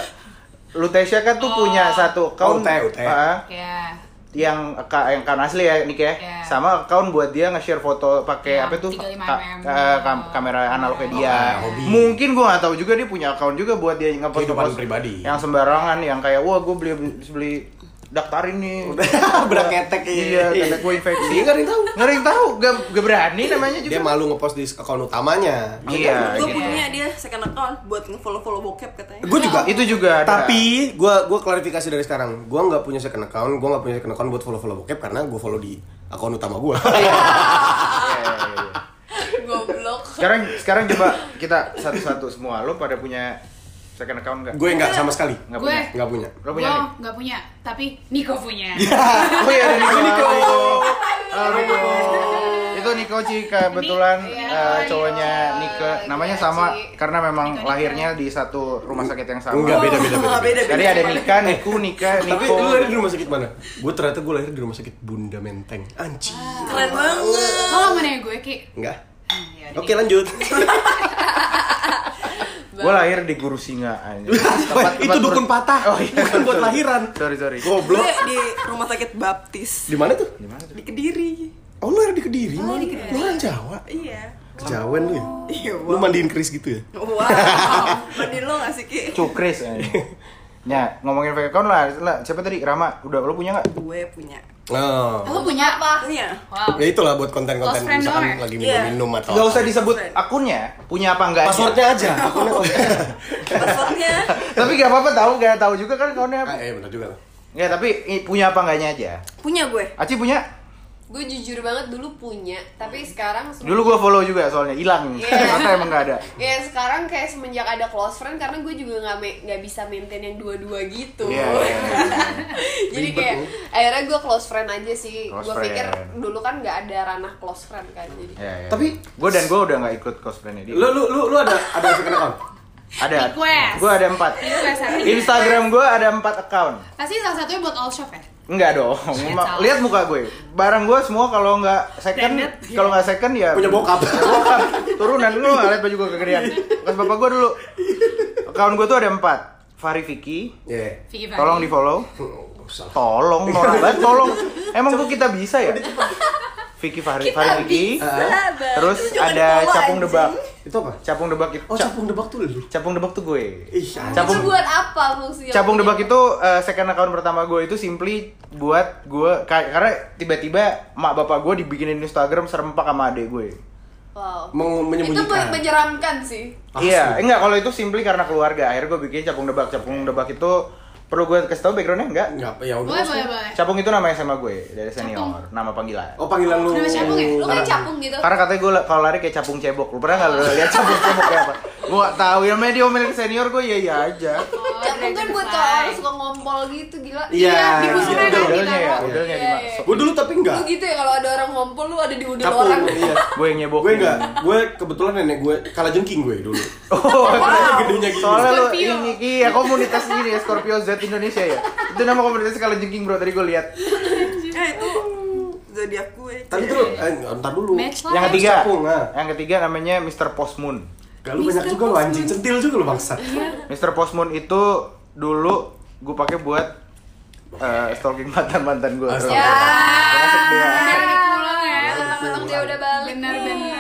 Speaker 2: lu Tesya kan tuh punya satu account
Speaker 1: Ute, Ute.
Speaker 2: eh,
Speaker 4: Ya.
Speaker 2: yang ka- yang kan asli ya Nick ya
Speaker 4: Iya.
Speaker 2: sama account buat dia nge-share foto pakai
Speaker 4: Iya,
Speaker 2: apa tuh
Speaker 4: 35mm. gitu.
Speaker 2: eh, kam- kamera
Speaker 4: Iya.
Speaker 2: analognya dia
Speaker 1: Oh, hobi.
Speaker 2: mungkin gua nggak tahu juga dia punya account juga buat dia ngepost
Speaker 1: Kehidupan
Speaker 2: ngepost
Speaker 1: pribadi.
Speaker 2: yang sembarangan yang kayak wah gua beli beli daktarin nih
Speaker 1: Berak ketek, iya.
Speaker 2: iya ketek gua infeksi
Speaker 1: Iya, nggak ada yang tahu.
Speaker 2: nggak ada yang tahu gak, gak berani namanya juga
Speaker 1: Dia malu ngepost di akun utamanya.
Speaker 2: iya
Speaker 3: gue
Speaker 2: gitu.
Speaker 3: punya dia second account buat ngefollow follow bokep katanya
Speaker 1: Gue juga.
Speaker 2: itu juga ada. Iya,
Speaker 1: Tapi gue gue klarifikasi dari sekarang. Gue nggak punya second account. Gue nggak punya second account buat follow follow bokep karena gue follow di akun utama gue.
Speaker 2: Iya, iya, iya.
Speaker 7: Goblok.
Speaker 2: sekarang sekarang coba kita satu-satu semua lo pada punya second account nggak
Speaker 1: gue nggak sama sekali.
Speaker 2: nggak
Speaker 4: Gue.
Speaker 2: punya
Speaker 1: Nggak punya.
Speaker 2: lo
Speaker 4: Gue
Speaker 2: punya nih
Speaker 4: nggak punya, tapi Niko punya.
Speaker 2: Oh iya, ada Niko. Niko. Halo, Niko. Itu Niko Ci kebetulan
Speaker 4: Niko, iya,
Speaker 2: eh,
Speaker 4: Niko.
Speaker 2: cowoknya Niko. Namanya
Speaker 7: Iya,
Speaker 2: sama
Speaker 7: Ci.
Speaker 2: karena memang
Speaker 4: Niko, Niko.
Speaker 2: lahirnya di satu rumah sakit yang sama.
Speaker 1: Enggak beda beda beda.
Speaker 3: beda
Speaker 2: Jadi ada Nika, Niku, Nika,
Speaker 1: Tapi
Speaker 2: Niko.
Speaker 1: lu lahir di rumah sakit mana? Gue ternyata gue lahir di rumah sakit Bunda Menteng. Anjing.
Speaker 3: keren banget
Speaker 4: Lo gak menanya gue, Ki?
Speaker 1: Enggak.
Speaker 4: Hmm, ya udah
Speaker 1: Oke
Speaker 4: deh.
Speaker 1: lanjut.
Speaker 2: Gue lahir di Guru Singa anjing. Tempat-
Speaker 1: itu
Speaker 2: tempat
Speaker 1: dukun
Speaker 2: ber-
Speaker 1: patah.
Speaker 2: Oh iya.
Speaker 1: Bukan buat lahiran.
Speaker 2: Sorry, sorry.
Speaker 1: Goblok.
Speaker 3: gue di rumah sakit baptis
Speaker 1: Di mana tuh?
Speaker 2: Di mana tuh?
Speaker 3: di kediri
Speaker 1: Oh lu lahir di Kediri, oh, di Kediri. Lu orang Jawa.
Speaker 3: iya
Speaker 1: Kejawen lu ya?
Speaker 3: iya
Speaker 1: Lu
Speaker 3: wow
Speaker 1: mandiin keris gitu ya?
Speaker 3: wow mending lo nggak sih ki
Speaker 2: Cukris anjing. Ya, Iya. ngomongin fake account lah, lah. Siapa tadi? Rama, udah lo punya nggak?
Speaker 3: gue punya
Speaker 1: Oh.
Speaker 4: Lo punya apa?
Speaker 3: punya
Speaker 4: Wow.
Speaker 1: Ya itulah buat konten-konten
Speaker 4: Close friend doang
Speaker 1: misalkan
Speaker 4: ya?
Speaker 1: lagi
Speaker 3: Iya.
Speaker 1: minum-minum atau
Speaker 2: Gak usah disebut akunnya, punya apa enggak
Speaker 1: Passwordnya aja. Akunnya
Speaker 3: passwordnya
Speaker 2: Tapi gak apa-apa tahu, gak tahu juga kan accountnya
Speaker 1: Ah,
Speaker 2: apa.
Speaker 1: eh benar juga.
Speaker 2: Ya tapi i- punya apa enggaknya aja.
Speaker 3: punya gue
Speaker 2: Aci punya?
Speaker 7: Gue jujur banget dulu punya, tapi sekarang sem-
Speaker 2: Dulu gua follow juga soalnya hilang.
Speaker 7: Iya.
Speaker 2: Ternyata emang enggak ada.
Speaker 7: Ya sekarang kayak semenjak ada close friend karena gue juga nggak me- nggak bisa maintain yang dua-dua gitu.
Speaker 2: Iya, iya, iya.
Speaker 7: Jadi
Speaker 1: Ribet
Speaker 7: kayak
Speaker 1: lu.
Speaker 7: akhirnya gue close friend aja sih.
Speaker 2: Close
Speaker 7: Gue pikir
Speaker 2: friend.
Speaker 7: dulu kan nggak ada ranah close friend kan jadi.
Speaker 2: Iya, iya.
Speaker 1: Tapi-
Speaker 2: gua dan gua udah enggak ikut cosplaynya dia.
Speaker 1: Lu lu lu, lu ada ada second account?
Speaker 2: ada.
Speaker 4: Request.
Speaker 2: Gua ada empat.
Speaker 4: Request, ada
Speaker 2: Instagram gua ada empat account.
Speaker 4: Pasti salah satunya buat all shop ya?
Speaker 2: Enggak dong.
Speaker 4: Shit,
Speaker 2: Ma-
Speaker 4: salah.
Speaker 2: Lihat muka gue. Barang gua semua kalau nggak second,
Speaker 3: Branded,
Speaker 2: kalau nggak second ya
Speaker 1: Punya bokap.
Speaker 2: Bokap. Turunan lu nggak lihat baju gua kegedean. Pas bapak gua dulu. Account gua tuh ada empat. Fari Vicky,
Speaker 1: Iya. Oh,
Speaker 4: Vicky Fari.
Speaker 2: tolong di follow.
Speaker 1: Nggak usah.
Speaker 2: Tolong, Nora banget, tolong. Emang gua kita bisa ya? Vicky Fahri, Fahri Vicky. Terus ada Capung Debak.
Speaker 1: Itu apa?
Speaker 2: Capung Debak itu.
Speaker 1: Oh, capung debak tuh lu.
Speaker 2: Capung Debak tuh gue.
Speaker 1: Ih, anjing.
Speaker 2: Capung
Speaker 7: Itu buat apa
Speaker 1: Iya,
Speaker 7: fungsi?
Speaker 2: Capung Debak itu eh, second account pertama gue itu simply buat gue ka- karena tiba-tiba mak bapak gue dibikinin Instagram serempak sama adik gue.
Speaker 7: Wow.
Speaker 1: Mau
Speaker 7: Itu
Speaker 1: menyembunyikan.
Speaker 7: men- menyeramkan sih.
Speaker 1: Asli.
Speaker 2: Iya, enggak kalau itu simply karena keluarga. Akhirnya gue bikin Capung Debak. Capung Debak itu Perlu gue kasih tau backgroundnya enggak?
Speaker 1: Nggak apa ya udah.
Speaker 4: Boleh, boleh, boleh.
Speaker 2: Capung itu nama SMA gue dari senior,
Speaker 4: Capung.
Speaker 2: nama panggilan.
Speaker 1: Oh panggilan lu.
Speaker 4: Nama siapa, Ge?
Speaker 7: Lu kayak capung gitu.
Speaker 2: Karena katanya gue kalau lari kayak capung cebok. Lu pernah nggak lu lihat capung cebok kayak apa? Gue gak tahu. Ya, Yang dia omelin senior gue ya ya aja.
Speaker 7: Capung
Speaker 4: Oh,
Speaker 7: kan
Speaker 4: dragon
Speaker 7: buat
Speaker 4: fly.
Speaker 7: cowok orang suka ngompol gitu gila.
Speaker 1: Iya.
Speaker 4: di busur
Speaker 1: gitu.
Speaker 2: Udelnya
Speaker 4: kan
Speaker 2: ya,
Speaker 4: ditaruh.
Speaker 2: udelnya
Speaker 7: Iya, iya.
Speaker 2: dimasuk.
Speaker 1: Gue dulu tapi enggak.
Speaker 7: Lu gitu ya kalau ada orang ngompol lu ada di udel
Speaker 1: Capung.
Speaker 7: orang.
Speaker 1: Iya.
Speaker 2: Gue yang nyebok.
Speaker 1: Gue enggak. Gue kebetulan nenek gue kalah jengking gue dulu.
Speaker 2: Oh,
Speaker 1: Karena gedenya gini.
Speaker 2: soalnya lu
Speaker 4: Scorpio.
Speaker 2: ini iya komunitas ini ya Scorpio Z Indonesia ya. Itu nama komunitas kalau jengking bro tadi gue lihat.
Speaker 3: Ya itu zodiak gue.
Speaker 1: Tapi tuh eh enggak, ntar dulu.
Speaker 4: Match lah.
Speaker 2: Yang
Speaker 4: ya.
Speaker 2: ketiga,
Speaker 1: Capung, ah.
Speaker 2: yang ketiga namanya Mr. Post Moon.
Speaker 1: Gak lu banyak juga lu anjing, centil juga lu bangsa.
Speaker 7: Iya,
Speaker 2: Mr. Post Moon itu dulu gue pakai buat eh, stalking mantan mantan gue.
Speaker 1: Astaga.
Speaker 2: Ya.
Speaker 4: Sekarang dia pulang ya.
Speaker 7: Untung dia udah balik.
Speaker 4: Benar benar.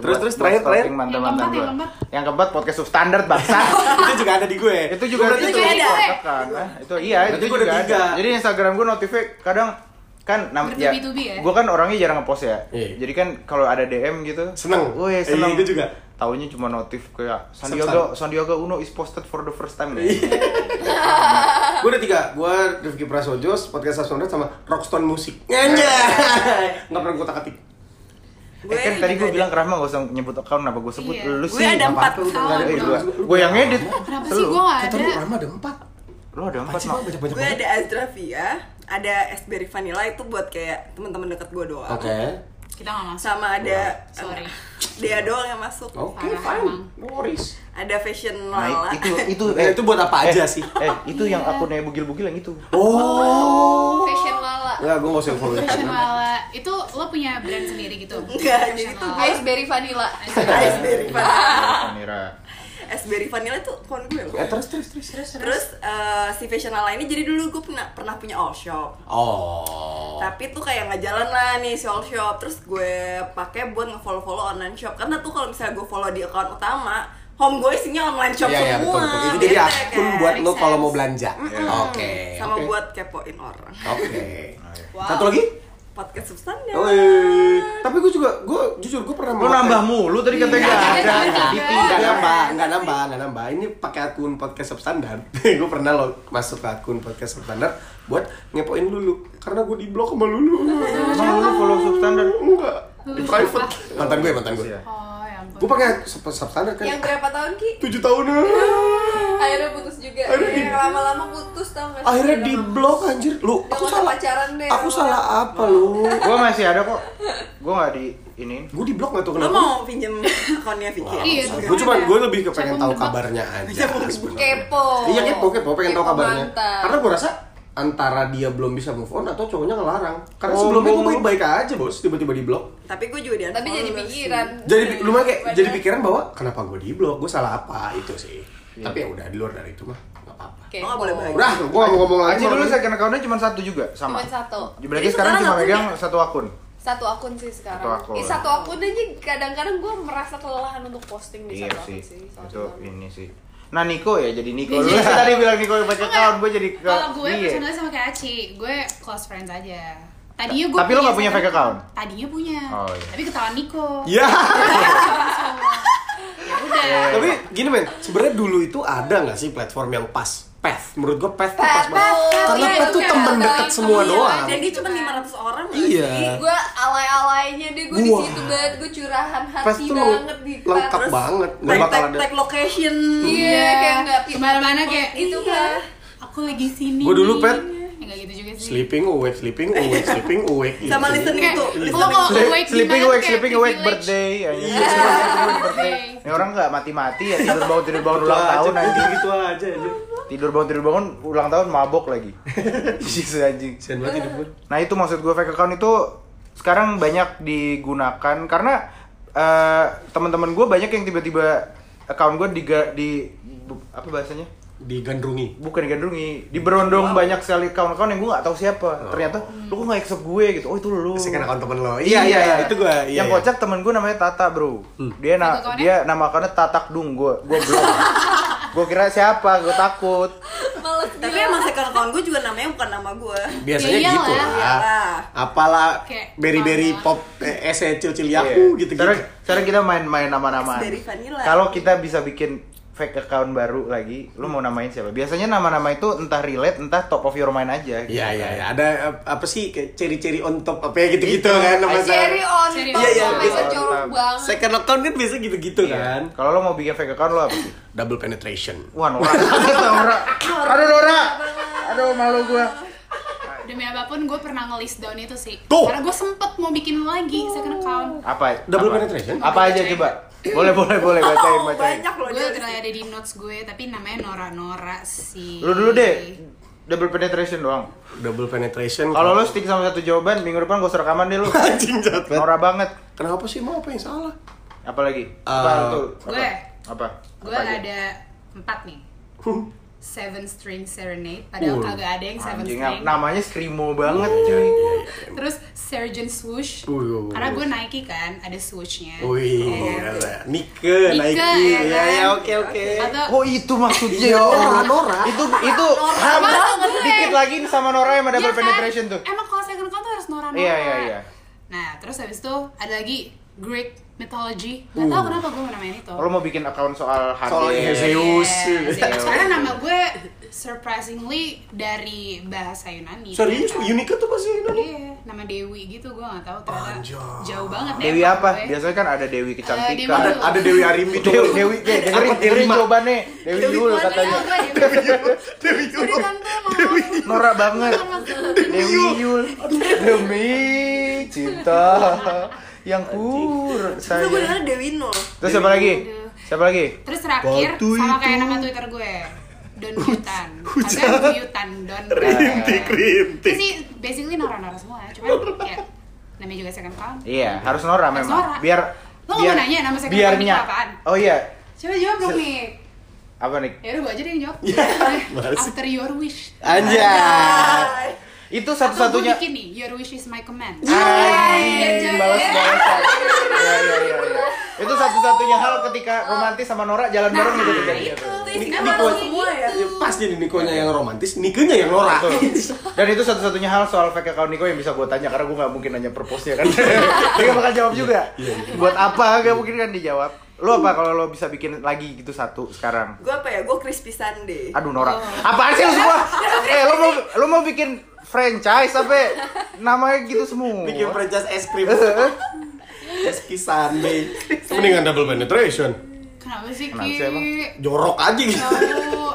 Speaker 1: Terus, terus, terakhir, terakhir.
Speaker 2: mantan
Speaker 4: Yang
Speaker 2: mantan
Speaker 4: keempat,
Speaker 2: gue.
Speaker 4: yang keempat. Oh.
Speaker 2: Yang keempat podcast substandard bangsa.
Speaker 1: itu juga ada di gue.
Speaker 2: itu juga
Speaker 1: Berarti
Speaker 2: itu
Speaker 1: itu.
Speaker 2: juga kan Nah, itu iya
Speaker 1: Berarti
Speaker 2: itu
Speaker 1: gua ada
Speaker 2: juga
Speaker 1: tiga.
Speaker 2: ada. jadi Instagram gue notifnya kadang kan nam ya,
Speaker 4: Bertubi-tubi ya?
Speaker 2: gue kan orangnya jarang ngepost ya
Speaker 1: Iya.
Speaker 2: jadi kan kalau ada DM gitu
Speaker 1: Seneng.
Speaker 2: woi
Speaker 1: Iya,
Speaker 2: seneng
Speaker 1: gua juga.
Speaker 2: taunya cuma notif kayak
Speaker 1: Sam-sam.
Speaker 2: Sandiaga Sandiaga Uno is posted for the first time
Speaker 1: Iya. gue ada tiga, gue Rifki Prasojos, Podcast Sasonda sama Rockstone Musik Anjay Gak pernah gue tak ketik
Speaker 2: Eh, kan tadi gue bilang Rahma gak usah nyebut account kenapa gue sebut
Speaker 4: Iya.
Speaker 2: lu
Speaker 3: Gue
Speaker 2: sih
Speaker 3: ada empat.
Speaker 2: gue yang edit
Speaker 4: Kenapa
Speaker 2: Lu-
Speaker 4: sih gue nggak
Speaker 1: Kata
Speaker 4: ada?
Speaker 1: lu Rama ada empat
Speaker 2: lu ada empat
Speaker 1: Pasti
Speaker 2: Mak.
Speaker 1: banyak-banyak
Speaker 3: Gue
Speaker 1: banget
Speaker 3: ada Azrafia, ada Esberry Vanilla itu buat kayak teman-teman deket gue doang.
Speaker 1: Oke
Speaker 4: Kita nggak masuk.
Speaker 3: Sama ada
Speaker 4: Sorry.
Speaker 3: Dea doang yang masuk.
Speaker 1: Iya, Oke,
Speaker 4: Parah,
Speaker 1: fine
Speaker 4: emang.
Speaker 1: No worries
Speaker 3: Ada Fashion
Speaker 2: Nah,
Speaker 3: Lala.
Speaker 2: itu itu
Speaker 1: Eh, Itu buat apa aja sih?
Speaker 2: eh itu yang akunnya bugil-bugil yang itu
Speaker 1: Oh
Speaker 7: Fashion lala.
Speaker 1: Enggak, gue gak usah follow ya, kan? itu
Speaker 4: Fashion Wala. Itu lo punya brand sendiri gitu?
Speaker 3: Enggak, jadi tuh gue
Speaker 7: Iceberry vanilla.
Speaker 3: Esberry Vanilla.
Speaker 2: Mira
Speaker 3: Esberry Vanilla itu kawan gue loh.
Speaker 1: Eh, terus, terus, terus
Speaker 3: Terus eh, si Fashion Lala ini jadi dulu gue pernah, pernah punya all shop.
Speaker 1: Oh
Speaker 3: tapi tuh kayak nggak jalan lah nih si all shop terus gue pakai buat ngefollow follow online shop karena tuh kalau misalnya gue follow di account utama home gue isinya online shop
Speaker 1: Iya, iya, betul,
Speaker 3: semua
Speaker 1: betul Itu jadi
Speaker 3: bete
Speaker 1: akun
Speaker 3: kan.
Speaker 1: buat lu
Speaker 4: Make
Speaker 1: kalau
Speaker 4: sense.
Speaker 1: mau belanja Oke
Speaker 3: sama
Speaker 1: oke.
Speaker 3: buat kepoin orang
Speaker 1: Oke Satu lagi?
Speaker 3: podcast substansi
Speaker 1: Wih. Tapi gue juga, gue jujur gue pernah
Speaker 2: lu
Speaker 1: memakai-
Speaker 2: nambah mulu tadi kan katanya gak ada Jadi
Speaker 1: Nggak
Speaker 2: tiga.
Speaker 1: nambah, nggak nambah, nggak nambah. Ini pakai akun podcast substandar. gue pernah lo masuk ke akun podcast substandar buat ngepoin Lulu karena gue diblok sama Lulu.
Speaker 2: Emang lu follow substandard?
Speaker 1: Enggak. Di
Speaker 4: Lulu
Speaker 1: private.
Speaker 4: siapa?
Speaker 1: Mantan gue, mantan gue.
Speaker 4: Oh, ya ampun.
Speaker 1: Gue pakai sub- substandar kan.
Speaker 7: Yang berapa tahun Ki?
Speaker 1: Tujuh tahun.
Speaker 7: Akhirnya putus juga.
Speaker 1: Akhirnya
Speaker 7: Iya,
Speaker 1: di-
Speaker 7: lama-lama putus tau gak sih?
Speaker 1: Akhirnya
Speaker 7: Lama-lama.
Speaker 1: diblok anjir. Lu
Speaker 7: Nggak
Speaker 1: aku
Speaker 7: usah
Speaker 1: salah.
Speaker 7: pacaran deh.
Speaker 1: Aku
Speaker 7: Nggak
Speaker 1: salah
Speaker 7: usah.
Speaker 1: apa lu?
Speaker 2: gua masih ada kok gua nggak di ini
Speaker 1: Gue diblok nggak tuh
Speaker 3: lo
Speaker 1: kenapa?
Speaker 3: mau pinjem akunnya Vicky
Speaker 4: Iya,
Speaker 1: Gue cuma gue lebih ke pengen
Speaker 4: Siapa
Speaker 1: tahu
Speaker 4: menebak?
Speaker 1: kabarnya aja. sebenarnya.
Speaker 7: Kepo.
Speaker 1: Iya kepo kepo pengen tahu
Speaker 7: Kepo
Speaker 1: kabarnya.
Speaker 7: Oh. Gitu, mantap.
Speaker 1: Karena gue rasa antara dia belum bisa move on atau cowoknya ngelarang. Karena
Speaker 2: Oh,
Speaker 1: sebelumnya gue
Speaker 2: belum.
Speaker 1: baik-baik aja bos, tiba-tiba di blok.
Speaker 3: tapi gue juga di
Speaker 7: Tapi jadi pikiran.
Speaker 1: Jadi lumayan kayak
Speaker 7: Padahal-
Speaker 1: jadi pikiran bahwa kenapa gue di blok, gue salah apa itu sih.
Speaker 2: Iya.
Speaker 1: Tapi ya udah di luar dari itu mah nggak apa-apa.
Speaker 7: Kepo.
Speaker 3: Oh, boleh baik.
Speaker 1: Udah, gue mau ngomong lagi.
Speaker 2: Aji dulu
Speaker 1: malam ini.
Speaker 2: second accountnya cuma satu juga sama
Speaker 7: Cuman satu.
Speaker 2: berarti sekarang
Speaker 3: Jadi sekarang
Speaker 2: cuma
Speaker 3: akun
Speaker 2: megang
Speaker 3: ya?
Speaker 2: satu akun
Speaker 7: Satu akun sih sekarang.
Speaker 2: Satu akun.
Speaker 7: Ih, satu akun aja kadang-kadang gue merasa kelelahan untuk posting di
Speaker 2: iya
Speaker 7: satu akun
Speaker 2: sih
Speaker 7: sih. Sorry
Speaker 2: itu
Speaker 7: banget.
Speaker 1: Iya.
Speaker 2: ini sih nah Niko ya jadi Niko lu sih tadi bilang Niko yang pakai account gua jadi ke
Speaker 4: Kalau gue
Speaker 2: iya.
Speaker 4: personalnya sama kayak Aci, gue close friends aja. Tadinya gue
Speaker 2: Tapi lo nggak punya fake account?
Speaker 4: Tadinya punya.
Speaker 2: Oh, iya.
Speaker 4: Tapi ketahuan Niko.
Speaker 1: Ya,
Speaker 4: Ya udah.
Speaker 2: iya.
Speaker 1: tapi gini men, sebenarnya dulu itu ada nggak sih platform yang pas? Path, menurut gue Path tuh
Speaker 7: Path,
Speaker 1: pas banget.
Speaker 7: Path,
Speaker 1: Karena
Speaker 7: iya,
Speaker 1: Path tuh
Speaker 7: iya,
Speaker 1: temen
Speaker 7: iya,
Speaker 1: dekat
Speaker 7: iya,
Speaker 1: semua
Speaker 7: iya,
Speaker 1: doang.
Speaker 3: dan dia cuma 500 orang nggak
Speaker 1: Iya.
Speaker 3: sih?
Speaker 7: gue alay-alaynya deh gue di
Speaker 1: Wah.
Speaker 7: situ banget gue curahan
Speaker 1: Pas
Speaker 7: hati
Speaker 1: tuh
Speaker 7: banget di
Speaker 1: lengkap
Speaker 7: Terus-
Speaker 1: banget, nggak
Speaker 3: tag
Speaker 1: bakal
Speaker 3: tag
Speaker 1: ada.
Speaker 3: tag location
Speaker 7: iya kayak nggak pindah
Speaker 4: Kemana-mana kayak
Speaker 7: gitu
Speaker 4: iya,
Speaker 7: kan
Speaker 4: Aku lagi sini.
Speaker 1: Gue dulu, Pet.
Speaker 4: Ya, nggak gitu juga sih.
Speaker 1: Sleeping awake, sleeping awake, sleeping awake. gitu.
Speaker 3: sama listening
Speaker 4: Kayak,
Speaker 3: to
Speaker 4: lo kalau
Speaker 2: sleeping awake,
Speaker 4: awake gimana, kayak
Speaker 2: sleeping awake,
Speaker 4: privilege.
Speaker 2: birthday ya, ya.
Speaker 4: Birthday.
Speaker 2: Ini orang nggak mati-mati ya tidur bangun tidur bangun
Speaker 1: Ulang
Speaker 2: ulang tahun
Speaker 1: aja
Speaker 2: anjing
Speaker 1: gitu aja aja.
Speaker 2: Tidur bangun tidur bangun ulang tahun mabok lagi Jesus anjing
Speaker 1: Kesian banget hidup gue.
Speaker 2: Nah itu maksud gue fake account itu sekarang banyak digunakan karena eh, teman-teman gue banyak yang tiba-tiba account gue di, di bu- apa bahasanya?
Speaker 1: Digandrungi.
Speaker 2: Bukan digandrungi, diberondong banyak sekali account-account yang gue gak tahu siapa.
Speaker 1: Oh.
Speaker 2: Ternyata lu kok gak accept gue gitu. Oh itu lu.
Speaker 1: Second account temen lo. Iya iya iya itu gue. Iya, Hmm.
Speaker 2: yang
Speaker 1: iya.
Speaker 2: kocak temen gue namanya Tata bro. Dia na
Speaker 4: Satu account-nya?
Speaker 2: dia nama akunnya Tatak Dung gue. Gue belum. gue kira siapa? Gue takut.
Speaker 7: males
Speaker 3: tapi emang second account gue juga namanya bukan nama gue
Speaker 1: Biasanya
Speaker 4: Ya iyalah,
Speaker 1: gitu lah.
Speaker 3: iyalah.
Speaker 1: Apalah
Speaker 4: Kayak
Speaker 1: berry-berry pop
Speaker 4: mama.
Speaker 1: eh, ese cil
Speaker 2: Iya.
Speaker 1: ciliaku gitu gitu.
Speaker 2: Sekarang, sekarang kita main-main nama-nama.
Speaker 3: Dari vanilla.
Speaker 2: Kalau kita bisa bikin fake account baru lagi lu mau namain siapa biasanya nama-nama itu entah relate entah top of your mind aja gitu
Speaker 1: Iya iya
Speaker 2: kan.
Speaker 1: iya. Ada eh, apa sih kayak ciri-ciri on top apa ya gitu-gitu kan nama
Speaker 5: Cherry on
Speaker 4: Cherry
Speaker 5: top,
Speaker 1: top.
Speaker 4: on
Speaker 5: oh my god,
Speaker 2: Iya,
Speaker 5: jorok
Speaker 2: iya.
Speaker 5: banget
Speaker 1: Second account kan biasa gitu-gitu
Speaker 2: Iya.
Speaker 1: kan.
Speaker 2: kalau lo mau bikin fake account lo apa sih
Speaker 1: Double penetration.
Speaker 2: wah Nora Nora aduh Nora aduh malu gua
Speaker 4: Demi apapun gue pernah nge-list down itu sih
Speaker 1: Tuh!
Speaker 4: Karena gue sempet mau bikin lagi second account
Speaker 2: apa
Speaker 1: Double
Speaker 2: apa?
Speaker 1: penetration?
Speaker 2: apa aja coba boleh boleh boleh
Speaker 1: Oh,
Speaker 2: bacain bacain
Speaker 3: Oh, banyak loh
Speaker 4: Gue
Speaker 3: dia di
Speaker 4: ternyata
Speaker 3: situ.
Speaker 4: ada di notes gue tapi namanya Nora-Nora sih
Speaker 2: lu dulu deh double penetration doang
Speaker 1: Double penetration.
Speaker 2: kalau lo stick sama satu jawaban minggu depan gua usah rekaman deh lu
Speaker 1: anjing jahat banget.
Speaker 2: Nora banget
Speaker 1: Kenapa sih mau apa yang salah?
Speaker 2: apalagi
Speaker 1: Eh,
Speaker 2: apa tuh
Speaker 4: gue.
Speaker 2: apa
Speaker 4: Gue
Speaker 2: Apa aja?
Speaker 4: ada empat nih Seven String Serenade Padahal
Speaker 1: Uh.
Speaker 4: kagak ada yang Seven
Speaker 2: Anjing,
Speaker 4: String
Speaker 2: namanya screamo banget cuy
Speaker 1: Iya,
Speaker 4: Terus Surgeon Swoosh
Speaker 1: Uh, uh, uh.
Speaker 4: Karena gue Nike kan ada swooshnya
Speaker 1: Wih,
Speaker 4: Ya kan?
Speaker 1: gila. Oh, iya. Nike,
Speaker 4: Nike,
Speaker 1: Nike,
Speaker 4: ya
Speaker 2: Eh,
Speaker 1: ya
Speaker 4: kan?
Speaker 1: ya oke oke.
Speaker 4: Atau
Speaker 2: Oh itu maksudnya
Speaker 1: Iya, Nora,
Speaker 2: Itu itu sama dikit lagi nih sama Nora yang ada
Speaker 4: ya? Iya
Speaker 2: double
Speaker 4: kan?
Speaker 2: penetration tuh.
Speaker 4: Emang kalau second account tuh harus norak
Speaker 2: Iya, iya, iya.
Speaker 4: Nah, terus habis itu ada lagi Greek mythology. Gak tau kenapa gue namain itu.
Speaker 2: Kalau mau bikin account soal Hades.
Speaker 1: Soal Zeus.
Speaker 4: Iya, Soalnya nama gue surprisingly dari bahasa Yunani.
Speaker 1: Serius,
Speaker 4: ternyata.
Speaker 1: Unika tuh masih Indonesia.
Speaker 4: Iya, nama Dewi gitu gue gak tahu ternyata jauh banget deh
Speaker 2: Dewi
Speaker 4: emang
Speaker 2: apa?
Speaker 4: gue.
Speaker 2: Biasanya kan ada Dewi
Speaker 4: Eh,
Speaker 2: kecantikan.
Speaker 4: Dewi
Speaker 1: Ada,
Speaker 4: Dulu.
Speaker 1: ada Dewi Arimbi
Speaker 2: Dewi Dewi eh, dengerin
Speaker 1: Apa
Speaker 2: dengerin
Speaker 1: terima?
Speaker 2: jawabannya. Dewi dulu
Speaker 4: Gue
Speaker 2: katanya.
Speaker 4: bilang gue Dewi.
Speaker 1: Dewi
Speaker 4: Udah
Speaker 5: kan
Speaker 1: Yul.
Speaker 4: tante mau
Speaker 2: Nora banget. Dewi Yul. Demi cinta yang kur
Speaker 3: Terus
Speaker 1: Iya.
Speaker 2: saya.
Speaker 3: gue dengar Dewino
Speaker 2: Terus siapa lagi? Siapa lagi?
Speaker 4: Terus terakhir
Speaker 1: Waktu
Speaker 4: sama kayak
Speaker 1: itu.
Speaker 4: nama Twitter gue. Don Buyutan. Atau Buyutan Don.
Speaker 1: Rintik, rintik.
Speaker 4: Itu sih basically nora-nora semua, cuman kayak namanya juga second account.
Speaker 2: Iya, harus Nora
Speaker 4: Harus
Speaker 2: memang.
Speaker 4: Nora.
Speaker 2: Biar
Speaker 4: Lo nggak
Speaker 2: biar-
Speaker 4: mau nanya nama second
Speaker 2: biar
Speaker 4: account
Speaker 2: nya-
Speaker 4: itu apaan?
Speaker 2: Oh iya,
Speaker 4: Coba jawab dong
Speaker 2: Se-
Speaker 4: nih.
Speaker 2: apa nih?
Speaker 4: Ya udah gue aja deh yang jawab. After your wish.
Speaker 1: Anjay.
Speaker 2: Itu
Speaker 4: Atau gue
Speaker 2: satu-satunya Ah.
Speaker 4: bikin nih, your wish is my command.
Speaker 2: Anjing, balas balasan. Iya, iya, iya, iya. Itu satu-satunya hal ketika romantis sama Nora jalan bareng
Speaker 4: Nah,
Speaker 2: gitu tuh jadinya tuh.
Speaker 3: isinya
Speaker 1: Niko.
Speaker 3: marah semua ya
Speaker 1: Ya, Pas jadi Nikonya yang romantis, Nikenya yang norak.
Speaker 2: Betul. Dan itu satu-satunya hal soal fake account Niko yang bisa gue tanya karena gue nggak mungkin nanya purpose-nya
Speaker 4: Iya,
Speaker 2: kan. Dia nggak bakal jawab juga. Buat apa? Gak mungkin kan dijawab. Lu apa kalau lo bisa bikin lagi gitu satu sekarang?
Speaker 3: gue apa ya gue crispy sundae
Speaker 2: Aduh Nora. Apaan sih lu semua? Eh lo mau lo mau bikin franchise apa? Namanya gitu semua.
Speaker 1: Bikin franchise es krim. Es kisan deh. Mendingan double penetration.
Speaker 4: Kenapa sih,
Speaker 2: Kenapa
Speaker 4: Ki?
Speaker 2: sih, emang?
Speaker 1: Jorok aja gitu.
Speaker 4: Tahu.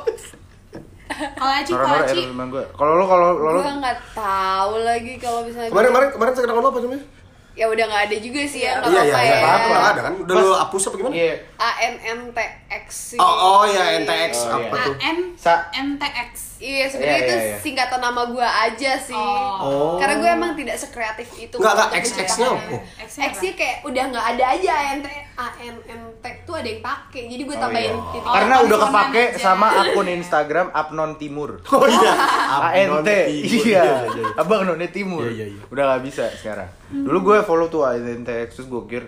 Speaker 4: Kalau Aci,
Speaker 2: Nora
Speaker 4: kalau
Speaker 2: Nora
Speaker 4: Aci.
Speaker 2: ya teman gue. Kalau lo kalau lo lo-
Speaker 5: Gue nggak tahu lagi kalau misalnya
Speaker 1: Kemarin kemarin kemarin saya kenal lo apa namanya?
Speaker 5: Ya udah nggak ada juga sih ya, nggak
Speaker 1: Iya iya
Speaker 5: apa-apa
Speaker 1: iya.
Speaker 5: ya
Speaker 1: Apa apa ada kan? Udah
Speaker 2: Mas-
Speaker 1: lo hapus apa gimana?
Speaker 2: Iya.
Speaker 5: A N N T X sih.
Speaker 1: Oh oh ya NTX
Speaker 2: Oh, iya.
Speaker 1: apa tuh?
Speaker 4: AM,
Speaker 2: Sa-
Speaker 4: MTX.
Speaker 5: Iya sebenarnya
Speaker 2: Iya,
Speaker 5: itu
Speaker 2: iya, iya.
Speaker 5: singkatan nama gue aja sih.
Speaker 1: Oh.
Speaker 5: Karena gue emang tidak sekreatif itu.
Speaker 1: Nggak, nggak,
Speaker 5: untuk
Speaker 1: XX
Speaker 5: menciptakan
Speaker 1: -nya
Speaker 5: nama.
Speaker 1: apa?
Speaker 4: X-nya apa?
Speaker 5: X nya kayak udah nggak ada aja N T A N N T tuh ada yang pakai. Jadi gue
Speaker 2: Oh,
Speaker 5: tambahin
Speaker 2: iya.
Speaker 5: titik.
Speaker 4: Oh,
Speaker 2: Karena udah
Speaker 4: konsonan
Speaker 2: kepake
Speaker 4: aja.
Speaker 2: sama akun Instagram Abnon Timur.
Speaker 1: Oh iya.
Speaker 2: ANT. Iya.
Speaker 1: iya.
Speaker 2: Abang None Timur.
Speaker 1: Iya, iya, iya.
Speaker 2: Udah nggak bisa sekarang. Dulu gue follow tuh ANTX terus gue pikir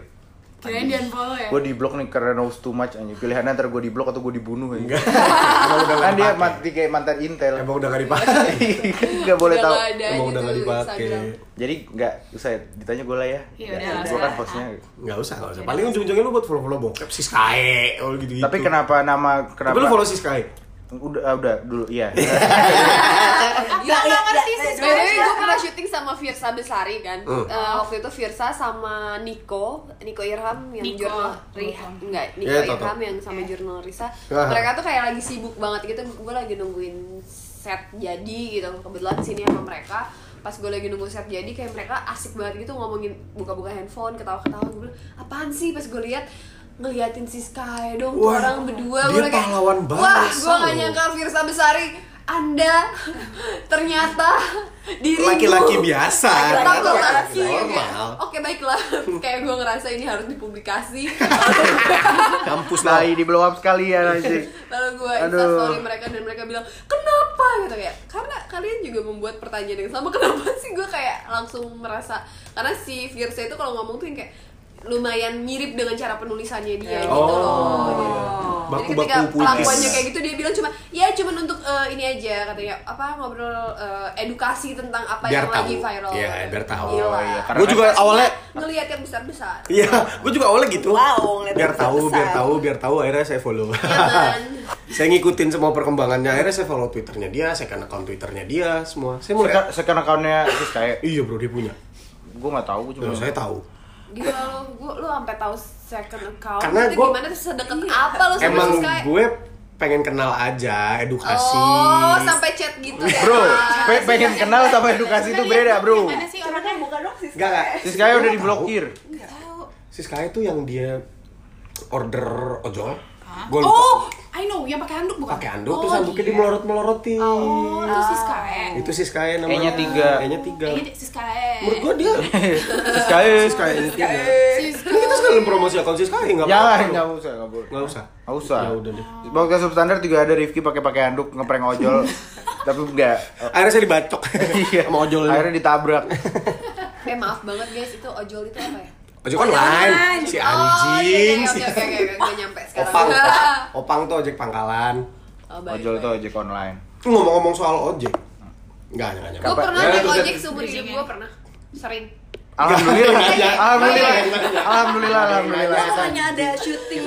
Speaker 4: Kirain di unfollow ya?
Speaker 2: gue di blok nih karena knows too much anjing. Pilihannya antara gue di blok atau gue dibunuh ya. kan dia mati kayak mantan Intel.
Speaker 1: Emang udah gak dipakai.
Speaker 2: gak boleh
Speaker 5: Udah
Speaker 2: tahu.
Speaker 5: nggak ada
Speaker 1: Emang udah
Speaker 5: gitu
Speaker 1: gak dipakai.
Speaker 5: Instagram.
Speaker 2: Jadi nggak usah ditanya gue lah ya.
Speaker 4: Iya, udah,
Speaker 2: gue
Speaker 4: udah.
Speaker 2: kan hostnya.
Speaker 1: Gak usah, gak usah. Paling ujung-ujungnya lu buat follow-follow bokep sih Sky, oh gitu gitu.
Speaker 2: Iya. Tapi kenapa nama kenapa?
Speaker 1: Tapi lu follow sih Sky.
Speaker 2: Udah, ah, udah dulu iya.
Speaker 4: Gak gak ngerti sih
Speaker 5: By the way,
Speaker 4: sebenarnya.
Speaker 5: gue pernah syuting sama Firsa Besari kan.
Speaker 1: Hmm.
Speaker 5: Eh, waktu itu Firsa sama Niko, Niko Irham yang
Speaker 4: Niko. Ya.
Speaker 5: jurnal Riha, enggak, Niko
Speaker 1: Iya, tau, tau.
Speaker 5: Irham yang sama jurnal Risa.
Speaker 1: Ah.
Speaker 5: Mereka tuh kayak lagi sibuk banget gitu. Gue lagi nungguin set jadi gitu. Kebetulan sini sama mereka. Pas gue lagi nunggu set jadi kayak mereka asik banget gitu ngomongin buka-buka handphone, ketawa-ketawa. Gue bilang, apaan sih? Pas gue lihat ngeliatin si Sky dong, tuh
Speaker 1: Wah,
Speaker 5: orang berdua.
Speaker 1: dia
Speaker 5: Gue udah kayak,
Speaker 1: pahlawan banget,
Speaker 5: Wah, gue gak
Speaker 1: Sal."
Speaker 5: nyangka Firsa Besari anda ternyata diri
Speaker 1: Laki-laki biasa.
Speaker 5: Laki-laki
Speaker 1: Laki-laki
Speaker 5: normal.
Speaker 1: normal.
Speaker 5: Oke baiklah, kayak gue ngerasa ini harus dipublikasi.
Speaker 1: Kampus lah.
Speaker 2: Mulai di blow up
Speaker 1: Iya.
Speaker 2: sekalian anjing.
Speaker 5: Lalu gue
Speaker 2: Aduh.
Speaker 5: instastory mereka dan mereka bilang kenapa gitu kayak karena kalian juga membuat pertanyaan yang sama kenapa sih gue kayak langsung merasa karena si Virsa itu kalau ngomong tuh yang kayak lumayan mirip dengan cara penulisannya dia gitu loh.
Speaker 1: Oh.
Speaker 5: Jadi
Speaker 1: Baku-baku
Speaker 5: ketika
Speaker 1: puitis.
Speaker 5: pelakuannya kayak gitu dia bilang cuma ya cuman untuk eh, ini aja katanya apa ngobrol eh, edukasi tentang apa
Speaker 1: Biar
Speaker 5: yang
Speaker 1: tahu.
Speaker 5: lagi viral.
Speaker 1: Iya, biar tahu.
Speaker 5: Gila.
Speaker 2: iya. Karena
Speaker 1: Gue juga awalnya
Speaker 5: Ngelihat yang besar-besar.
Speaker 1: Iya, gue juga awalnya gitu.
Speaker 3: Wow, ngeliat
Speaker 1: biar tahu,
Speaker 3: besar-besar.
Speaker 1: biar tahu, biar tahu. Akhirnya saya follow.
Speaker 5: kan?
Speaker 1: saya ngikutin semua perkembangannya. Akhirnya saya follow twitternya dia, saya kan account twitternya dia, semua. Saya mulai.
Speaker 2: Sek- second account-nya terus kayak
Speaker 1: Iya bro, dia punya.
Speaker 2: gue nggak tahu
Speaker 1: Ya,
Speaker 2: cuma
Speaker 1: saya tahu.
Speaker 5: Oh, Gila lo, gua lu sampai tahu second account.
Speaker 1: Karena
Speaker 5: itu
Speaker 1: gua-
Speaker 5: gimana tuh sedekat apa lo sama
Speaker 1: Emang
Speaker 5: Sky?
Speaker 1: gue pengen kenal aja, edukasi.
Speaker 5: Oh, sampai chat gitu ya.
Speaker 2: bro pe- pengen kenal sama edukasi itu beda bro
Speaker 4: Mana sih
Speaker 3: Coba
Speaker 4: orangnya
Speaker 3: dong buka dong sih.
Speaker 1: Enggak, enggak.
Speaker 2: si Skaya udah diblokir
Speaker 4: nggak tahu?
Speaker 1: Si Sky itu yang dia order ojol.
Speaker 4: Hah?
Speaker 1: Gue lupa.
Speaker 4: Oh, I know yang pakai handuk bukan?
Speaker 1: Pakai handuk
Speaker 4: oh,
Speaker 1: terus handuknya
Speaker 4: iya.
Speaker 1: dimelorot-melorotin.
Speaker 4: Oh, itu si Sky.
Speaker 1: Itu si Sky namanya.
Speaker 2: E-nya tiga.
Speaker 1: E-nya tiga.
Speaker 4: Kayaknya si Sky.
Speaker 1: Menurut gue dia
Speaker 2: si Skaya
Speaker 1: si Sky E-nya tiga. Ini kita sekalian promosi akun si Sky nggak
Speaker 2: jangan
Speaker 1: apa-apa.
Speaker 2: Ya, nggak usah nggak boleh
Speaker 1: Nggak usah.
Speaker 2: nggak usah
Speaker 1: Ya udah deh.
Speaker 2: Podcast substandar juga ada Rifki pakai pakai handuk ngeprank ojol tapi enggak
Speaker 1: Akhirnya saya dibacok sama ojolnya.
Speaker 2: Iya. akhirnya ditabrak
Speaker 5: Eh maaf banget guys, itu ojol itu apa ya?
Speaker 1: Ojek online, si
Speaker 5: Oh, iya,
Speaker 1: anjing,
Speaker 5: iya,
Speaker 1: si
Speaker 5: oke oke oke, oke, gue nyampe sekarang.
Speaker 1: opang, opang tuh ojek pangkalan.
Speaker 5: Oh, baik,
Speaker 2: ojol
Speaker 5: baik.
Speaker 2: tuh ojek online
Speaker 1: Lu ngomong-ngomong soal ojek, nggak nggak nyampe.
Speaker 5: Gue pernah
Speaker 2: Ya,
Speaker 5: naik
Speaker 2: terus-
Speaker 5: ojek seumur hidup gue pernah. Sering.
Speaker 2: alhamdulillah
Speaker 1: Nggak,
Speaker 2: alhamdulillah
Speaker 1: nggak, nggak, nggak.
Speaker 2: alhamdulillah alhamdulillah
Speaker 3: Kan hanya ada syuting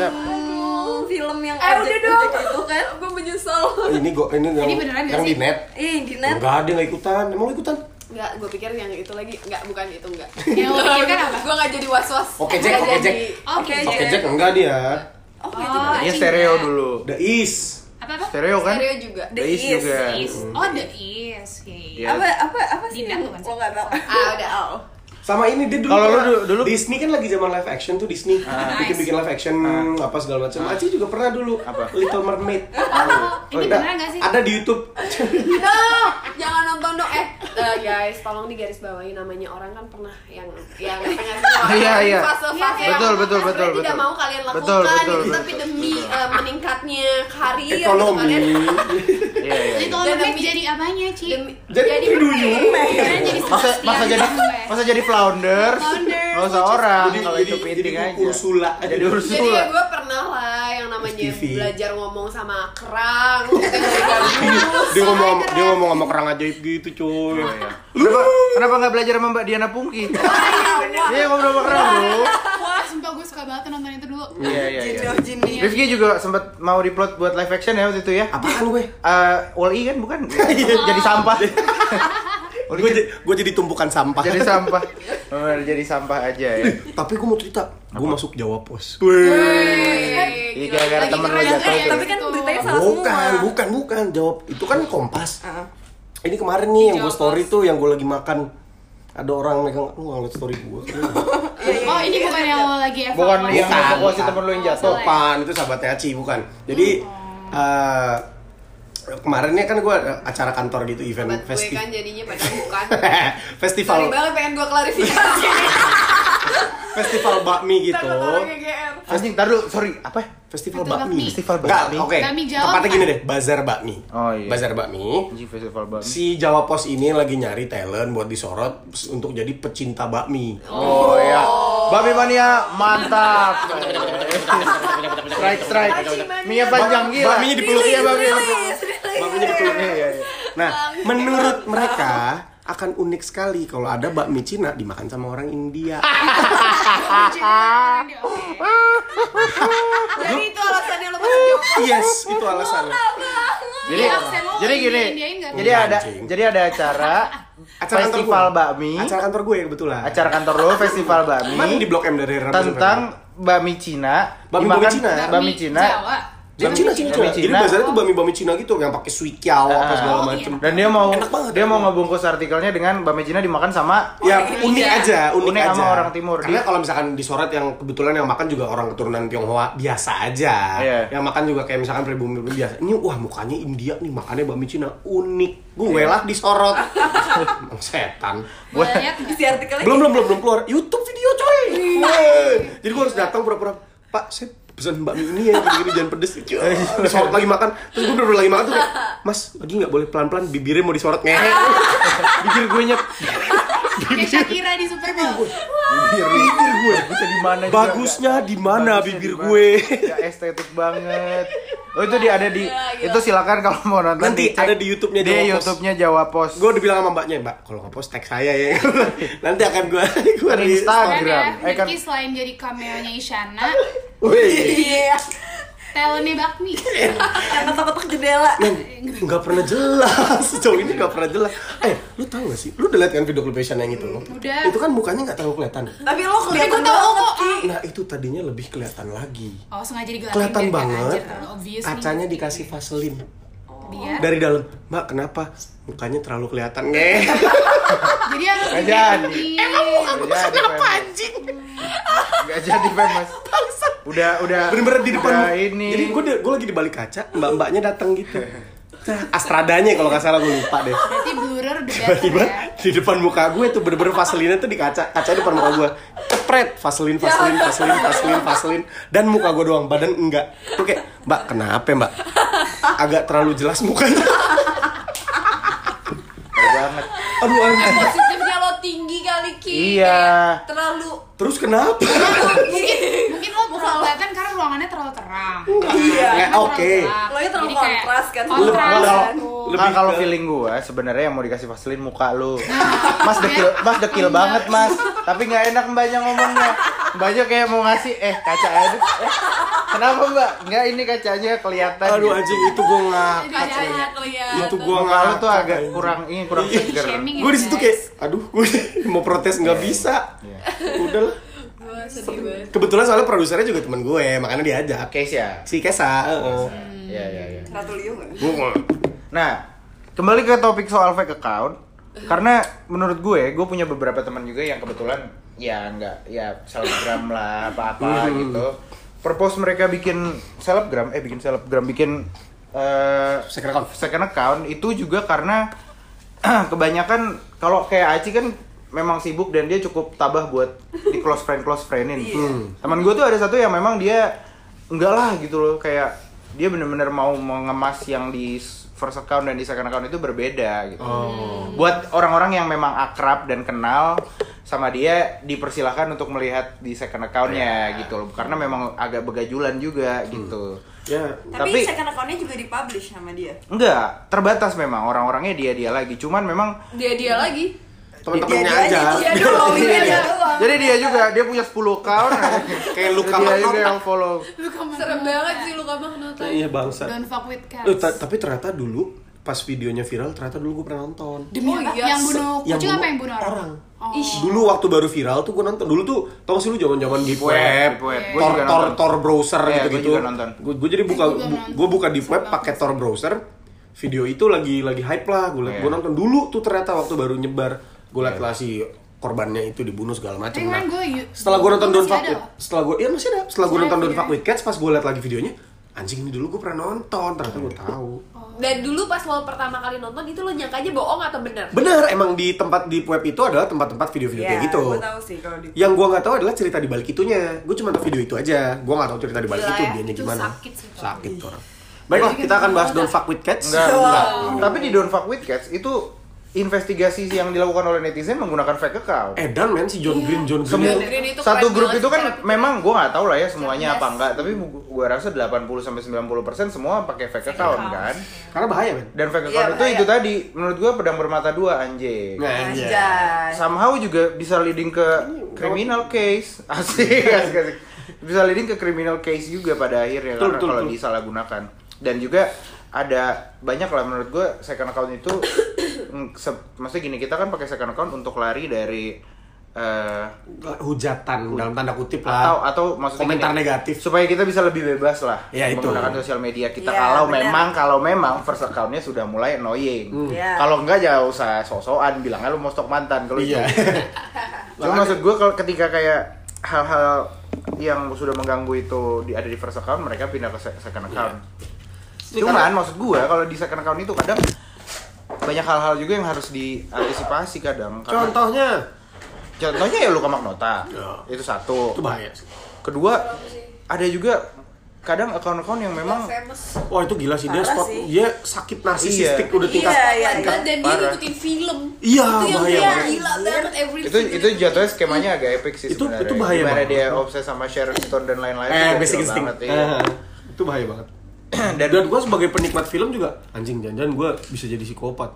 Speaker 3: film yang
Speaker 5: Eh, udah dong.
Speaker 3: ojek itu kan.
Speaker 5: Gue menyesal.
Speaker 1: Ini gua ini yang,
Speaker 4: beneran nggak
Speaker 1: yang di
Speaker 4: sih?
Speaker 1: net.
Speaker 3: Iya, di net.
Speaker 1: Enggak ada nggak ikutan, emang lu ikutan?
Speaker 5: Enggak, gue pikir yang itu lagi. Enggak, bukan itu enggak.
Speaker 4: Yang lo pikirkan apa?
Speaker 5: Gue nggak jadi was-was.
Speaker 1: Oke, Jack,
Speaker 5: Nggak
Speaker 1: oke,
Speaker 5: jadi.
Speaker 4: Oke,
Speaker 5: Oke,
Speaker 1: Oke
Speaker 5: Jack.
Speaker 4: iya.
Speaker 1: Jack enggak dia,
Speaker 3: Oke,
Speaker 4: Oh,
Speaker 3: coba.
Speaker 2: ini
Speaker 4: anjing,
Speaker 2: stereo
Speaker 4: ya.
Speaker 2: dulu
Speaker 1: the is.
Speaker 4: Apa apa?
Speaker 2: stereo kan
Speaker 5: Stereo juga.
Speaker 2: The Is juga
Speaker 4: Is. Oh, the is. Iya.
Speaker 2: Iya.
Speaker 3: Apa apa apa sih
Speaker 4: Dinda
Speaker 3: yang
Speaker 4: bukan sih?
Speaker 3: lo nggak tahu?
Speaker 5: Ah, udah. Oh.
Speaker 1: Sama ini dia dulu.
Speaker 2: Kalau lu
Speaker 1: pernah-
Speaker 2: du- dulu-
Speaker 1: Disney kan lagi zaman live action tuh Disney.
Speaker 4: Ah.
Speaker 1: Bikin-bikin live action apa segala macam. Aci juga pernah dulu
Speaker 2: Ah. Apa?
Speaker 1: Little Mermaid.
Speaker 4: Ah, Oh,
Speaker 1: Oh,
Speaker 4: Ini
Speaker 1: Ada-
Speaker 4: beneran nggak sih?
Speaker 1: iya. Ada di YouTube.
Speaker 5: No, jangan nonton dong. Eh, eh, guys, tolong digaris bawahi namanya orang kan pernah yang yang pengen semua.
Speaker 2: Iya, iya.
Speaker 5: Fase-fase yang
Speaker 2: Betul, betul,
Speaker 5: orang
Speaker 2: betul,
Speaker 5: sebenarnya tidak
Speaker 2: betul.
Speaker 5: mau kalian lakukan
Speaker 2: Betul, betul,
Speaker 5: gitu,
Speaker 2: betul,
Speaker 5: tapi
Speaker 2: betul,
Speaker 5: demi
Speaker 2: betul.
Speaker 5: eh, meningkatnya karir gitu,
Speaker 1: Ekonomi.
Speaker 5: kalian
Speaker 2: iya iya
Speaker 4: Jadi
Speaker 2: iya.
Speaker 4: tolong
Speaker 5: Dan
Speaker 4: lebih Oh,
Speaker 5: demi-
Speaker 4: jadi apanya, Ci?
Speaker 5: demi ya.
Speaker 1: Jadi duyung.
Speaker 4: Beneran jadi
Speaker 2: masa
Speaker 4: seperti
Speaker 2: masa
Speaker 4: yang
Speaker 2: jadi
Speaker 4: gue.
Speaker 2: masa jadi flounder
Speaker 4: Flounder,
Speaker 2: nggak usah orang
Speaker 1: Jadi-
Speaker 2: Ah, kalau
Speaker 1: jadi-
Speaker 2: itu penting
Speaker 1: jadi
Speaker 2: aja
Speaker 1: Ursula.
Speaker 2: jadi
Speaker 5: Jadi
Speaker 2: ursula
Speaker 5: ya gue pernah lah yang namanya
Speaker 1: Terus TV.
Speaker 5: belajar ngomong sama kerang, gitu, gabus.
Speaker 1: dia ngomong dia ngomong sama kerang ajaib gitu cuy
Speaker 2: Oh, iya. Kenapa, kenapa nggak belajar sama Mbak Diana Pungki? Iya ngobrol sama keren bro.
Speaker 4: Wah, Ah, sumpah gue suka banget nonton itu dulu.
Speaker 2: Iya iya iya.
Speaker 3: Junior Junior.
Speaker 2: Rifki juga sempat mau replot buat live action ya waktu itu ya.
Speaker 1: apaan gue
Speaker 2: Eh, Wall-E kan bukan? jadi sampah.
Speaker 1: gue jadi, gue kan jadi tumpukan sampah
Speaker 2: jadi sampah. Benar, Oh, jadi sampah aja ya.
Speaker 1: tapi gue mau cerita gue masuk Jawa Pos
Speaker 2: Iya gara-gara
Speaker 5: Lagi
Speaker 2: temen lo
Speaker 5: keren,
Speaker 2: jatuh.
Speaker 5: keren,
Speaker 2: tuh.
Speaker 3: Tapi kan beritanya salah semua.
Speaker 1: bukan ya, bukan bukan Jawa itu kan kompas ini kemarin nih yang gue story tuh yang gue lagi makan ada orang megang lu ngeliat story gue
Speaker 4: Oh, ini bukan yang lo lagi evaluasi.
Speaker 2: Bukan yang
Speaker 1: Bukan,
Speaker 2: evakuasi
Speaker 1: bukan.
Speaker 2: temen lo yang jatuh.
Speaker 1: Topan itu sahabatnya Aci bukan. Jadi eh, kemarinnya kan gue ada acara kantor gitu event
Speaker 5: Buat gue kan
Speaker 1: festival.
Speaker 5: jadinya pada
Speaker 7: kan.
Speaker 5: bukan. Sorry
Speaker 1: festival
Speaker 5: banget pengen gue klarifikasi.
Speaker 1: festival bakmi gitu.
Speaker 5: Takut orang GGR.
Speaker 2: Anjing, tar dulu, sorry, apa?
Speaker 1: Festival
Speaker 4: Betul, bakmi.
Speaker 1: bakmi.
Speaker 2: Festival
Speaker 1: Enggak,
Speaker 2: bakmi.
Speaker 1: Oke.
Speaker 4: Bakmi Jawa,
Speaker 1: Tepatnya
Speaker 4: kan?
Speaker 1: gini deh, bazar bakmi.
Speaker 2: Oh, iya.
Speaker 1: Bazar bakmi.
Speaker 2: Anjing festival banget.
Speaker 1: Si Jawa Pos ini lagi nyari talent buat disorot untuk jadi pecinta bakmi.
Speaker 2: Oh ya. Babi mania mantap. strike strike. Mia panjang gila.
Speaker 1: Bakminya dipeluk. Iya, bakminya dipeluk.
Speaker 2: Babinya betul. Iya iya. iya.
Speaker 1: Nah, menurut mereka akan unik sekali kalau ada bakmi Cina dimakan sama orang India.
Speaker 4: Oke.
Speaker 5: Jadi itu alasannya lo masuk Jawa.
Speaker 1: yes, itu alasannya.
Speaker 2: Jadi
Speaker 4: Iya, saya mau
Speaker 2: jadi gini.
Speaker 4: Indiain nggak?
Speaker 2: Jadi ada
Speaker 1: Anjing.
Speaker 2: jadi ada acara
Speaker 1: Acara kantor
Speaker 2: festival
Speaker 1: gue.
Speaker 2: bakmi.
Speaker 1: Acara kantor gue kebetulan.
Speaker 2: Acara kantor lo festival
Speaker 1: Mana di
Speaker 2: bakmi
Speaker 1: Blok M dari Rabu sampai
Speaker 2: tentang bakmi Cina.
Speaker 1: Bakmi
Speaker 2: dimakan
Speaker 1: Cina.
Speaker 2: Bakmi Cina.
Speaker 4: Jawa.
Speaker 1: Bami Cina, Cina, Cina.
Speaker 2: Bami
Speaker 1: Jadi
Speaker 2: Cina.
Speaker 1: bazarnya tuh bami-bami Cina gitu yang pakai sui kiao apa
Speaker 2: Ah.
Speaker 1: segala
Speaker 4: Oh, iya.
Speaker 1: macem.
Speaker 2: Dan dia mau
Speaker 1: Enak banget.
Speaker 2: dia mau ngebungkus artikelnya dengan bakmi Cina dimakan sama
Speaker 1: ya unik aja, unik,
Speaker 2: Oh, iya, Unik
Speaker 1: aja.
Speaker 2: sama orang timur.
Speaker 1: Karena
Speaker 2: Di-
Speaker 1: kalau misalkan disorot yang kebetulan yang makan juga orang keturunan Tionghoa biasa aja.
Speaker 2: Iya.
Speaker 1: Yang makan juga kayak misalkan pribumi pribumi biasa. Ini wah mukanya India nih makannya bami Cina unik.
Speaker 2: Iya.
Speaker 1: Gue lah disorot. Emang setan.
Speaker 4: Boleh lihat nggak?
Speaker 3: Isi artikelnya.
Speaker 1: belum belum belum belum keluar YouTube video coy Wey. jadi gue harus datang pura-pura Pak saya pesan bakmi ini ya gini, gini, jangan pedes Cuy,
Speaker 2: Iya.
Speaker 1: disorot lagi makan terus gue bener-bener lagi makan tuh kayak, Mas lagi nggak boleh pelan-pelan bibirnya mau disorot ngehe
Speaker 2: bibir gue nyet
Speaker 4: Kayak Shakira di Super Bowl. Kan ya?
Speaker 2: bibir bibir gue bisa di mana juga.
Speaker 1: Bagusnya di mana
Speaker 2: Bagusnya
Speaker 1: bibir
Speaker 2: di mana.
Speaker 1: gue?
Speaker 2: Ya, estetik banget oh itu di ada di itu silakan kalau mau nonton
Speaker 1: Nanti
Speaker 2: dicek
Speaker 1: ada di YouTube-nya
Speaker 2: di
Speaker 1: Jawa Pos.
Speaker 2: YouTube-nya Jawa Pos
Speaker 1: Gue udah bilang sama mbaknya, mbak kalau nge-post tag saya ya. Nanti akan gue gue
Speaker 2: Di Instagram.
Speaker 4: Keren ya,
Speaker 2: Eh, kan-
Speaker 4: Rifki selain jadi cameo-nya Isyana,
Speaker 1: Wih,
Speaker 3: Iya,
Speaker 4: talentnya Bakmi.
Speaker 3: yang ketok-ketok jendela.
Speaker 1: nggak pernah jelas sejauh ini nggak pernah jelas. Eh, lu tahu gak sih? Lu udah liat kan video klip Isyana yang itu?
Speaker 4: udah.
Speaker 1: Itu kan mukanya nggak terlalu kelihatan.
Speaker 3: Tapi oh, lo kelihatan
Speaker 4: gue tahu
Speaker 3: banget,
Speaker 4: kok.
Speaker 3: Ki.
Speaker 1: Nah itu tadinya lebih kelihatan lagi.
Speaker 4: Oh sengaja digelatin
Speaker 1: Kelihatan
Speaker 4: biar kayak
Speaker 1: banget.
Speaker 4: anjir, terlalu obvious nih.
Speaker 1: Kacanya dikasih vaselin.
Speaker 4: Dia.
Speaker 1: Dari dalam, mbak kenapa? Mukanya terlalu kelihatan. Eh.
Speaker 4: Jadi harus
Speaker 2: Nggak jadi.
Speaker 4: di Emang muka
Speaker 2: Nggak jadi Iya, famous. nggak jadi famous udah udah
Speaker 1: bener-bener di depan
Speaker 2: udah Nah, ini
Speaker 1: jadi gue gue lagi di balik kaca mbak mbaknya datang gitu
Speaker 2: Nah,
Speaker 1: astradanya kalau nggak salah gue lupa deh
Speaker 4: Berarti blurrer the best
Speaker 1: tiba-tiba
Speaker 4: ya.
Speaker 1: di depan muka gue tuh bener-bener vaselinnya tuh di kaca kaca depan muka gue cepret vaselin vaselin vaselin vaselin vaselin dan muka gue doang badan enggak tuh kayak mbak kenapa ya, mbak agak terlalu jelas mukanya
Speaker 2: Keren banget
Speaker 1: aduh anjing
Speaker 7: Positifnya lo tinggi kali Ki
Speaker 2: Iya.
Speaker 7: Kayak Terlalu
Speaker 1: terus kenapa
Speaker 4: Mungkin lo terlalu kelihatan karena ruangannya terlalu terang.
Speaker 1: iya oke
Speaker 3: Lo itu terlalu
Speaker 4: Jadi kayak
Speaker 3: kontras kan.
Speaker 4: kontras.
Speaker 2: Kalau- kalau
Speaker 1: Lebih
Speaker 2: Nah, kalau
Speaker 1: ke-
Speaker 2: feeling gue sebenarnya yang mau dikasih vaselin muka lu. Mas dekil, Mas dekil banget, Mas. Tapi nggak enak mbaknya ngomongnya. Mbaknya kayak mau ngasih eh kaca aja. Eh, kenapa, Mbak? Nggak ini kacanya kelihatan.
Speaker 1: aduh
Speaker 2: gitu.
Speaker 1: anjing itu gue ngak
Speaker 4: Kacanya kelihatan.
Speaker 1: itu gue
Speaker 2: Muka lu
Speaker 1: ngak
Speaker 2: tuh agak kurang ini kurang
Speaker 1: Iya.
Speaker 2: seger.
Speaker 4: Shaming ya,
Speaker 1: gue di situ
Speaker 4: guys.
Speaker 1: kayak aduh gue mau protes nggak bisa
Speaker 2: Iya.
Speaker 1: udah lah kebetulan soalnya produsernya juga teman gue makanya diajak
Speaker 2: Oke, sih ya.
Speaker 1: si Kesa heeh.
Speaker 2: Iya, iya, iya.
Speaker 3: Ratu Liu nggak?
Speaker 2: Nah, kembali ke topik soal fake account. Karena menurut gue, gue punya beberapa teman juga yang kebetulan ya nggak ya selebgram lah apa-apa gitu. Purpose mereka bikin selebgram, eh bikin selebgram, bikin eh
Speaker 1: Second account.
Speaker 2: second account itu juga karena kebanyakan kalau kayak Aci kan memang sibuk dan dia cukup tabah buat di close friend close friendin. Teman gue tuh ada satu yang memang dia enggak lah gitu loh kayak dia bener-bener mau mengemas yang di first account dan di second account itu berbeda gitu. Buat orang-orang yang memang akrab dan kenal sama dia dipersilahkan untuk melihat di second accountnya gitu loh karena memang agak begajulan juga gitu.
Speaker 1: ya
Speaker 3: Tapi,
Speaker 2: Tapi-
Speaker 3: second account-nya juga dipublish sama dia.
Speaker 2: Enggak, terbatas memang orang-orangnya dia dia lagi. Cuman memang
Speaker 7: Dia dia lagi
Speaker 1: teman-temannya
Speaker 3: Dia- dia
Speaker 1: aja
Speaker 3: aja, dia doang, dia
Speaker 1: iya,
Speaker 3: aja doang.
Speaker 2: Jadi dia juga dia punya 10 account.
Speaker 1: kayak luka
Speaker 2: dia juga
Speaker 1: maknota.
Speaker 2: yang follow.
Speaker 7: Serem banget sih lu kamu nonton
Speaker 1: iya bangsa
Speaker 4: Don't fuck with cats.
Speaker 1: Loh, ta- tapi ternyata dulu pas videonya viral ternyata dulu gue pernah nonton
Speaker 4: Demi
Speaker 7: Oh
Speaker 4: apa?
Speaker 7: iya,
Speaker 4: Yang bunuh
Speaker 1: yang
Speaker 4: kucing
Speaker 1: bunuh
Speaker 4: apa yang bunuh orang?
Speaker 1: orang.
Speaker 4: Oh.
Speaker 1: dulu waktu baru viral tuh gue nonton dulu tuh tau gak sih lu zaman zaman di
Speaker 2: web,
Speaker 1: web
Speaker 2: deep web. Gua
Speaker 1: tor
Speaker 2: juga
Speaker 1: tor
Speaker 2: nonton.
Speaker 1: tor browser
Speaker 2: Iya,
Speaker 1: gitu gitu
Speaker 2: gua juga nonton.
Speaker 1: gue jadi buka
Speaker 4: Gua juga nonton.
Speaker 1: gue buka di web
Speaker 4: Seru
Speaker 1: pakai tor browser video itu lagi lagi hype lah gue
Speaker 2: Iya.
Speaker 1: gue nonton dulu tuh ternyata waktu baru nyebar gue liat lah si korbannya itu dibunuh segala macam
Speaker 4: Tapi
Speaker 1: nah
Speaker 4: kemarin gue yu-
Speaker 1: setelah gue nonton
Speaker 4: masih
Speaker 1: Don't Fuck
Speaker 4: ada
Speaker 1: With
Speaker 4: loh.
Speaker 1: setelah gue iya masih ada setelah gue
Speaker 4: Masih
Speaker 1: nonton
Speaker 4: ada
Speaker 1: Don't Fuck
Speaker 4: videonya.
Speaker 1: With Cats pas gue liat lagi videonya anjing ini dulu gue pernah nonton ternyata gue tahu
Speaker 7: Dan dulu pas lo pertama kali nonton itu lo nyangkanya bohong atau bener?
Speaker 1: bener emang di tempat di web itu adalah tempat-tempat video-video kayak gitu
Speaker 3: Gue Iya, tahu sih kalau di
Speaker 1: yang gua nggak tahu adalah cerita di balik itunya gue cuma tahu video itu aja gua nggak tahu cerita di balik
Speaker 4: Gila
Speaker 1: itu
Speaker 4: ya,
Speaker 1: dianya
Speaker 4: itu
Speaker 1: gimana
Speaker 4: sakit sih, Pak.
Speaker 1: sakit tuh orang baiklah kita akan bahas don't fuck with cats
Speaker 2: Enggak, enggak. Tapi di Don't Fuck With Cats itu investigasi yang dilakukan oleh netizen menggunakan fake account.
Speaker 1: eh dan men si John Green John
Speaker 2: Semua
Speaker 1: Green
Speaker 7: Green itu
Speaker 2: satu
Speaker 7: keren
Speaker 2: grup
Speaker 7: banget
Speaker 2: itu kan
Speaker 7: secara-
Speaker 2: memang gua nggak tahu lah ya semuanya apa enggak, tapi gu- gua rasa 80 sampai 90% semua pakai fake account kan.
Speaker 1: karena bahaya men
Speaker 2: Dan fake
Speaker 3: Iya,
Speaker 2: account itu
Speaker 3: bahaya.
Speaker 2: itu tadi menurut gua pedang bermata dua anjing.
Speaker 1: Nah, aja
Speaker 3: Anjay.
Speaker 2: somehow juga bisa leading ke criminal case asik asik asik bisa leading ke criminal case juga pada akhirnya
Speaker 1: Betul,
Speaker 2: karena
Speaker 1: betul,
Speaker 2: kalau
Speaker 1: betul.
Speaker 2: disalahgunakan dan juga ada banyak lah menurut gue second account itu mm, se- maksudnya gini kita kan pakai second account untuk lari dari eh,
Speaker 1: hujatan dalam tanda kutip
Speaker 2: atau
Speaker 1: lah
Speaker 2: atau maksudnya
Speaker 1: komentar
Speaker 2: gini,
Speaker 1: negatif.
Speaker 2: supaya kita bisa lebih bebas lah
Speaker 1: Ya, itu.
Speaker 2: menggunakan sosial media kita
Speaker 3: Ya,
Speaker 2: kalau
Speaker 3: benar.
Speaker 2: memang kalau memang first accountnya sudah mulai annoying
Speaker 1: Hmm.
Speaker 3: Ya.
Speaker 2: kalau enggak ya usah sosokan bilang aja lu mau stok mantan kalau
Speaker 1: iya
Speaker 2: itu Cuma maksud gue kalau ketika kayak hal-hal yang sudah mengganggu itu di, ada di first account, mereka pindah ke se- second
Speaker 1: Iya.
Speaker 2: account. Cuman maksud gue kalau di second account itu kadang banyak hal-hal juga yang harus diantisipasi kadang. Karena-
Speaker 1: contohnya
Speaker 2: contohnya ya luka magnota.
Speaker 1: Ya.
Speaker 2: Itu satu.
Speaker 1: itu bahaya sih.
Speaker 2: Kedua ada juga kadang account-account yang memang
Speaker 3: famous
Speaker 1: Wah itu gila sih dia
Speaker 3: Parah
Speaker 1: spot
Speaker 3: sih.
Speaker 1: dia sakit narsistik
Speaker 2: Iya.
Speaker 1: udah tingkat.
Speaker 3: Iya, iya,
Speaker 7: Dan-
Speaker 3: iya.
Speaker 7: dan dia
Speaker 2: Parah.
Speaker 7: ngikutin film
Speaker 1: Iya,
Speaker 7: itu yang
Speaker 1: bahaya
Speaker 7: kayak
Speaker 1: banget.
Speaker 7: gila banget every
Speaker 2: itu
Speaker 7: single
Speaker 2: itu
Speaker 7: thing.
Speaker 2: jatuhnya skemanya agak epic sih
Speaker 1: Itu-
Speaker 2: sebenarnya.
Speaker 1: itu bahaya
Speaker 2: Gimana
Speaker 1: banget.
Speaker 2: dia obses sama Shutterstone dan lain-lain. itu
Speaker 1: Eh,
Speaker 2: gokil
Speaker 1: basic instinct.
Speaker 2: banget, iya.
Speaker 1: Eh, itu bahaya banget.
Speaker 2: dan
Speaker 1: Dan gue sebagai penikmat film juga anjing jangan-jangan gue bisa jadi psikopat.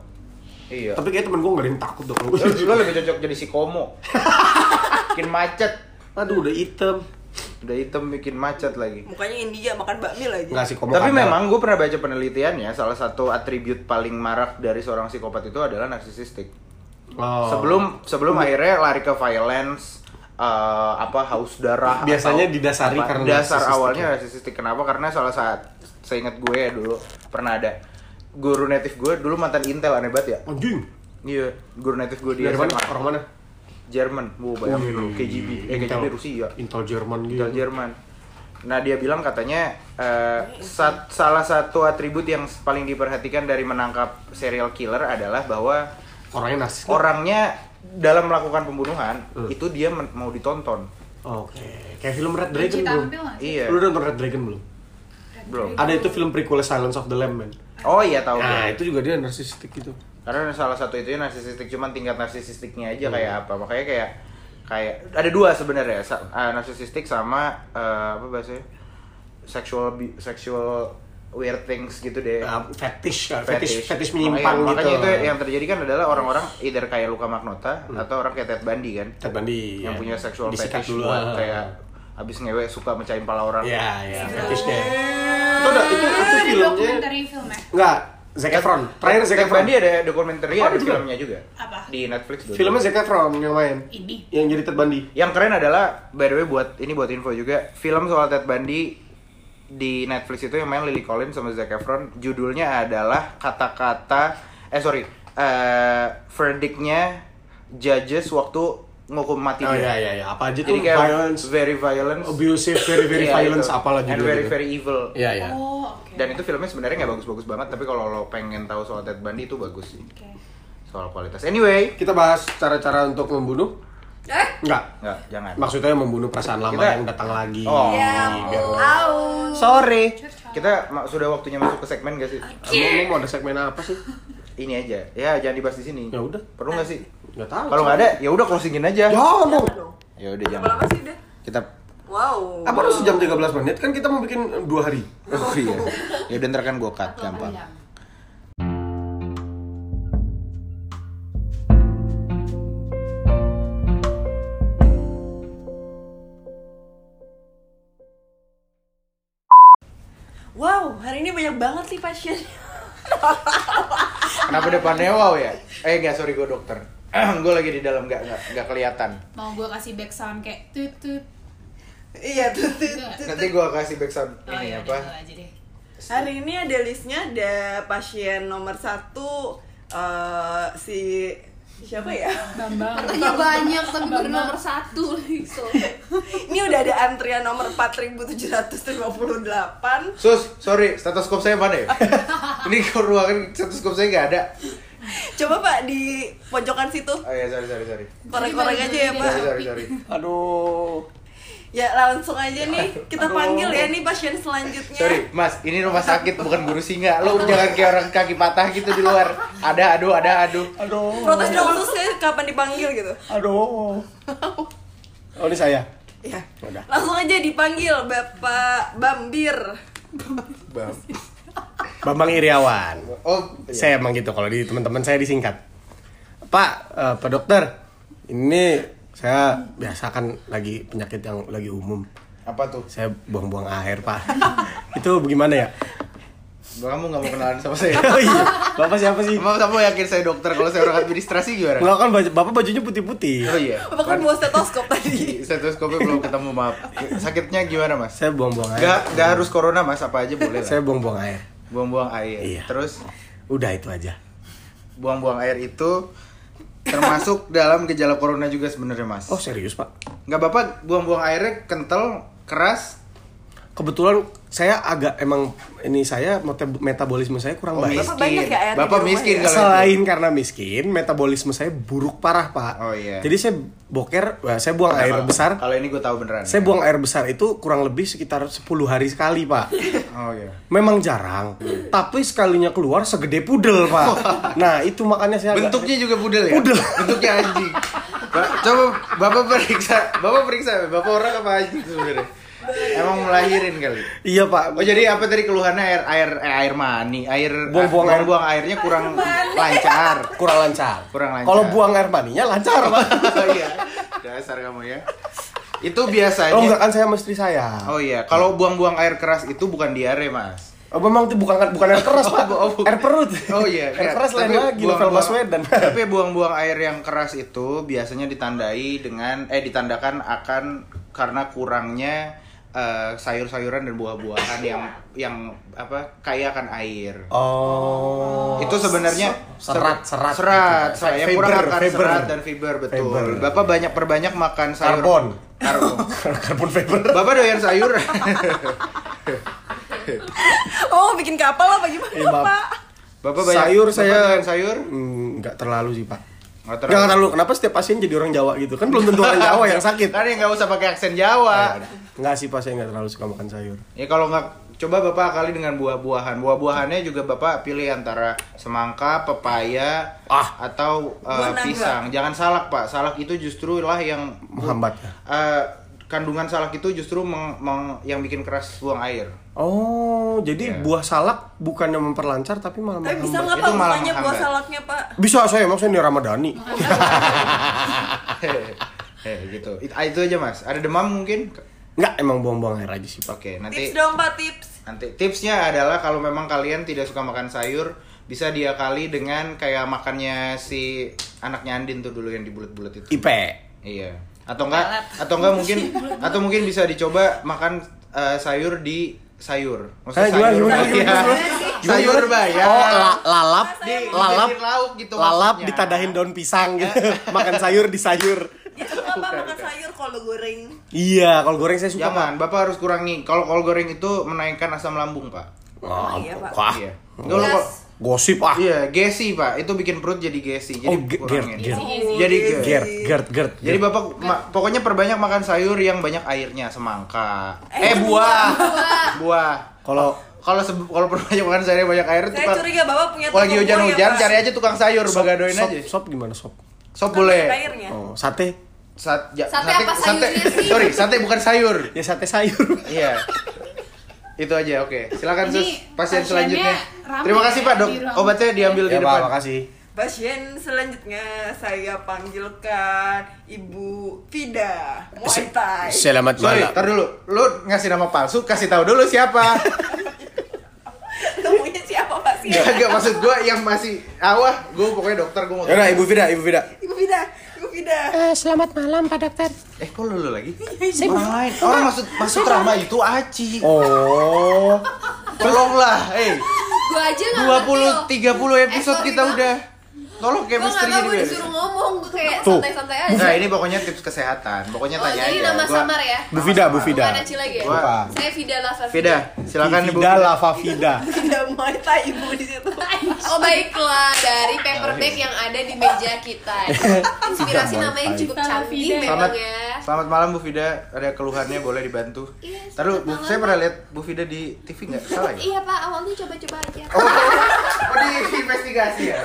Speaker 2: iya.
Speaker 1: Tapi kayak temen gue nggak ada yang takut dong.
Speaker 2: Lu, lu lebih cocok jadi si Komo. bikin macet.
Speaker 1: Aduh udah item.
Speaker 2: Udah hitam bikin macet lagi.
Speaker 3: mukanya India makan bakmi lagi
Speaker 1: Nggak sih komo
Speaker 2: Tapi
Speaker 1: kadal.
Speaker 2: memang gue pernah baca penelitiannya, salah satu atribut paling marak dari seorang psikopat itu adalah narsisistik.
Speaker 1: Oh.
Speaker 2: Sebelum sebelum akhirnya lari ke violence, eh, apa haus darah.
Speaker 1: Biasanya
Speaker 2: atau
Speaker 1: didasari
Speaker 2: apa,
Speaker 1: karena
Speaker 2: dasar
Speaker 1: narsisistik ya?
Speaker 2: awalnya narsisistik. Kenapa? Karena salah saat seingat gue ya dulu pernah ada guru native gue dulu mantan intel aneh banget ya.
Speaker 1: anjing.
Speaker 2: Iya, guru native gue di
Speaker 1: Dari mana? Oh, iya,
Speaker 2: SMA.
Speaker 1: Orang mana?
Speaker 2: Jerman, wow bayangin lu,
Speaker 1: Wih,
Speaker 2: Iya, KGB, eh
Speaker 1: Intel.
Speaker 2: KGB Rusia.
Speaker 1: Intel Jerman gitu.
Speaker 2: Intel Jerman. Nah dia bilang katanya eh, sat- salah satu atribut yang paling diperhatikan dari menangkap serial killer adalah bahwa
Speaker 1: Orangnya narsis.
Speaker 2: orangnya dalam melakukan pembunuhan
Speaker 1: Oh. Hmm.
Speaker 2: itu dia men- mau ditonton.
Speaker 1: Oke. Kayak film Red Dragon
Speaker 4: Kunci
Speaker 1: belum?
Speaker 4: tampil nggak sih?
Speaker 2: Iya,
Speaker 1: Lu udah nonton Red Dragon belum?
Speaker 2: belum.
Speaker 1: Ada itu film prequel Silence of the Lamb man.
Speaker 2: Oh iya tahu.
Speaker 1: Nah
Speaker 2: gue.
Speaker 1: itu juga dia narsistik gitu.
Speaker 2: Karena salah satu itunya narsisistik, cuman tingkat narsisistiknya aja kayak apa. Makanya kayak kayak ada dua sebenarnya, sa- eh, narsisistik sama eh, apa bahasanya? sexual abu- sexual weird things gitu deh.
Speaker 1: Nah, fetish, kan? fetish, fetish menyimpang
Speaker 2: Makanya-
Speaker 1: gitu.
Speaker 2: Makanya itu yang terjadi kan adalah orang-orang either kayak Luka Magnota atau orang kayak Ted Bundy kan.
Speaker 1: Ted Bundy
Speaker 2: Yang
Speaker 1: ya.
Speaker 2: punya sexual
Speaker 1: Hmm. Disikat
Speaker 2: fetish
Speaker 1: dulu,
Speaker 2: buat
Speaker 1: ah.
Speaker 2: kayak abis ngewe suka mecahin pala orang.
Speaker 1: Iya, iya, fetishnya. Itu ada itu itu
Speaker 4: Itu di
Speaker 1: filmnya.
Speaker 4: dokumentari filmnya
Speaker 1: Enggak, Zac Efron. Terakhir Zac
Speaker 2: Ted
Speaker 1: Efron.
Speaker 2: Bundy ada dokumenternya,
Speaker 1: Oh,
Speaker 2: ada
Speaker 1: juga?
Speaker 2: filmnya juga.
Speaker 4: Apa?
Speaker 2: Di Netflix dulu.
Speaker 1: Filmnya Zac Efron yang main.
Speaker 4: ini
Speaker 1: Yang jadi Ted Bundy.
Speaker 2: Yang keren adalah by the way buat ini buat info juga, film soal Ted Bundy di Netflix itu yang main Lily Collins sama Zac Efron, judulnya adalah kata-kata eh sorry, eh verdictnya judges waktu ngukum mati
Speaker 1: Oh
Speaker 2: dia.
Speaker 1: iya iya iya, apa aja tuh
Speaker 2: Jadi kayak
Speaker 1: violence,
Speaker 2: very violence,
Speaker 1: abusive, very very
Speaker 2: Iya,
Speaker 1: violence
Speaker 2: itu.
Speaker 1: apalah
Speaker 2: and
Speaker 1: judulnya.
Speaker 2: very
Speaker 1: gitu.
Speaker 2: very evil.
Speaker 1: Iya iya.
Speaker 4: oh oke
Speaker 2: Dan itu filmnya sebenarnya nggak bagus-bagus banget, tapi kalau lo pengen tahu soal Ted Bundy itu bagus sih
Speaker 4: oke
Speaker 2: soal kualitas. Anyway,
Speaker 1: Kita bahas cara-cara untuk membunuh.
Speaker 7: Eh?
Speaker 1: Enggak.
Speaker 2: nggak jangan.
Speaker 1: Maksudnya membunuh perasaan lama
Speaker 2: Kita-
Speaker 1: yang datang lagi. Gitu.
Speaker 2: Oh.
Speaker 1: Biar-
Speaker 2: Sorry, kita ma- sudah waktunya masuk ke segmen gak sih?
Speaker 1: Emang lu mau ada segmen apa sih?
Speaker 2: Ini aja, ya jangan dibahas di sini.
Speaker 1: Ya udah.
Speaker 2: Perlu nggak sih?
Speaker 1: Enggak tahu.
Speaker 2: Kalau nggak ada, ya udah closingin aja.
Speaker 1: Jangan dong.
Speaker 2: Ya udah jangan.
Speaker 3: berapa sih deh
Speaker 2: Kita
Speaker 3: wow
Speaker 1: Apa harus sejam 13 menit kan kita mau bikin dua hari.
Speaker 2: Oh iya. Ya udah ntar kan gue cut gampang.
Speaker 3: wow hari ini banyak banget sih pasien
Speaker 2: Kenapa depannya wow ya? Eh nggak sorry gue dokter. gue lagi di dalam nggak nggak nggak kelihatan.
Speaker 4: mau gue kasih back sound kayak tut tut
Speaker 3: iya tuh tuh,
Speaker 4: Enggak.
Speaker 3: tuh,
Speaker 2: Nanti gue kasih back sound
Speaker 4: oh
Speaker 2: ini
Speaker 4: iya
Speaker 2: apa?
Speaker 4: udah itu aja deh
Speaker 3: Hari ini ada listnya ada pasien nomor satu eh, si siapa ya?
Speaker 4: bambang
Speaker 7: Katanya banyak tapi baru nomor satu gitu. so.
Speaker 3: Ini udah ada antrian nomor 4758.
Speaker 2: Sus, sorry, stetoskop saya mana ya? ini ke ruangan stetoskop saya nggak ada.
Speaker 3: Coba Pak di pojokan situ.
Speaker 2: Oh iya, sorry, sorry, sorry.
Speaker 3: Korek-korek aja ya, Pak.
Speaker 2: Sorry, sorry, sorry.
Speaker 1: Aduh.
Speaker 3: Ya langsung aja nih kita panggil ya nih pasien selanjutnya.
Speaker 2: Sorry, Mas, ini rumah sakit bukan guru singa. Lo jangan kayak orang kaki patah gitu di luar. Ada, aduh, ada, aduh.
Speaker 1: Aduh.
Speaker 3: Protes dong sus kayak kapan dipanggil gitu.
Speaker 1: Aduh. Oh ini saya.
Speaker 3: Ya.
Speaker 1: Udah.
Speaker 3: Langsung aja dipanggil Bapak Bambir.
Speaker 2: Bam.
Speaker 1: Bambang Iriawan.
Speaker 2: Oh, iya.
Speaker 1: Saya emang gitu kalau di teman-teman saya disingkat. Pak, eh, Pak Dokter, ini saya biasa kan lagi penyakit yang lagi umum.
Speaker 2: apa tuh?
Speaker 1: Saya buang-buang air, Pak. Itu bagaimana ya?
Speaker 2: Kamu nggak mau kenalan sama saya?
Speaker 1: Oh iya. Bapak siapa sih?
Speaker 2: Emang kamu yakin saya dokter kalau saya orang administrasi gimana?
Speaker 1: Enggak kan baju- Bapak bajunya putih-putih.
Speaker 2: Oh iya.
Speaker 3: Bapak kan bawa stetoskop tadi.
Speaker 2: Stetoskopnya belum ketemu, maaf. Sakitnya gimana, Mas?
Speaker 1: Saya buang-buang air.
Speaker 2: Gak, gak harus corona, Mas. Apa aja boleh
Speaker 1: Saya
Speaker 2: lah.
Speaker 1: buang-buang air.
Speaker 2: Buang-buang air.
Speaker 1: Iya.
Speaker 2: Terus
Speaker 1: Udah itu aja.
Speaker 2: buang-buang air itu termasuk dalam gejala corona juga sebenarnya, Mas.
Speaker 1: Oh, serius, Pak?
Speaker 2: nggak apa-apa buang-buang airnya kental keras
Speaker 1: kebetulan saya agak emang ini saya meta- metabolisme saya kurang
Speaker 2: Oh,
Speaker 1: baik.
Speaker 2: miskin.
Speaker 3: Bapak banyak ya airnya
Speaker 2: Bapak
Speaker 3: di rumah
Speaker 2: miskin
Speaker 3: ya?
Speaker 2: kalau itu.
Speaker 1: Selain karena miskin, metabolisme saya buruk parah pak.
Speaker 2: Oh, iya.
Speaker 1: Jadi saya boker, wah, saya buang air
Speaker 2: Kalau-
Speaker 1: besar.
Speaker 2: Kalau ini gue tahu beneran.
Speaker 1: Saya buang air besar itu kurang lebih sekitar 10 hari sekali pak.
Speaker 2: Oh iya.
Speaker 1: Memang jarang, tapi sekalinya keluar segede pudel pak. Nah itu makanya saya agak-
Speaker 2: Bentuknya juga pudel ya?
Speaker 1: Pudel.
Speaker 2: Bentuknya anjing. Ba- coba Bapak periksa, Bapak periksa, Bapak orang apa anjing sebenarnya? Emang melahirin kali.
Speaker 1: Iya pak.
Speaker 2: Oh jadi apa tadi keluhannya air air eh, air mani, air
Speaker 1: Buang-buang
Speaker 2: air buang airnya kurang lancar.
Speaker 1: kurang lancar.
Speaker 2: Kurang lancar.
Speaker 1: Kalau buang air maninya lancar pak.
Speaker 2: Oh iya. Dasar kamu ya. Itu biasanya.
Speaker 1: Oh enggak kan saya sama istri saya.
Speaker 2: Oh iya, kalau buang-buang air keras itu bukan diare, Mas.
Speaker 1: Oh, memang itu bukan bukan air keras pak,
Speaker 2: Oh, bu-
Speaker 1: air perut.
Speaker 2: Oh iya,
Speaker 1: air
Speaker 2: iya.
Speaker 1: keras lain
Speaker 2: Tapi
Speaker 1: lagi.
Speaker 2: buang-
Speaker 1: Novel
Speaker 2: buang-
Speaker 1: Baswedan.
Speaker 2: Tapi buang-buang air yang keras itu biasanya ditandai dengan eh ditandakan akan karena kurangnya eh, sayur-sayuran dan buah-buahan yang yang apa kaya akan air.
Speaker 1: Oh.
Speaker 2: itu sebenarnya
Speaker 1: Se- serat- serat.
Speaker 2: serat
Speaker 1: Gitu.
Speaker 2: serat, ya,
Speaker 1: Fiber,
Speaker 2: kurang akan
Speaker 1: fiber.
Speaker 2: serat dan fiber betul
Speaker 1: Fiber.
Speaker 2: bapak banyak perbanyak makan sayur
Speaker 1: Karbon.
Speaker 2: karbon
Speaker 1: Karbon fiber.
Speaker 2: bapak doyan sayur
Speaker 3: Oh, bikin kapal apa gimana,
Speaker 2: Eh,
Speaker 1: Iya, Bang.
Speaker 3: Pak?
Speaker 2: bapak banyak
Speaker 1: Sayur,
Speaker 2: bapak
Speaker 1: saya-
Speaker 2: doyan sayur
Speaker 1: Hmm, Enggak terlalu sih pak.
Speaker 2: Nggak terlalu.
Speaker 1: Enggak terlalu. Kenapa setiap pasien jadi orang Jawa gitu? Kan belum tentu orang Jawa yang sakit. Ah, iya,
Speaker 2: kan ya nggak usah pakai aksen Jawa
Speaker 1: Enggak sih pak, saya enggak terlalu suka makan sayur.
Speaker 2: ya kalau nggak coba bapak kali dengan buah-buahan buah-buahannya juga bapak pilih antara semangka pepaya
Speaker 1: Ah.
Speaker 2: atau eh,
Speaker 3: Buah naga.
Speaker 2: pisang jangan salak pak salak itu justru lah yang
Speaker 1: Menghambat. ya.
Speaker 2: Eh, kandungan salak itu justru meng- meng- yang bikin keras buang air
Speaker 1: Oh, jadi
Speaker 2: Iya.
Speaker 1: buah salak bukannya memperlancar tapi malah
Speaker 3: Tapi Eh, bisa
Speaker 1: menghambat.
Speaker 3: nggak
Speaker 2: Itu
Speaker 3: Pak
Speaker 2: malah
Speaker 3: bukannya buah
Speaker 2: menghambat.
Speaker 3: salaknya, Pak?
Speaker 1: Bisa saya emang saya ini Ramadhani.
Speaker 2: Eh, gitu. It- ah, itu aja Mas. Ada demam mungkin?
Speaker 1: Enggak emang buang-buang air aja sih pak.
Speaker 2: Oke,
Speaker 3: Tips
Speaker 2: nanti
Speaker 3: dong, Pak, tips.
Speaker 2: nanti tipsnya adalah kalau memang kalian tidak suka makan sayur, bisa diakali dengan kayak makannya si anaknya Andin tuh dulu yang dibulet-bulet itu.
Speaker 1: Ipe.
Speaker 2: Iya. Atau enggak? Atau enggak mungkin atau mungkin bisa dicoba makan eh, sayur di sayur.
Speaker 1: Eh, gimana,
Speaker 2: sayur
Speaker 1: gimana,
Speaker 2: bayar.
Speaker 1: gimana, Gimana,
Speaker 2: Sayur
Speaker 1: gimana?
Speaker 2: bayar.
Speaker 1: Oh, la- lalap,
Speaker 2: Di-
Speaker 1: lalap,
Speaker 2: dijadiin lauk gitu
Speaker 1: lalap
Speaker 2: maksudnya.
Speaker 1: ditadahin daun pisang gitu. Makan sayur di sayur.
Speaker 3: Itu nggak apa Ya, makan sayur kalau goreng.
Speaker 1: Iya, kalau goreng saya suka Pak.
Speaker 2: Jangan, Bapak harus kurangi. Kalau kol goreng itu menaikkan asam lambung, Pak.
Speaker 1: Wah,
Speaker 3: iya, Pak.
Speaker 1: wah.
Speaker 2: Iya. Kalau kol-
Speaker 1: Gosip ah.
Speaker 2: Iya, gesi pak, itu bikin perut jadi gesi, jadi
Speaker 1: Oh, ge-
Speaker 2: kurangin.
Speaker 1: ger-
Speaker 4: Iya.
Speaker 1: ger.
Speaker 2: Jadi ger.
Speaker 1: Gert, gert, gert.
Speaker 2: Iya, Jadi bapak ma- pokoknya perbanyak makan sayur yang banyak airnya, semangka. Eh, buah, buah.
Speaker 1: Kalau
Speaker 2: Kalau se- kalau perbanyak makan sayur yang banyak air,
Speaker 3: Saya
Speaker 2: tukang,
Speaker 3: curiga Bapak punya
Speaker 2: kalau lagi
Speaker 3: tukang buah
Speaker 2: hujan-hujan
Speaker 3: ya, Pak?
Speaker 2: cari aja tukang sayur,
Speaker 1: sop,
Speaker 2: bagadoin
Speaker 1: sop,
Speaker 2: aja. ya? Iya.
Speaker 1: sop gimana sop?
Speaker 2: Sop
Speaker 3: Tambah
Speaker 2: boleh.
Speaker 3: Airnya.
Speaker 1: Oh, sate.
Speaker 2: Sat- ja-
Speaker 7: Sate apa sayurnya sih?
Speaker 2: sorry, sate bukan sayur.
Speaker 1: Ya sate sayur.
Speaker 2: Iya. Itu aja, oke. Silakan
Speaker 4: Ini
Speaker 2: sus pasien
Speaker 4: pasiennya
Speaker 2: selanjutnya.
Speaker 4: ramai
Speaker 2: Terima kasih
Speaker 4: ya,
Speaker 2: Pak Dok.
Speaker 4: di ruang-
Speaker 2: Obatnya diambil di
Speaker 1: Ya
Speaker 2: depan.
Speaker 1: Pak, makasih.
Speaker 3: Pasien selanjutnya saya panggilkan Ibu Vida Muay Thai.
Speaker 1: Selamat
Speaker 2: Sorry, tar dulu. Lu ngasih nama palsu, kasih tahu dulu siapa.
Speaker 3: Temunya siapa pasien?
Speaker 2: Gak, gak Iya, maksud gue yang masih awah, gue pokoknya dokter gue mau.
Speaker 1: Yaudah, Ya, Ibu Vida, Ibu Vida.
Speaker 3: Ibu Vida, Ibu Vida.
Speaker 2: Eh, kok lu, lu lagi?
Speaker 7: Iya,
Speaker 2: Orang lain. Orang maksud maksud trauma itu aci.
Speaker 1: Oh.
Speaker 2: Tolonglah,
Speaker 7: Iya,
Speaker 2: eh.
Speaker 7: Gue aja gak
Speaker 2: 20
Speaker 7: Eh,
Speaker 2: 30 episode kita udah. Tolong
Speaker 7: Gue gak
Speaker 2: chemistry-nya
Speaker 7: tau gue
Speaker 2: diberesin.
Speaker 7: disuruh ngomong, gue kayak
Speaker 1: Tuh.
Speaker 7: santai-santai aja
Speaker 2: Nah, ini pokoknya tips kesehatan. Pokoknya
Speaker 7: Oh,
Speaker 2: tanya aja.
Speaker 7: jadi nama
Speaker 2: Gua-
Speaker 7: samar ya?
Speaker 1: Bu Vida, Bu Vida.
Speaker 7: Bukan Aci lagi ya?
Speaker 2: Gua-
Speaker 1: Bukan.
Speaker 7: Saya Vida Lava
Speaker 2: Vida, silakan Ibu.
Speaker 1: Vida Lava Vida.
Speaker 3: Vida Muay Thai Ibu di situ.
Speaker 7: Oh baiklah, dari paper bag yang ada di meja kita ya. Inspirasi namanya cukup
Speaker 4: Sama
Speaker 7: canggih
Speaker 4: Vida.
Speaker 7: memang
Speaker 2: Selamat,
Speaker 7: ya
Speaker 2: selamat malam Bu Vida. Ada keluhannya boleh dibantu.
Speaker 7: Iya, selamat
Speaker 2: Taruh, Bu,
Speaker 7: malam.
Speaker 2: saya pernah lihat Bu Vida di TV nggak? Salah ya?
Speaker 7: Iya pak, awalnya coba-coba aja
Speaker 2: Oh, oh, di investigasi ya?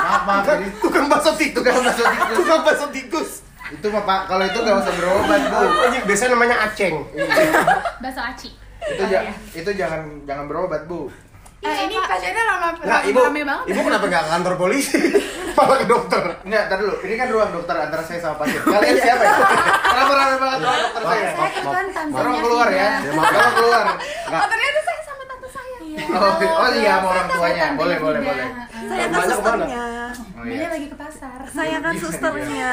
Speaker 2: Maaf, maaf, jadi tukang bakso tikus, tukang bakso tikus, tukang bakso tikus. Itu mah Pak, kalau itu nggak usah berobat bu.
Speaker 4: Oh,
Speaker 1: Oh, iya, biasanya namanya Aceng.
Speaker 4: Bahasa aci. Iya.
Speaker 2: Itu ja- itu jangan jangan berobat bu.
Speaker 4: Eh, ini pasiennya ramai
Speaker 1: Nah, ibu,
Speaker 4: ramai banget.
Speaker 2: Iya,
Speaker 1: ibu kenapa nggak ke kantor polisi? Malah ke dokter.
Speaker 2: Enggak, tar dulu. Ini kan ruang dokter antara saya sama pasien. Kalian
Speaker 4: Iya.
Speaker 2: siapa ya? Kenapa rame banget ruang dokter saya?
Speaker 4: Saya kan tantenya.
Speaker 2: Orang keluar ya,
Speaker 4: Iya.
Speaker 2: orang keluar.
Speaker 7: Oh ternyata saya sama tante saya
Speaker 2: Oh, oh iya, sama orang tuanya. Boleh, boleh, boleh.
Speaker 3: Saya
Speaker 1: Banyak
Speaker 3: kan
Speaker 1: kemana?
Speaker 3: susternya.
Speaker 2: Oh,
Speaker 4: Dia
Speaker 2: iya.
Speaker 4: lagi ke pasar.
Speaker 3: Saya kan susternya.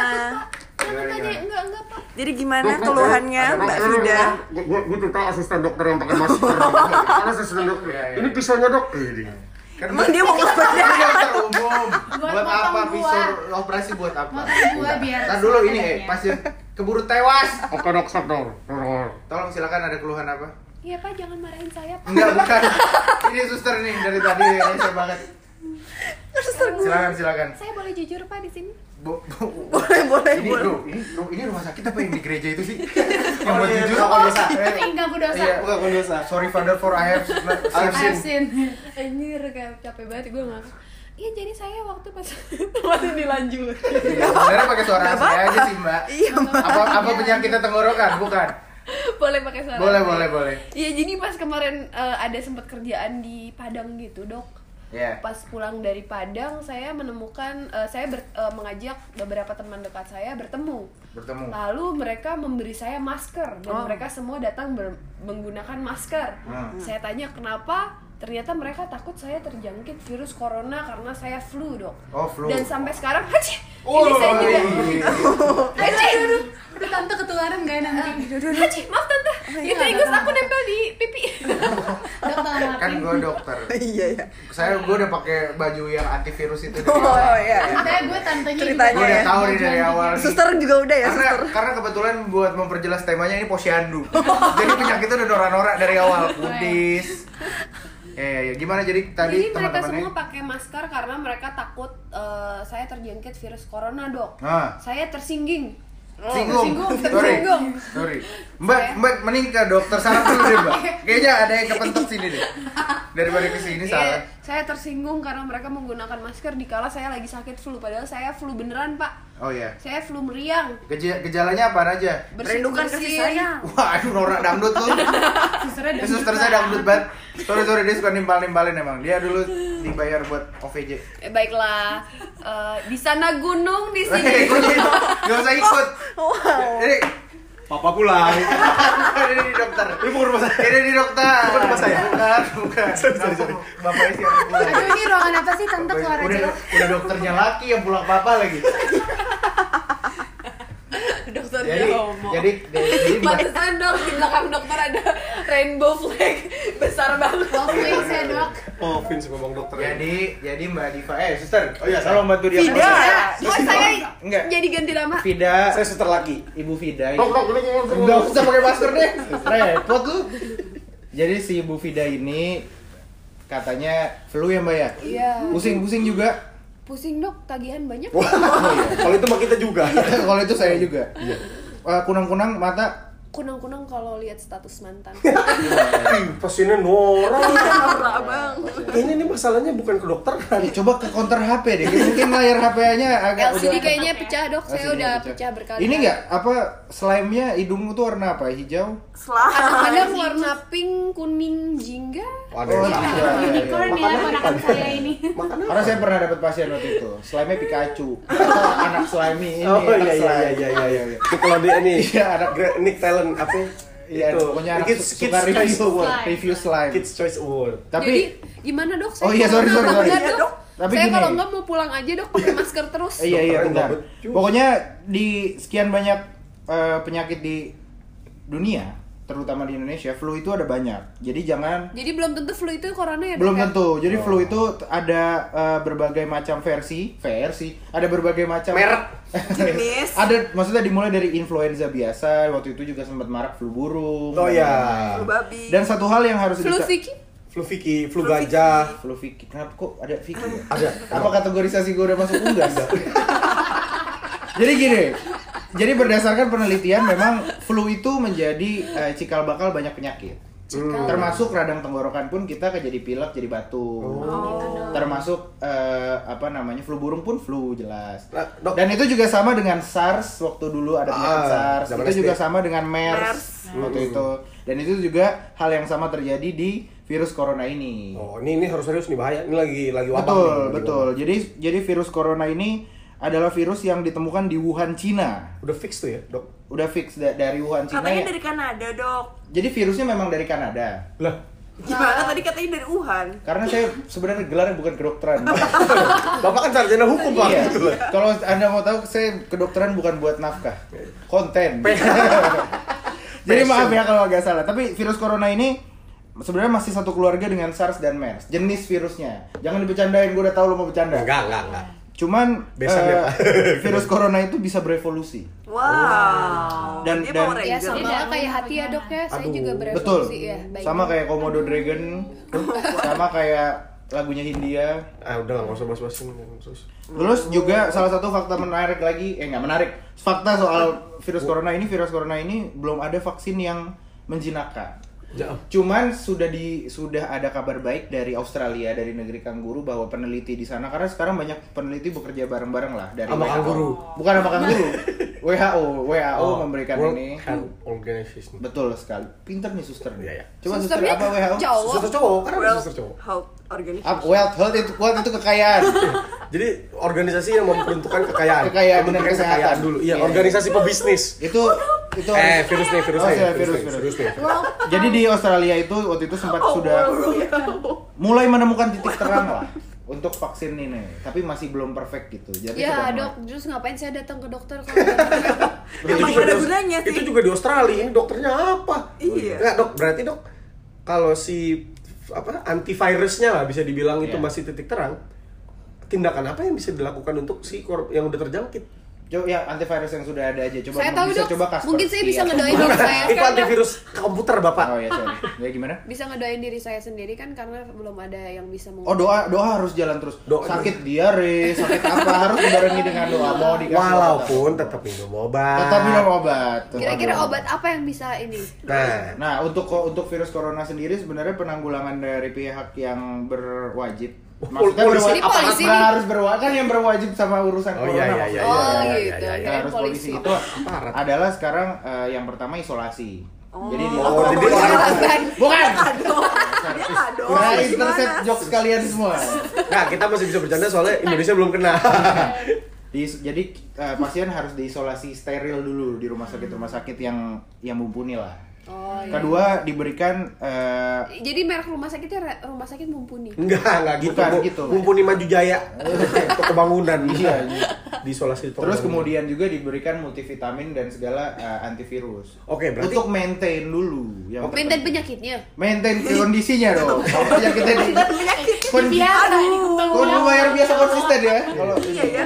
Speaker 7: Tante
Speaker 2: iya.
Speaker 7: tanya, enggak, enggak pak
Speaker 3: Jadi gimana keluhannya Mbak Vida?
Speaker 1: Gue gue minta asisten dokter yang pakai masker. Karena asisten dokter.
Speaker 2: Iya,
Speaker 1: Ini pisaunya dok.
Speaker 3: Emang dia mau
Speaker 2: Ini
Speaker 3: ngobatin?
Speaker 2: Kan dokter umum.
Speaker 4: Buat
Speaker 2: Buat
Speaker 4: potong
Speaker 2: apa
Speaker 4: gua.
Speaker 2: pisau operasi buat apa?
Speaker 4: Potong gua biar
Speaker 2: Tar dulu ini, eh,
Speaker 4: sehat-sehatnya.
Speaker 2: pasien keburu tewas.
Speaker 1: Oke dok, stop dong.
Speaker 2: Tolong silakan ada keluhan apa?
Speaker 5: Iya pak, jangan marahin saya pak.
Speaker 2: Enggak, bukan. Ini suster nih dari tadi Indonesia banget. Silakan, silakan.
Speaker 5: Saya boleh jujur pak di sini?
Speaker 2: Bu, bu-
Speaker 3: boleh boleh
Speaker 2: ini,
Speaker 3: boleh
Speaker 2: ru- ini, ru- ini rumah sakit apa yang di gereja itu sih? yang buat
Speaker 6: iya,
Speaker 2: jujur
Speaker 6: itu
Speaker 2: apa dosa? Eh,
Speaker 4: Enggak bu dosa.
Speaker 2: Iya,
Speaker 6: Bukan bukan dosa.
Speaker 2: sorry Father for I have I have
Speaker 4: I've
Speaker 2: sinned.
Speaker 4: seen.
Speaker 5: Anjir, kayak capek banget gue nggak. Iya jadi saya waktu pas masih dilanjut.
Speaker 2: Iya, Sebenarnya pakai suara
Speaker 3: Nggak
Speaker 2: asli
Speaker 3: apa-apa.
Speaker 2: aja sih Mbak.
Speaker 3: iya mbak
Speaker 2: Apa apa penyakitnya tenggorokan? Bukan.
Speaker 5: boleh pakai suara.
Speaker 2: Boleh,
Speaker 5: saya?
Speaker 2: boleh, boleh.
Speaker 5: Iya jadi pas kemarin eh, ada sempat kerjaan di Padang gitu dok.
Speaker 2: Iya.
Speaker 5: Pas pulang dari Padang saya menemukan eh, saya ber- eh, mengajak beberapa teman dekat saya bertemu.
Speaker 2: Bertemu.
Speaker 5: Lalu mereka memberi saya masker dan mereka semua datang ber- menggunakan masker.
Speaker 2: Oh. Hmm.
Speaker 5: Saya tanya kenapa? Ternyata mereka takut saya terjangkit virus corona karena saya flu dok.
Speaker 2: Oh, flu.
Speaker 5: Dan sampai sekarang, Hacih,
Speaker 2: Oh,
Speaker 5: ini saya juga. Hacih,
Speaker 4: Udah tante ketularan gak nanti?
Speaker 5: Hacih, maaf tante, itu ingus aku nempel di pipi.
Speaker 4: Dok tolong
Speaker 2: kan
Speaker 4: maafin.
Speaker 2: gue dokter.
Speaker 3: iya iya
Speaker 2: Saya gue udah pakai baju yang antivirus itu. dari
Speaker 3: oh
Speaker 2: awal.
Speaker 3: iya iya.
Speaker 4: Katanya gue tantenya
Speaker 2: Gue
Speaker 3: Ceritanya
Speaker 2: udah
Speaker 3: ya.
Speaker 2: tahu nih dari awal. nih.
Speaker 3: suster juga udah ya
Speaker 2: Karena,
Speaker 3: suster
Speaker 2: karena kebetulan buat memperjelas temanya ini posyandu. jadi penyakitnya udah norak-norak dari awal. Kudis. Ya, ya, ya. gimana jadi tadi
Speaker 5: Jadi mereka semua
Speaker 2: teman-temannya?
Speaker 5: pakai masker karena mereka takut eh, saya terjangkit virus corona dok.
Speaker 2: Ah.
Speaker 5: Saya tersingging. Oh,
Speaker 2: Singgung. Sorry.
Speaker 5: Tersinggung.
Speaker 2: Sorry. Mbak, Mbak mending ke dokter saraf dulu deh, Mbak. Kayaknya ada yang kepentok sini deh. Daripada ke sini
Speaker 5: Iya,
Speaker 2: salah.
Speaker 5: saya tersinggung karena mereka menggunakan masker dikala saya lagi sakit flu. Padahal saya flu beneran pak.
Speaker 2: Oh iya.
Speaker 5: Saya flu meriang.
Speaker 2: Geja- gejalanya apa aja?
Speaker 5: Bersin-
Speaker 3: rindukan kasih
Speaker 5: bersin.
Speaker 3: sayang
Speaker 2: Wah, aduh norak dangdut lu. Eh,
Speaker 4: Susternya dangdut
Speaker 2: Suster saya dangdut banget. Sorry, sorry, dia suka nimpal-nimpalin emang. Dia dulu dibayar buat OVJ.
Speaker 5: Eh, baiklah. Eh, di sana gunung, di
Speaker 2: Hei,
Speaker 5: sini.
Speaker 2: gua jadi- Gak usah ikut.
Speaker 3: wow
Speaker 2: Ini
Speaker 1: Papa pulang.
Speaker 2: ini di dokter.
Speaker 1: Ini bukan rumah saya.
Speaker 2: Ini di dokter.
Speaker 1: Bukan rumah saya.
Speaker 2: Bukan, bukan.
Speaker 1: Sorry, sorry, sorry.
Speaker 2: Bapaknya siapa?
Speaker 4: Aduh ini ruangan apa sih tante keluar aja
Speaker 2: Udah,
Speaker 4: dong.
Speaker 2: udah dokternya laki yang pulang papa lagi.
Speaker 5: Dokternya
Speaker 2: jadi
Speaker 5: homo.
Speaker 2: jadi jadi bukan-
Speaker 5: Pantesan dok di belakang dokter ada rainbow flag besar banget.
Speaker 4: Off
Speaker 2: Iya.
Speaker 4: face ya dok.
Speaker 1: Oh, Vince ngomong dokter.
Speaker 6: ya.
Speaker 2: jadi jadi mbak Diva eh suster
Speaker 1: Oh iya,
Speaker 2: tolong bantu dia
Speaker 3: Vida
Speaker 5: Oh
Speaker 2: Iya.
Speaker 5: saya
Speaker 2: enggak
Speaker 5: jadi ganti nama.
Speaker 2: Vida
Speaker 6: Saya suster laki.
Speaker 2: ibu Vida
Speaker 6: Tok, tok, lu ngomong semua.
Speaker 2: nggak usah pakai masker deh repot lu jadi si ibu Vida ini katanya flu ya mbak ya
Speaker 5: Iya.
Speaker 2: pusing pusing juga
Speaker 5: Pusing dok, tagihan banyak.
Speaker 6: Wah, kalau itu mah kita juga.
Speaker 2: kalau itu saya juga
Speaker 6: Iya.
Speaker 2: kunang kunang mata
Speaker 5: Kunang-kunang kalau lihat status mantan.
Speaker 2: Iya,
Speaker 5: Iya,
Speaker 6: Ih, Pasiennya norak.
Speaker 5: Parah bang.
Speaker 6: Kayaknya ini masalahnya bukan kedokteran.
Speaker 2: Eh, coba ke counter HP deh Gitu. mungkin layar HP-nya agak
Speaker 5: LCD
Speaker 2: udah- ya.
Speaker 5: kayaknya pecah dok, saya
Speaker 2: LCD-nya
Speaker 5: udah pecah, berkali.
Speaker 2: ini nggak apa slime-nya hidung tuh warna apa hijau
Speaker 5: Kadang-kadang warna pink, kuning, jingga.
Speaker 2: Waduh,
Speaker 6: Oh,
Speaker 4: Unicorn ya ponakan saya ini.
Speaker 2: iya, Karena saya pernah dapat pasien waktu itu, slime Pikachu. anak slime ini, anak slime.
Speaker 6: Oh, iya iya iya. Itu kalau dia nih,
Speaker 2: Iya, anak
Speaker 6: Gra- Nick Talent apa?
Speaker 2: Iya,
Speaker 6: Itu.
Speaker 2: pokoknya anak
Speaker 6: kids,
Speaker 2: su-
Speaker 6: kids
Speaker 2: suka review
Speaker 6: Choice Award.
Speaker 4: Slime.
Speaker 2: review slime.
Speaker 6: Kids Choice Award.
Speaker 2: Tapi
Speaker 5: Jadi gimana dok? Saya
Speaker 2: Oh iya, sorry,
Speaker 5: corona
Speaker 2: sorry,
Speaker 5: apa
Speaker 2: sorry.
Speaker 5: enggak,
Speaker 3: Iya,
Speaker 5: dok?
Speaker 3: Dok.
Speaker 2: Tapi
Speaker 5: saya
Speaker 2: gini.
Speaker 5: kalau enggak mau pulang aja dok pakai masker terus.
Speaker 2: eh, iya iya
Speaker 6: Dokternya
Speaker 2: bentar.
Speaker 6: nggak becus.
Speaker 2: Pokoknya di sekian banyak eh, penyakit di dunia, terutama di Indonesia, flu itu ada banyak. Jadi jangan
Speaker 5: Jadi belum tentu flu itu corona ya dok?
Speaker 2: belum
Speaker 5: ya?
Speaker 2: tentu jadi flu
Speaker 6: Oh.
Speaker 2: itu t- ada uh, berbagai macam versi versi ada berbagai macam
Speaker 6: Merek.
Speaker 2: jenis ada maksudnya dimulai dari influenza biasa waktu itu juga sempat marak flu burung
Speaker 6: Oh iya.
Speaker 3: Flu babi
Speaker 2: dan satu hal yang harus
Speaker 5: Flu
Speaker 2: disa-
Speaker 5: Vicky?
Speaker 6: Flu Vicky, flu gajah.
Speaker 2: flu Vicky kenapa kok ada Vicky ya?
Speaker 6: Ada.
Speaker 2: apa kategorisasi gue udah masuk unggas jadi gini jadi berdasarkan penelitian memang flu itu menjadi eh, cikal bakal banyak penyakit termasuk radang tenggorokan pun kita ke jadi pilek jadi batuk termasuk eh, apa namanya flu burung pun flu jelas
Speaker 6: Nah, dok.
Speaker 2: dan itu juga sama dengan SARS waktu dulu ada penyakit
Speaker 6: Ah,
Speaker 2: SARS
Speaker 6: zaman
Speaker 2: itu
Speaker 6: SD.
Speaker 2: juga sama dengan MERS,
Speaker 3: MERS.
Speaker 2: waktu itu dan itu juga hal yang sama terjadi di virus corona ini
Speaker 6: Oh, ini ini harus serius nih bahaya. Ini lagi lagi wabah. nih,
Speaker 2: betul
Speaker 6: gitu. lagi
Speaker 2: betul jadi jadi virus corona ini adalah virus yang ditemukan di Wuhan Cina
Speaker 6: wabah. Udah fix tuh ya, Dok.
Speaker 2: udah fix da- dari Wuhan Cina
Speaker 3: katanya
Speaker 2: ya.
Speaker 3: dari Kanada dok
Speaker 2: jadi virusnya memang dari Kanada
Speaker 6: Lah,
Speaker 3: gimana tadi katanya dari Wuhan
Speaker 2: karena saya sebenarnya gelarnya bukan kedokteran
Speaker 6: Bapak kan sarjana hukum, Pak.
Speaker 2: Iya.
Speaker 6: Gitu lah.
Speaker 2: Kalau Anda mau tahu, saya kedokteran bukan buat nafkah, konten. Jadi maaf ya kalau agak salah. Tapi virus corona ini sebenarnya masih satu keluarga dengan SARS dan MERS. Jenis virusnya. Jangan dibecandain, gue udah tahu lo mau bercanda.
Speaker 6: Enggak, enggak, enggak.
Speaker 2: Cuman
Speaker 1: Besan ya,
Speaker 2: eh,
Speaker 1: Pak.
Speaker 2: virus corona itu bisa berevolusi.
Speaker 3: Wow.
Speaker 2: Dan-
Speaker 3: Dia
Speaker 2: dan-
Speaker 7: Ya
Speaker 3: Power
Speaker 5: Iya,
Speaker 3: Ranger.
Speaker 7: sama
Speaker 4: Jadi
Speaker 7: lah
Speaker 4: dari
Speaker 7: kayak
Speaker 4: rumah
Speaker 7: hati ya
Speaker 4: gimana?
Speaker 7: dok ya, saya
Speaker 1: Aduh.
Speaker 7: juga
Speaker 2: Iya, Betul.
Speaker 7: berevolusi ya. baik.
Speaker 2: Sama kayak Komodo Dragon, sama kayak lagunya Hindia.
Speaker 1: Ah udah lah, nggak usah bahas-bahas ini. nggak usah.
Speaker 2: Terus juga salah satu fakta menarik lagi, eh nggak menarik, fakta soal virus corona ini, virus corona ini belum ada vaksin yang menjinakkan.
Speaker 1: Jauh.
Speaker 2: Cuman sudah di sudah ada kabar baik dari Australia dari negeri kanguru bahwa peneliti di sana karena sekarang banyak peneliti bekerja bareng-bareng lah dari
Speaker 1: Sama
Speaker 2: WHO.
Speaker 1: kanguru.
Speaker 2: Bukan sama kanguru. WHO, WHO memberikan
Speaker 1: Oh, World
Speaker 2: ini.
Speaker 1: Health Organization.
Speaker 2: Betul sekali. Pinter nih suster.
Speaker 1: Iya, iya.
Speaker 2: Coba suster
Speaker 7: Susternya
Speaker 2: apa WHO?
Speaker 7: cowok.
Speaker 1: Suster cowok, karena ada
Speaker 3: World
Speaker 1: suster cowok.
Speaker 3: Health Organization.
Speaker 2: Up, wealth, health itu wealth itu kekayaan.
Speaker 1: Jadi organisasi yang memperuntukkan kekayaan.
Speaker 2: Kekayaan, benar,
Speaker 1: Memperuntukkan
Speaker 2: kesehatan.
Speaker 1: kekayaan dulu. Iya,
Speaker 2: Iya.
Speaker 1: organisasi pebisnis.
Speaker 2: itu itu
Speaker 1: Eh, virus nih, virus
Speaker 2: Oh,
Speaker 1: nih.
Speaker 2: iya,
Speaker 1: virus
Speaker 2: virus,
Speaker 1: nih,
Speaker 2: virus.
Speaker 1: virus nih.
Speaker 2: Jadi di Australia itu waktu itu sempat
Speaker 3: Oh,
Speaker 7: Oh,
Speaker 2: sudah mulai menemukan titik terang lah untuk vaksin ini, tapi masih belum perfect gitu. Jadi
Speaker 7: Ya
Speaker 2: sudah mulai-
Speaker 7: dok, terus ngapain saya datang ke dokter kalau nggak-
Speaker 3: Emang
Speaker 1: juga
Speaker 3: ada
Speaker 1: di-
Speaker 3: gunanya sih.
Speaker 1: Itu juga di Australia. Ini dokternya apa?
Speaker 3: Iya.
Speaker 1: Nggak, dok, berarti dok kalau si apa antivirusnya lah bisa dibilang itu
Speaker 2: Iya.
Speaker 1: masih titik terang. Tindakan apa yang bisa dilakukan untuk si kor- yang udah terjangkit?
Speaker 2: Coba ya antivirus yang sudah ada aja. Coba
Speaker 7: Saya tahu
Speaker 2: bisa
Speaker 7: dok,
Speaker 2: coba Kaspersky
Speaker 7: mungkin saya bisa
Speaker 2: atau-
Speaker 7: ngedoain
Speaker 3: Iya,
Speaker 7: diri saya
Speaker 1: itu
Speaker 3: kan,
Speaker 1: antivirus komputer bapak.
Speaker 2: Oh ya sorry. Ya gimana?
Speaker 7: Bisa ngedoain diri saya sendiri kan karena belum ada yang bisa
Speaker 2: Oh
Speaker 7: mengobati
Speaker 2: doa doa harus jalan terus.
Speaker 1: Doa-
Speaker 2: sakit diare, sakit apa harus dibarengi dengan doa. Mau dikasih obat
Speaker 1: Walaupun
Speaker 2: apa.
Speaker 1: tetap minum obat.
Speaker 2: iya, tetap minum obat. tetap
Speaker 7: Kira-kira
Speaker 2: minum
Speaker 7: obat apa yang bisa ini?
Speaker 1: Nah,
Speaker 2: Nah, untuk untuk virus corona sendiri sebenarnya penanggulangan dari pihak yang berwajib. Maksudnya
Speaker 1: Oh, Polisi.
Speaker 2: berwajib,
Speaker 7: Ini polisi nih.
Speaker 2: harus berwajib kan yang berwajib sama urusan
Speaker 1: Oh,
Speaker 2: corona
Speaker 1: iya, iya,
Speaker 2: maksudnya.
Speaker 1: iya, iya,
Speaker 7: Oh
Speaker 1: iya,
Speaker 7: gitu,
Speaker 1: iya, iya,
Speaker 2: Yang
Speaker 1: iya.
Speaker 7: kirain
Speaker 2: harus polisi
Speaker 7: polisi
Speaker 2: itu
Speaker 1: Aparat.
Speaker 2: adalah sekarang eh, yang pertama isolasi. Jadi di
Speaker 1: Oh, jadi
Speaker 2: Bukan.
Speaker 1: orang-
Speaker 2: bukan.
Speaker 3: Kado. Dia kado.
Speaker 2: Udah
Speaker 3: Gimana?
Speaker 2: intercept jokes kalian semua.
Speaker 1: Nah, kita masih bisa bercanda soalnya Indonesia belum kena.
Speaker 2: Di- jadi eh, pasien harus diisolasi steril dulu di rumah sakit rumah sakit yang yang mumpuni lah.
Speaker 7: Oh iya.
Speaker 2: Kedua diberikan eh,
Speaker 7: Jadi merek rumah sakitnya re- rumah sakit mumpuni.
Speaker 1: Enggak, enggak gitu.
Speaker 2: Bukan
Speaker 1: Bu.
Speaker 2: gitu.
Speaker 1: Mumpuni maju jaya. Untuk kebangunan.
Speaker 2: Iya.
Speaker 1: Di isolasi itu.
Speaker 2: Terus kemudian juga diberikan multivitamin dan segala eh, antivirus.
Speaker 1: Oke, berarti-
Speaker 2: untuk maintain dulu yang
Speaker 7: Maintain penyakitnya.
Speaker 2: maintain kondisinya dong. Kalau penyakitnya di
Speaker 3: Dan menyakiti
Speaker 2: Kondi-
Speaker 4: Iya,
Speaker 3: biasa ini.
Speaker 2: kalau luar biasa konsisten ya. Kalau
Speaker 3: Iya, ya.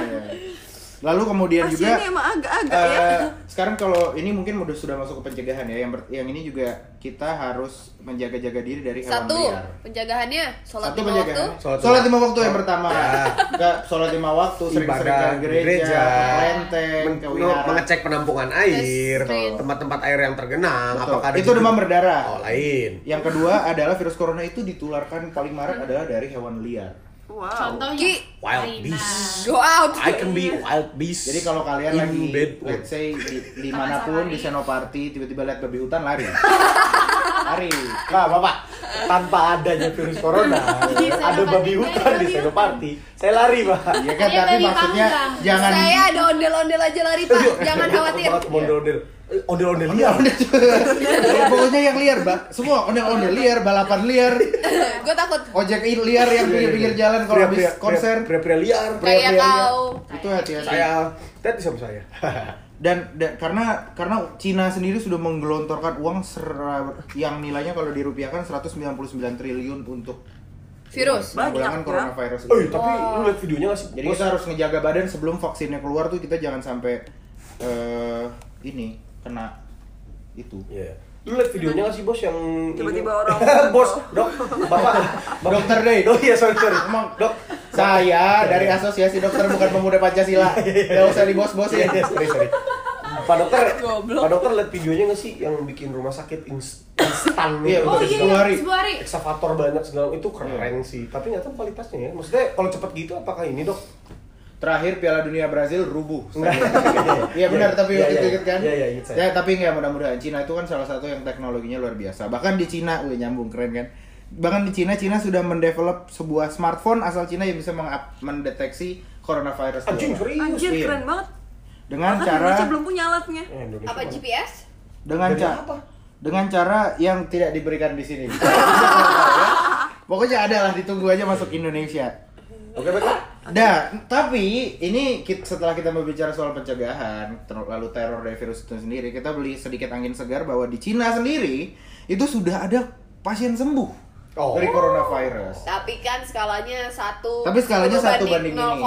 Speaker 2: Lalu kemudian Iya, juga
Speaker 3: Pasiennya emang agak-agak ya.
Speaker 2: eh, sekarang kalau ini mungkin udah sudah masuk ke pencegahan ya. Yang ber- yang ini juga kita harus menjaga-jaga diri dari hewan
Speaker 7: Satu,
Speaker 2: liar.
Speaker 7: penjagaannya sholat
Speaker 2: Iya, Satu
Speaker 7: lima
Speaker 2: penjagaan.
Speaker 7: waktu.
Speaker 1: Sholat
Speaker 2: kan? Sholat,
Speaker 1: lima-
Speaker 2: lima waktu yang pertama. Ah. Enggak, sholat lima waktu sering-sering
Speaker 1: Ibadah,
Speaker 2: ke gereja,
Speaker 1: gereja,
Speaker 2: ke kelenteng,
Speaker 1: men-
Speaker 2: ke wihara.
Speaker 1: mengecek penampungan air,
Speaker 7: Yes,
Speaker 1: tempat-tempat air yang tergenang,
Speaker 2: Betul.
Speaker 1: apakah ada
Speaker 2: Itu
Speaker 1: juga-
Speaker 2: demam berdarah.
Speaker 1: Oh, lain.
Speaker 2: Yang kedua adalah virus corona itu ditularkan paling marak adalah dari hewan liar.
Speaker 3: Wow.
Speaker 4: Contohnya
Speaker 7: Ki.
Speaker 1: Wild
Speaker 4: Rina.
Speaker 1: beast.
Speaker 7: Go out.
Speaker 1: I can be wild beast.
Speaker 2: Jadi kalau kalian
Speaker 1: in
Speaker 2: lagi
Speaker 1: bed with-
Speaker 2: let's say di, dimanapun
Speaker 4: safari.
Speaker 2: di senoparti tiba-tiba lihat babi hutan lari. lari.
Speaker 1: Nah, Bapak, tanpa adanya virus corona,
Speaker 7: Iya,
Speaker 1: ada babi hutan di Senopati. Saya lari, Pak.
Speaker 2: Iya kan
Speaker 4: Iya,
Speaker 2: tapi
Speaker 4: dari
Speaker 2: maksudnya
Speaker 4: panggang.
Speaker 2: jangan
Speaker 7: Saya ada ondel-ondel aja lari pak, jangan khawatir.
Speaker 1: Ondel-ondel. Iya. Eh, Ondel-ondel liar.
Speaker 2: Ya, pokoknya yang liar, Mbak. Semua ondel-ondel liar, balapan liar,
Speaker 7: Gue takut
Speaker 2: ojek i- liar yang di pinggir jalan kalau
Speaker 1: Pria-pria-
Speaker 2: habis konser.
Speaker 1: pria-pria liar.
Speaker 7: kayak
Speaker 2: Pria-pria liar.
Speaker 7: kau.
Speaker 2: Itu hati-hati.
Speaker 1: Saya tadi sama saya.
Speaker 2: dan, dan karena karena Cina sendiri sudah menggelontorkan uang ser- yang nilainya kalau dirupiahkan 199 triliun untuk
Speaker 7: Virus.
Speaker 2: penanggulangan
Speaker 3: Banyak, ya.
Speaker 2: coronavirus.
Speaker 1: Oh,
Speaker 2: ini.
Speaker 1: tapi lu lihat videonya nggak sih?
Speaker 2: Jadi kita harus ngejaga badan sebelum vaksinnya keluar tuh kita jangan sampai eh ini kena itu.
Speaker 1: Iya. Lu lihat videonya nggak sih bos yang
Speaker 3: Tiba-tiba
Speaker 1: ini?
Speaker 3: orang-
Speaker 1: bos, dok, bapak, bapak.
Speaker 2: Dokter deh.
Speaker 1: Oh iya sorry sorry.
Speaker 2: Emang dok saya dari asosiasi dokter bukan pemuda Pancasila. Enggak usah dibos-bosin.
Speaker 1: Iya iya sorry sorry. Pak dokter, Pak dokter lihat videonya nggak sih yang bikin rumah sakit ins- instan gitu?
Speaker 2: Iya,
Speaker 4: Oh
Speaker 2: Terus
Speaker 4: iya,
Speaker 2: sepuluh hari.
Speaker 4: sepuluh hari.
Speaker 1: Eksavator banyak segala itu keren
Speaker 2: Iya.
Speaker 1: sih, tapi nggak tahu kualitasnya ya. Maksudnya kalau cepet gitu apakah ini dok?
Speaker 2: Terakhir Piala Dunia Brazil rubuh.
Speaker 1: Enggak.
Speaker 2: Iya benar tapi
Speaker 1: Iya,
Speaker 2: waktu
Speaker 1: iya,
Speaker 2: itu inget kan?
Speaker 1: iya, iya, inget saya.
Speaker 2: Ya tapi ya mudah-mudahan Cina itu kan salah satu yang teknologinya luar biasa. Bahkan di Cina, wih nyambung keren kan. Bahkan di Cina, Cina sudah mendevelop sebuah smartphone asal Cina yang bisa mengap- mendeteksi coronavirus. di
Speaker 1: Anjing
Speaker 2: luar.
Speaker 1: serius.
Speaker 3: Anjir
Speaker 2: Iya.
Speaker 3: keren banget.
Speaker 2: Dengan
Speaker 3: Bahkan
Speaker 2: cara
Speaker 3: Indonesia belum punya alatnya.
Speaker 1: Eh, Indonesia
Speaker 7: Apa
Speaker 1: mana?
Speaker 7: GPS?
Speaker 2: dengan
Speaker 1: Dari
Speaker 2: cara
Speaker 1: apa?
Speaker 2: dengan cara yang tidak diberikan di sini. Pokoknya ada lah ditunggu aja masuk Indonesia.
Speaker 1: Oke baiklah.
Speaker 2: Nah, tapi ini kit- setelah kita berbicara soal pencegahan, ter- lalu teror dari virus itu sendiri, kita beli sedikit angin segar bahwa di Cina sendiri itu sudah ada pasien sembuh.
Speaker 1: Oh. Dari coronavirus.
Speaker 5: Tapi kan skalanya satu.
Speaker 2: Tapi skalanya satu banding
Speaker 5: banding
Speaker 2: ini.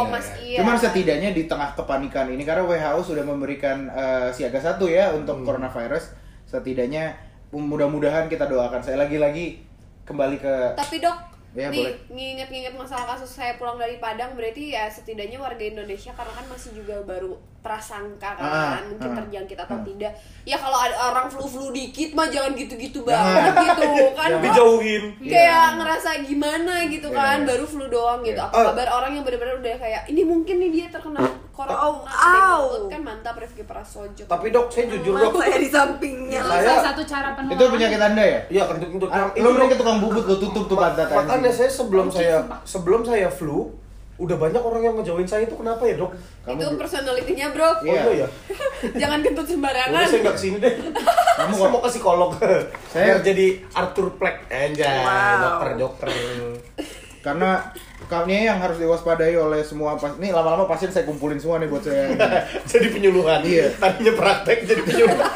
Speaker 2: ya.
Speaker 5: 0,
Speaker 2: Cuman setidaknya di tengah kepanikan ini karena WHO sudah memberikan eh, siaga satu ya
Speaker 1: Hmm.
Speaker 2: untuk coronavirus. Setidaknya mudah-mudahan kita doakan. Saya lagi-lagi kembali ke
Speaker 5: Tapi dok,
Speaker 2: Ya,
Speaker 5: nih,
Speaker 2: boleh.
Speaker 5: nginget-nginget masalah kasus saya pulang dari Padang berarti ya setidaknya warga Indonesia karena kan masih juga baru prasangka
Speaker 2: Ah,
Speaker 5: kan mungkin
Speaker 2: ah,
Speaker 5: terjangkit
Speaker 2: ah.
Speaker 5: atau tidak. Ya kalau ada orang flu-flu dikit mah jangan gitu-gitu banget gitu kan.
Speaker 2: Jangan.
Speaker 5: Gua
Speaker 1: Dijauhin.
Speaker 5: kayak ngerasa gimana gitu
Speaker 2: Iya,
Speaker 5: kan
Speaker 2: iya.
Speaker 5: baru flu doang gitu.
Speaker 2: Iya.
Speaker 5: Apa kabar orang yang benar-benar udah kayak ini mungkin nih dia terkena corona.
Speaker 3: Oh,
Speaker 5: Ada yang
Speaker 3: ow.
Speaker 5: mulut kan mantap Rifki Prasojo.
Speaker 1: Tapi dok, saya jujur
Speaker 3: Emang
Speaker 1: dok.
Speaker 3: saya di sampingnya
Speaker 4: Itu
Speaker 1: Saya-
Speaker 4: salah satu cara penularan.
Speaker 2: Itu penyakit Anda ya?
Speaker 1: Iya kentut kentut.
Speaker 2: Ah, Lu mending ke tukang bubut lu tutup tuh pantat
Speaker 1: Makanya
Speaker 2: anjing.
Speaker 1: saya sebelum saya sebelum saya flu, udah banyak orang yang ngejauhin saya itu kenapa ya dok?
Speaker 2: Kamu
Speaker 5: itu
Speaker 2: bro-
Speaker 5: personalitinya bro.
Speaker 1: Oh iya ya.
Speaker 5: Jangan kentut sembarangan.
Speaker 1: Udah saya nggak kesini deh.
Speaker 2: Kamu
Speaker 1: Kamu
Speaker 2: kok-
Speaker 1: mau ke psikolog.
Speaker 2: Saya-
Speaker 1: Saya jadi Arthur Plek aja.
Speaker 3: Wow.
Speaker 1: Dokter dokter.
Speaker 2: karena kayaknya yang harus diwaspadai oleh semua pas nih lama-lama pasien saya kumpulin semua nih buat saya
Speaker 1: jadi penyuluhan.
Speaker 2: Iya.
Speaker 1: Tadinya praktek jadi penyuluhan.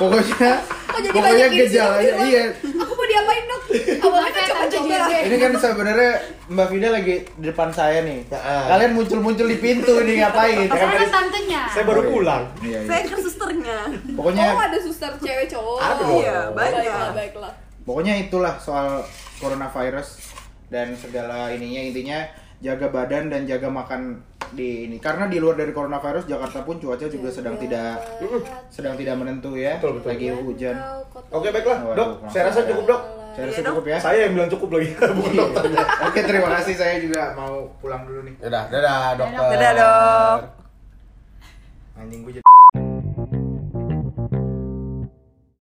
Speaker 2: pokoknya
Speaker 5: Oh, jadi
Speaker 2: pokoknya
Speaker 5: banyak yang
Speaker 2: gejalanya
Speaker 5: silau-silau.
Speaker 2: iya
Speaker 5: Aku mau diapain dok? Awalnya kan coba-coba
Speaker 2: ini kan sebenarnya Mbak Vida lagi di depan saya nih
Speaker 1: Heeh.
Speaker 2: kalian muncul-muncul di pintu ini ngapain
Speaker 4: Oh, karena tantenya.
Speaker 1: saya baru pulang.
Speaker 2: Iya, iya.
Speaker 3: saya ke susternya
Speaker 2: pokoknya
Speaker 5: Oh ada suster cewek cowok
Speaker 1: Ada.
Speaker 3: iya
Speaker 5: Baiklah,
Speaker 3: banyak
Speaker 5: baiklah
Speaker 2: pokoknya itulah soal coronavirus dan segala ininya intinya jaga badan dan jaga makan di ini karena di luar dari coronavirus Jakarta pun cuaca juga
Speaker 5: Iya,
Speaker 2: sedang tidak sedang tidak menentu ya
Speaker 1: Betul, betul.
Speaker 2: lagi hujan
Speaker 1: Oke baiklah
Speaker 2: Waduh,
Speaker 1: dok.
Speaker 2: kurang
Speaker 1: Saya rasa
Speaker 2: sadar.
Speaker 1: cukup dok.
Speaker 2: saya rasa
Speaker 3: Iya dong.
Speaker 2: cukup ya
Speaker 1: Saya yang bilang cukup lagi bukan dokternya.
Speaker 2: Oke, terima kasih. Saya juga mau pulang dulu nih.
Speaker 8: Dadah, dadah dokter.
Speaker 3: dadah dok
Speaker 2: Anjing gue jadi